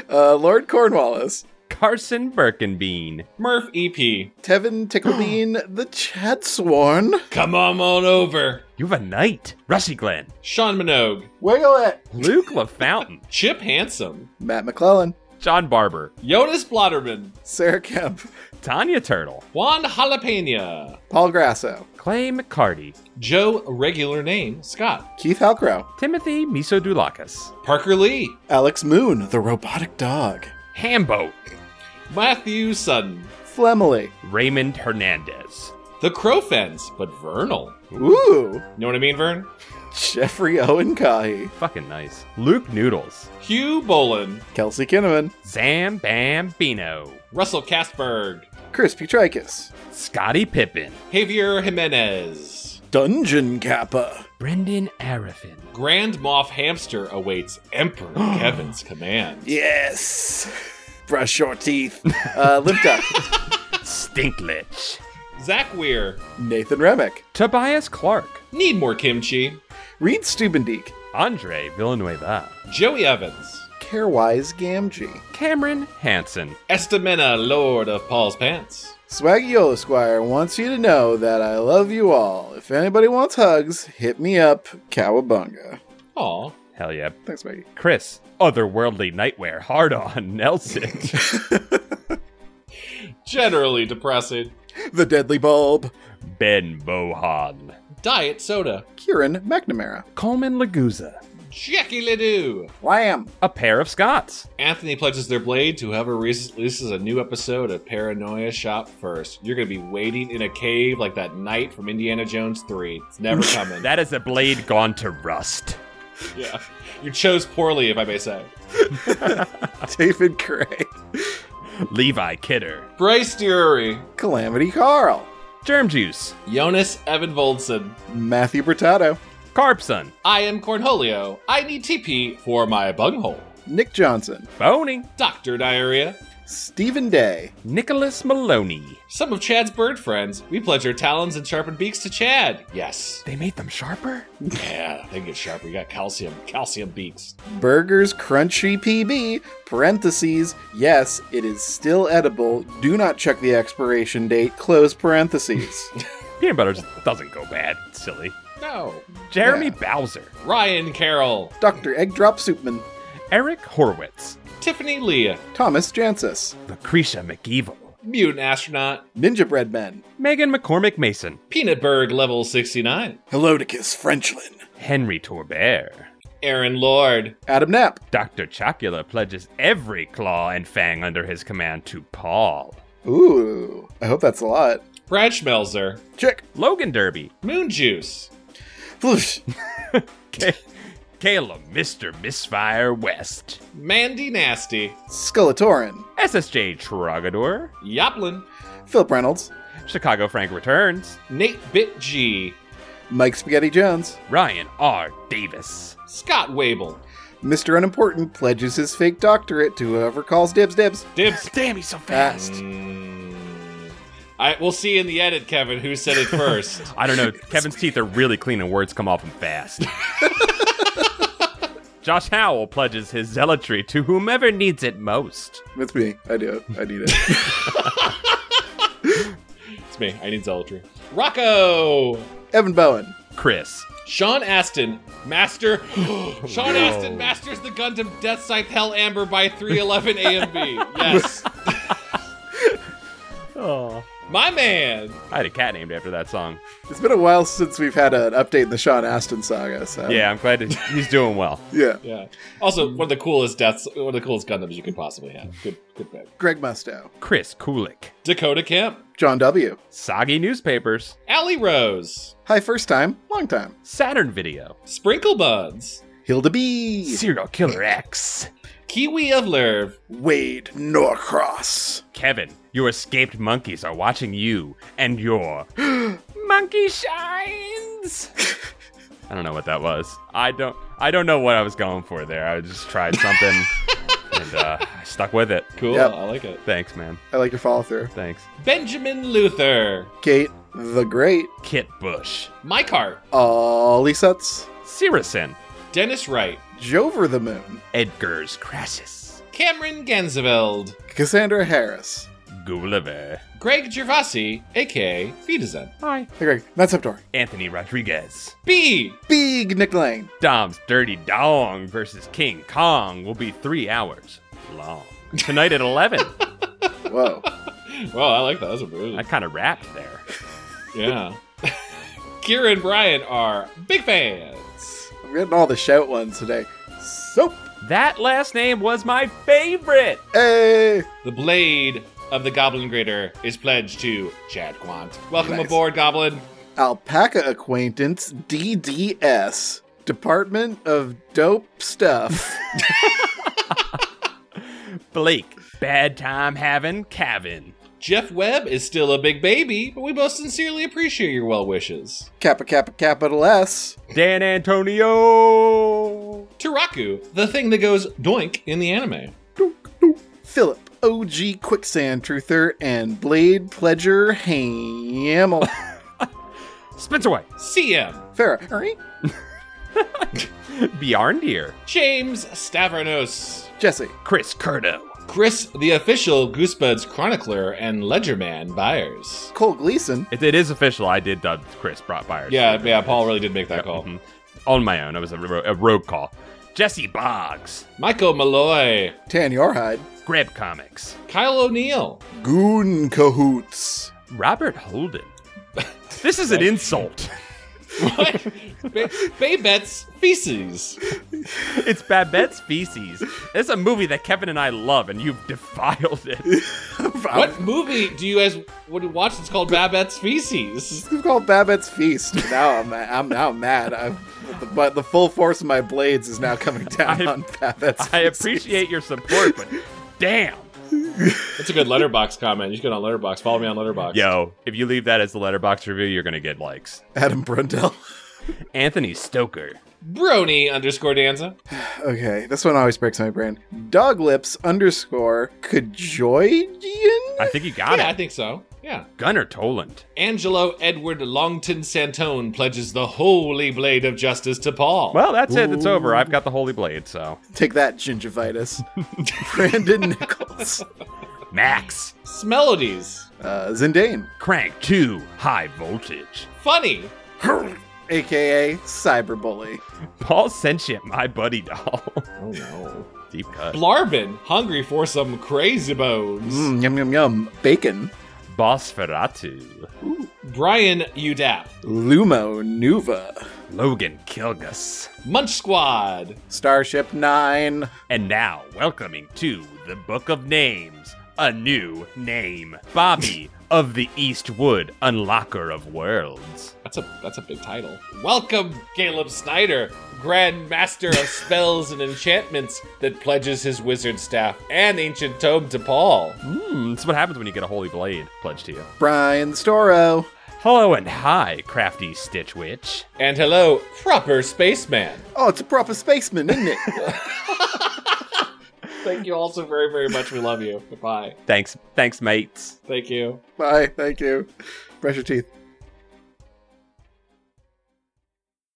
S4: Uh, Lord Cornwallis.
S3: Carson Birkenbean.
S1: Murph E EP,
S4: Tevin [gasps] Ticklebean. the Chad Sworn.
S1: come on, on over.
S3: You have a knight. Rusty Glenn.
S1: Sean Minogue,
S4: Wiggle it.
S3: Luke LaFountain.
S1: Chip Handsome,
S4: Matt McClellan.
S3: John Barber,
S1: Jonas Blotterman,
S4: Sarah Kemp,
S3: Tanya Turtle,
S1: Juan Jalapena,
S4: Paul Grasso,
S3: Clay McCarty,
S1: Joe regular name Scott,
S4: Keith Halcrow,
S3: Timothy Misodulakis,
S1: Parker Lee,
S4: Alex Moon, the robotic dog,
S3: Hambo,
S1: Matthew Sutton,
S4: Flemily.
S3: Raymond Hernandez,
S1: The Crow Fence, but Vernal.
S4: Ooh,
S1: You know what I mean, Vern?
S4: Jeffrey Owen Kahi,
S3: fucking nice, Luke Noodles,
S1: Hugh Bolin,
S4: Kelsey Kinneman,
S3: Zam Bambino,
S1: Russell Castberg,
S4: Chris Putrikis,
S3: Scotty Pippen,
S1: Javier Jimenez.
S4: Dungeon Kappa,
S3: Brendan Arafin,
S1: Grand Moff Hamster awaits Emperor Kevin's command.
S4: Yes. Brush your teeth. [laughs] Uh, Limp Duck.
S3: Stinklich,
S1: Zach Weir,
S4: Nathan Remick.
S3: Tobias Clark,
S1: need more kimchi.
S4: Reed Steubendeek.
S3: Andre Villanueva,
S1: Joey Evans,
S4: Carewise Gamgee.
S3: Cameron Hansen,
S1: Estamina, Lord of Paul's Pants.
S4: Swaggy Yolo Squire wants you to know that I love you all. If anybody wants hugs, hit me up. Cowabunga.
S1: Aw,
S3: hell yeah,
S4: Thanks, Maggie.
S3: Chris, Otherworldly Nightwear, Hard On, [laughs] Nelson,
S1: generally depressing.
S4: The Deadly Bulb.
S3: Ben Bohan,
S1: Diet soda,
S4: Kieran McNamara.
S3: Coleman Laguza,
S1: Jackie Ledoux.
S4: Wham.
S3: a pair of Scots,
S1: Anthony pledges their blade to whoever releases a new episode of Paranoia Shop first. You're going to be waiting in a cave like that knight from Indiana Jones 3. It's never coming.
S3: that is a blade gone to rust.
S1: yeah. You chose poorly, if I may say.
S4: David Gray.
S3: Levi Kidder,
S1: Bryce Drury,
S4: Calamity Carl.
S3: Germ Juice,
S1: Jonas Evan Voldson,
S4: Matthew Bertato.
S3: Carpson,
S1: I am Cornholio. I need TP for my bunghole.
S4: Nick Johnson.
S3: Boning,
S1: Dr. Diarrhea,
S4: Stephen Day.
S3: Nicholas Maloney.
S1: some of Chad's bird friends. We pledge our talons and sharpened beaks to Chad. Yes.
S3: They made them sharper?
S1: Yeah, they can get sharper. You got calcium, calcium beaks.
S4: Burgers Crunchy PB, parentheses, yes, it is still edible. Do not check the expiration date, close parentheses.
S3: Peanut butter just doesn't go bad. It's silly.
S1: No.
S3: Jeremy
S4: Yeah.
S3: Bowser,
S1: Ryan Carroll,
S4: Dr. Egg Drop Soupman,
S3: Eric Horowitz,
S1: Tiffany Leah,
S4: Thomas Jansis,
S3: Lucretia McEvil,
S1: Mutant Astronaut,
S4: Ninja Bread Men,
S3: Megan McCormick Mason,
S1: Peanutberg Level 69,
S4: Helodicus Frenchlin,
S3: Henry Torbert.
S1: Aaron Lord,
S4: Adam Knapp,
S3: Dr. Chocula pledges every claw and fang under his command to Paul.
S4: ooh, I hope that's a lot.
S1: Brad Schmelzer,
S4: Check.
S3: Logan Derby,
S1: Moon Juice,
S4: Whoosh.
S3: Ca- Caleb, Mr. Misfire West,
S1: Mandy Nasty,
S4: Skullatorin,
S3: SSJ Trogador,
S1: Yoplin,
S4: Philip Reynolds,
S3: Chicago Frank Returns,
S1: Nate Bit G,
S4: Mike Spaghetti Jones,
S3: Ryan R. Davis,
S1: Scott Wable,
S4: Mr. Unimportant pledges his fake doctorate to whoever calls dibs dibs.
S1: Dibs.
S3: Damn, he's so
S4: fast.
S1: Mm. I, we'll see in the edit, Kevin, who said it first.
S3: I don't know. Kevin's teeth are really clean and words come off him [laughs] fast. Josh Howell pledges his zealotry to whomever needs it most.
S4: With me, I do it. I need it.
S1: it's me. I need zealotry. Rocco,
S4: Evan Bowen,
S3: Chris,
S1: Sean Aston, Master. [gasps] Sean
S3: No.
S1: Aston masters the Gundam Death Scythe Hell Amber by 311 AMB. Yes.
S3: oh.
S1: My man.
S3: I had a cat named after that song.
S4: It's been a while since we've had an update in the Sean Astin saga, so
S3: Yeah, I'm glad that he's doing well.
S4: yeah.
S1: Yeah. Also, one of the coolest deaths, one of the coolest Gundams you could possibly have. Good, good pick.
S4: Greg Musto,
S3: Chris Kulik,
S1: Dakota Camp,
S4: John W.
S3: Soggy Newspapers,
S1: Allie Rose,
S4: Hi, first time, long time.
S3: Saturn Video,
S1: Sprinkle Buds,
S4: Hilda B.
S3: Serial Killer X.
S1: Kiwi of Lerv,
S4: Wade Norcross.
S3: Kevin, your escaped monkeys are watching you and your [gasps] monkey shines. [laughs] I don't know what that was. I don't. I don't know what I was going for there. I just tried something, and uh, I stuck with it.
S1: Cool.
S4: Yep.
S1: I like it.
S3: Thanks, man.
S4: I like your follow through.
S3: Thanks.
S1: Benjamin Luther,
S4: Kate the Great.
S3: Kit Bush,
S1: Mike Hart,
S4: Ollie Sutz.
S3: Sirison,
S1: Dennis Wright,
S4: Jover the Moon.
S3: Edgar's Crassus,
S1: Cameron Ganseveld,
S4: Cassandra Harris.
S3: Gulliver.
S1: Greg Gervasi, aka Fedezen,
S3: Hi.
S4: Hey, Greg. Matt Septor.
S3: Anthony Rodriguez.
S1: B,
S4: Big Nick Lane.
S3: Dom's Dirty Dong versus King Kong will be three hours long. tonight at 11.
S4: Whoa.
S1: Well, I like that. That's a really
S3: I kind of rapped there.
S1: [laughs] Yeah. Kira and Brian are big fans.
S4: I'm getting all the shout ones today. Soap.
S3: That last name was my favorite.
S4: Hey.
S1: The blade of the Goblin Grater is pledged to Chad Quant. Welcome
S4: Nice.
S1: aboard, Goblin.
S4: Alpaca acquaintance DDS. Department of Dope Stuff.
S3: Blake, bad time having Kevin.
S1: Jeff Webb is still a big baby, but we both sincerely appreciate your well wishes.
S4: Kappa Kappa Capital S.
S3: Dan Antonio.
S1: Turaku, the thing that goes doink in the anime.
S4: Philip. OG Quicksand Truther and Blade
S3: [laughs]
S4: Pledger Hamel.
S3: Spence [laughs] away.
S1: CM,
S4: Farah.
S3: Bjarndir.
S1: James Stavronos.
S4: Jesse.
S3: Chris Curdo.
S1: Chris, the official Goosebuds chronicler and ledgerman, Byers.
S4: Cole Gleason.
S3: It, it is official. I did dub Chris Brought Byers.
S1: Yeah, yeah, Paul really did make that
S3: Yep,
S1: call.
S3: mhm. On my own. It was a, ro- a rogue call. Jesse Boggs.
S1: Michael Malloy,
S4: Tan Yarhide.
S3: Greb Comics.
S1: Kyle O'Neill,
S4: Goon Cahoots.
S3: Robert Holden. This is an insult. [laughs]
S1: What? Ba- Babette's feces.
S3: It's Babette's feces. It's a movie that Kevin and I love, and you've [laughs] defiled it.
S1: What movie do you guys want to watch that's called Babette's feces?
S4: It's [laughs] called Babette's Feast. Now I'm, I'm now mad. I'm, but the full force of my blades is now coming down
S3: I-
S4: on Babette's.
S3: I
S4: Feast.
S3: appreciate your support, but damn.
S1: That's a good letterbox comment. You should get on letterbox. Follow me on letterbox.
S3: Yo, if you leave that as the letterbox review, you're gonna get likes.
S4: Adam Brundell.
S3: Anthony Stoker.
S1: Brony underscore Danza.
S4: [laughs] Okay, this one always breaks my brain. Doglips underscore Kajoidian.
S3: I think you got
S1: yeah, I
S3: it.
S1: think so. Yeah.
S3: Gunnar Toland.
S1: Angelo Edward Longton Santone pledges the holy blade of justice to Paul.
S3: Well, that's it. It's over. I've got the Holy Blade, so.
S4: Take that, gingivitis. Brandon Nichols.
S3: Max.
S1: Smelodies.
S4: Uh, Zindane,
S3: Crank 2. High Voltage.
S1: Funny.
S4: aka Cyberbully.
S3: Paul Sentient, My Buddy [laughs] Doll.
S1: Oh no.
S3: Deep cut.
S1: Blarvin, hungry for some crazy bones.
S4: Mm, yum yum yum. Bacon.
S3: Bosferatu.
S1: Brian Udap.
S4: Lumo Nuva.
S3: Logan Kilgus.
S1: Munch Squad.
S4: Starship Nine.
S3: And now, welcoming to the Book of Names, a new name [laughs] Bobby of the Eastwood, Unlocker of Worlds.
S1: That's a that's a big title. Welcome, Caleb Snyder, Grand Master of Spells and Enchantments that pledges his wizard staff and ancient tome to Paul.
S3: Hmm, that's what happens when you get a Holy Blade pledged to you.
S4: Brian Storo.
S3: Hello and hi, crafty Stitch Witch.
S1: And hello, proper spaceman.
S4: Oh, it's a proper spaceman, isn't it?
S1: Thank you all so very, very much. We love you. Goodbye.
S3: Thanks, thanks, mates.
S1: Thank you.
S4: Bye. Thank you. Brush your teeth.